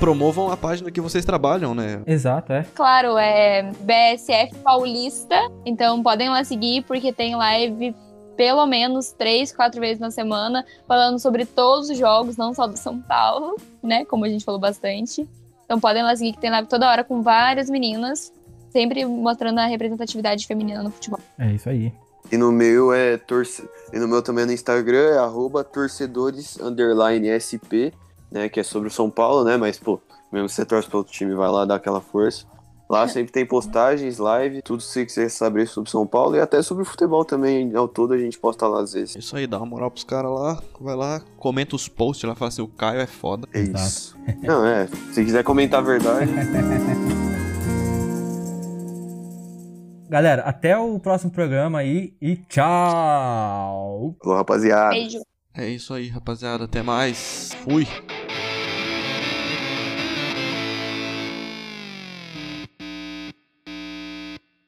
Speaker 1: Promovam a página que vocês trabalham, né?
Speaker 2: Exato, é.
Speaker 4: Claro, é BSF Paulista. Então podem lá seguir, porque tem live pelo menos três, quatro vezes na semana, falando sobre todos os jogos, não só do São Paulo, né? Como a gente falou bastante. Então podem lá seguir, que tem live toda hora com várias meninas, sempre mostrando a representatividade feminina no futebol.
Speaker 2: É isso aí.
Speaker 3: E no meu é torce... E no meu também no Instagram é arroba torcedores underline SP, né? Que é sobre o São Paulo, né? Mas, pô, mesmo se você torce pra outro time, vai lá dar aquela força. Lá sempre tem postagens, live, tudo se você saber sobre São Paulo e até sobre o futebol também. Ao todo a gente posta lá às vezes.
Speaker 1: É Isso aí, dá uma moral pros caras lá. Vai lá, comenta os posts lá, fala assim, o Caio é foda.
Speaker 3: É
Speaker 2: Exato.
Speaker 3: isso. Não, é. Se quiser comentar a verdade.
Speaker 2: Galera, até o próximo programa aí e tchau!
Speaker 3: Falou, rapaziada.
Speaker 4: Beijo.
Speaker 1: É isso aí, rapaziada. Até mais. Fui.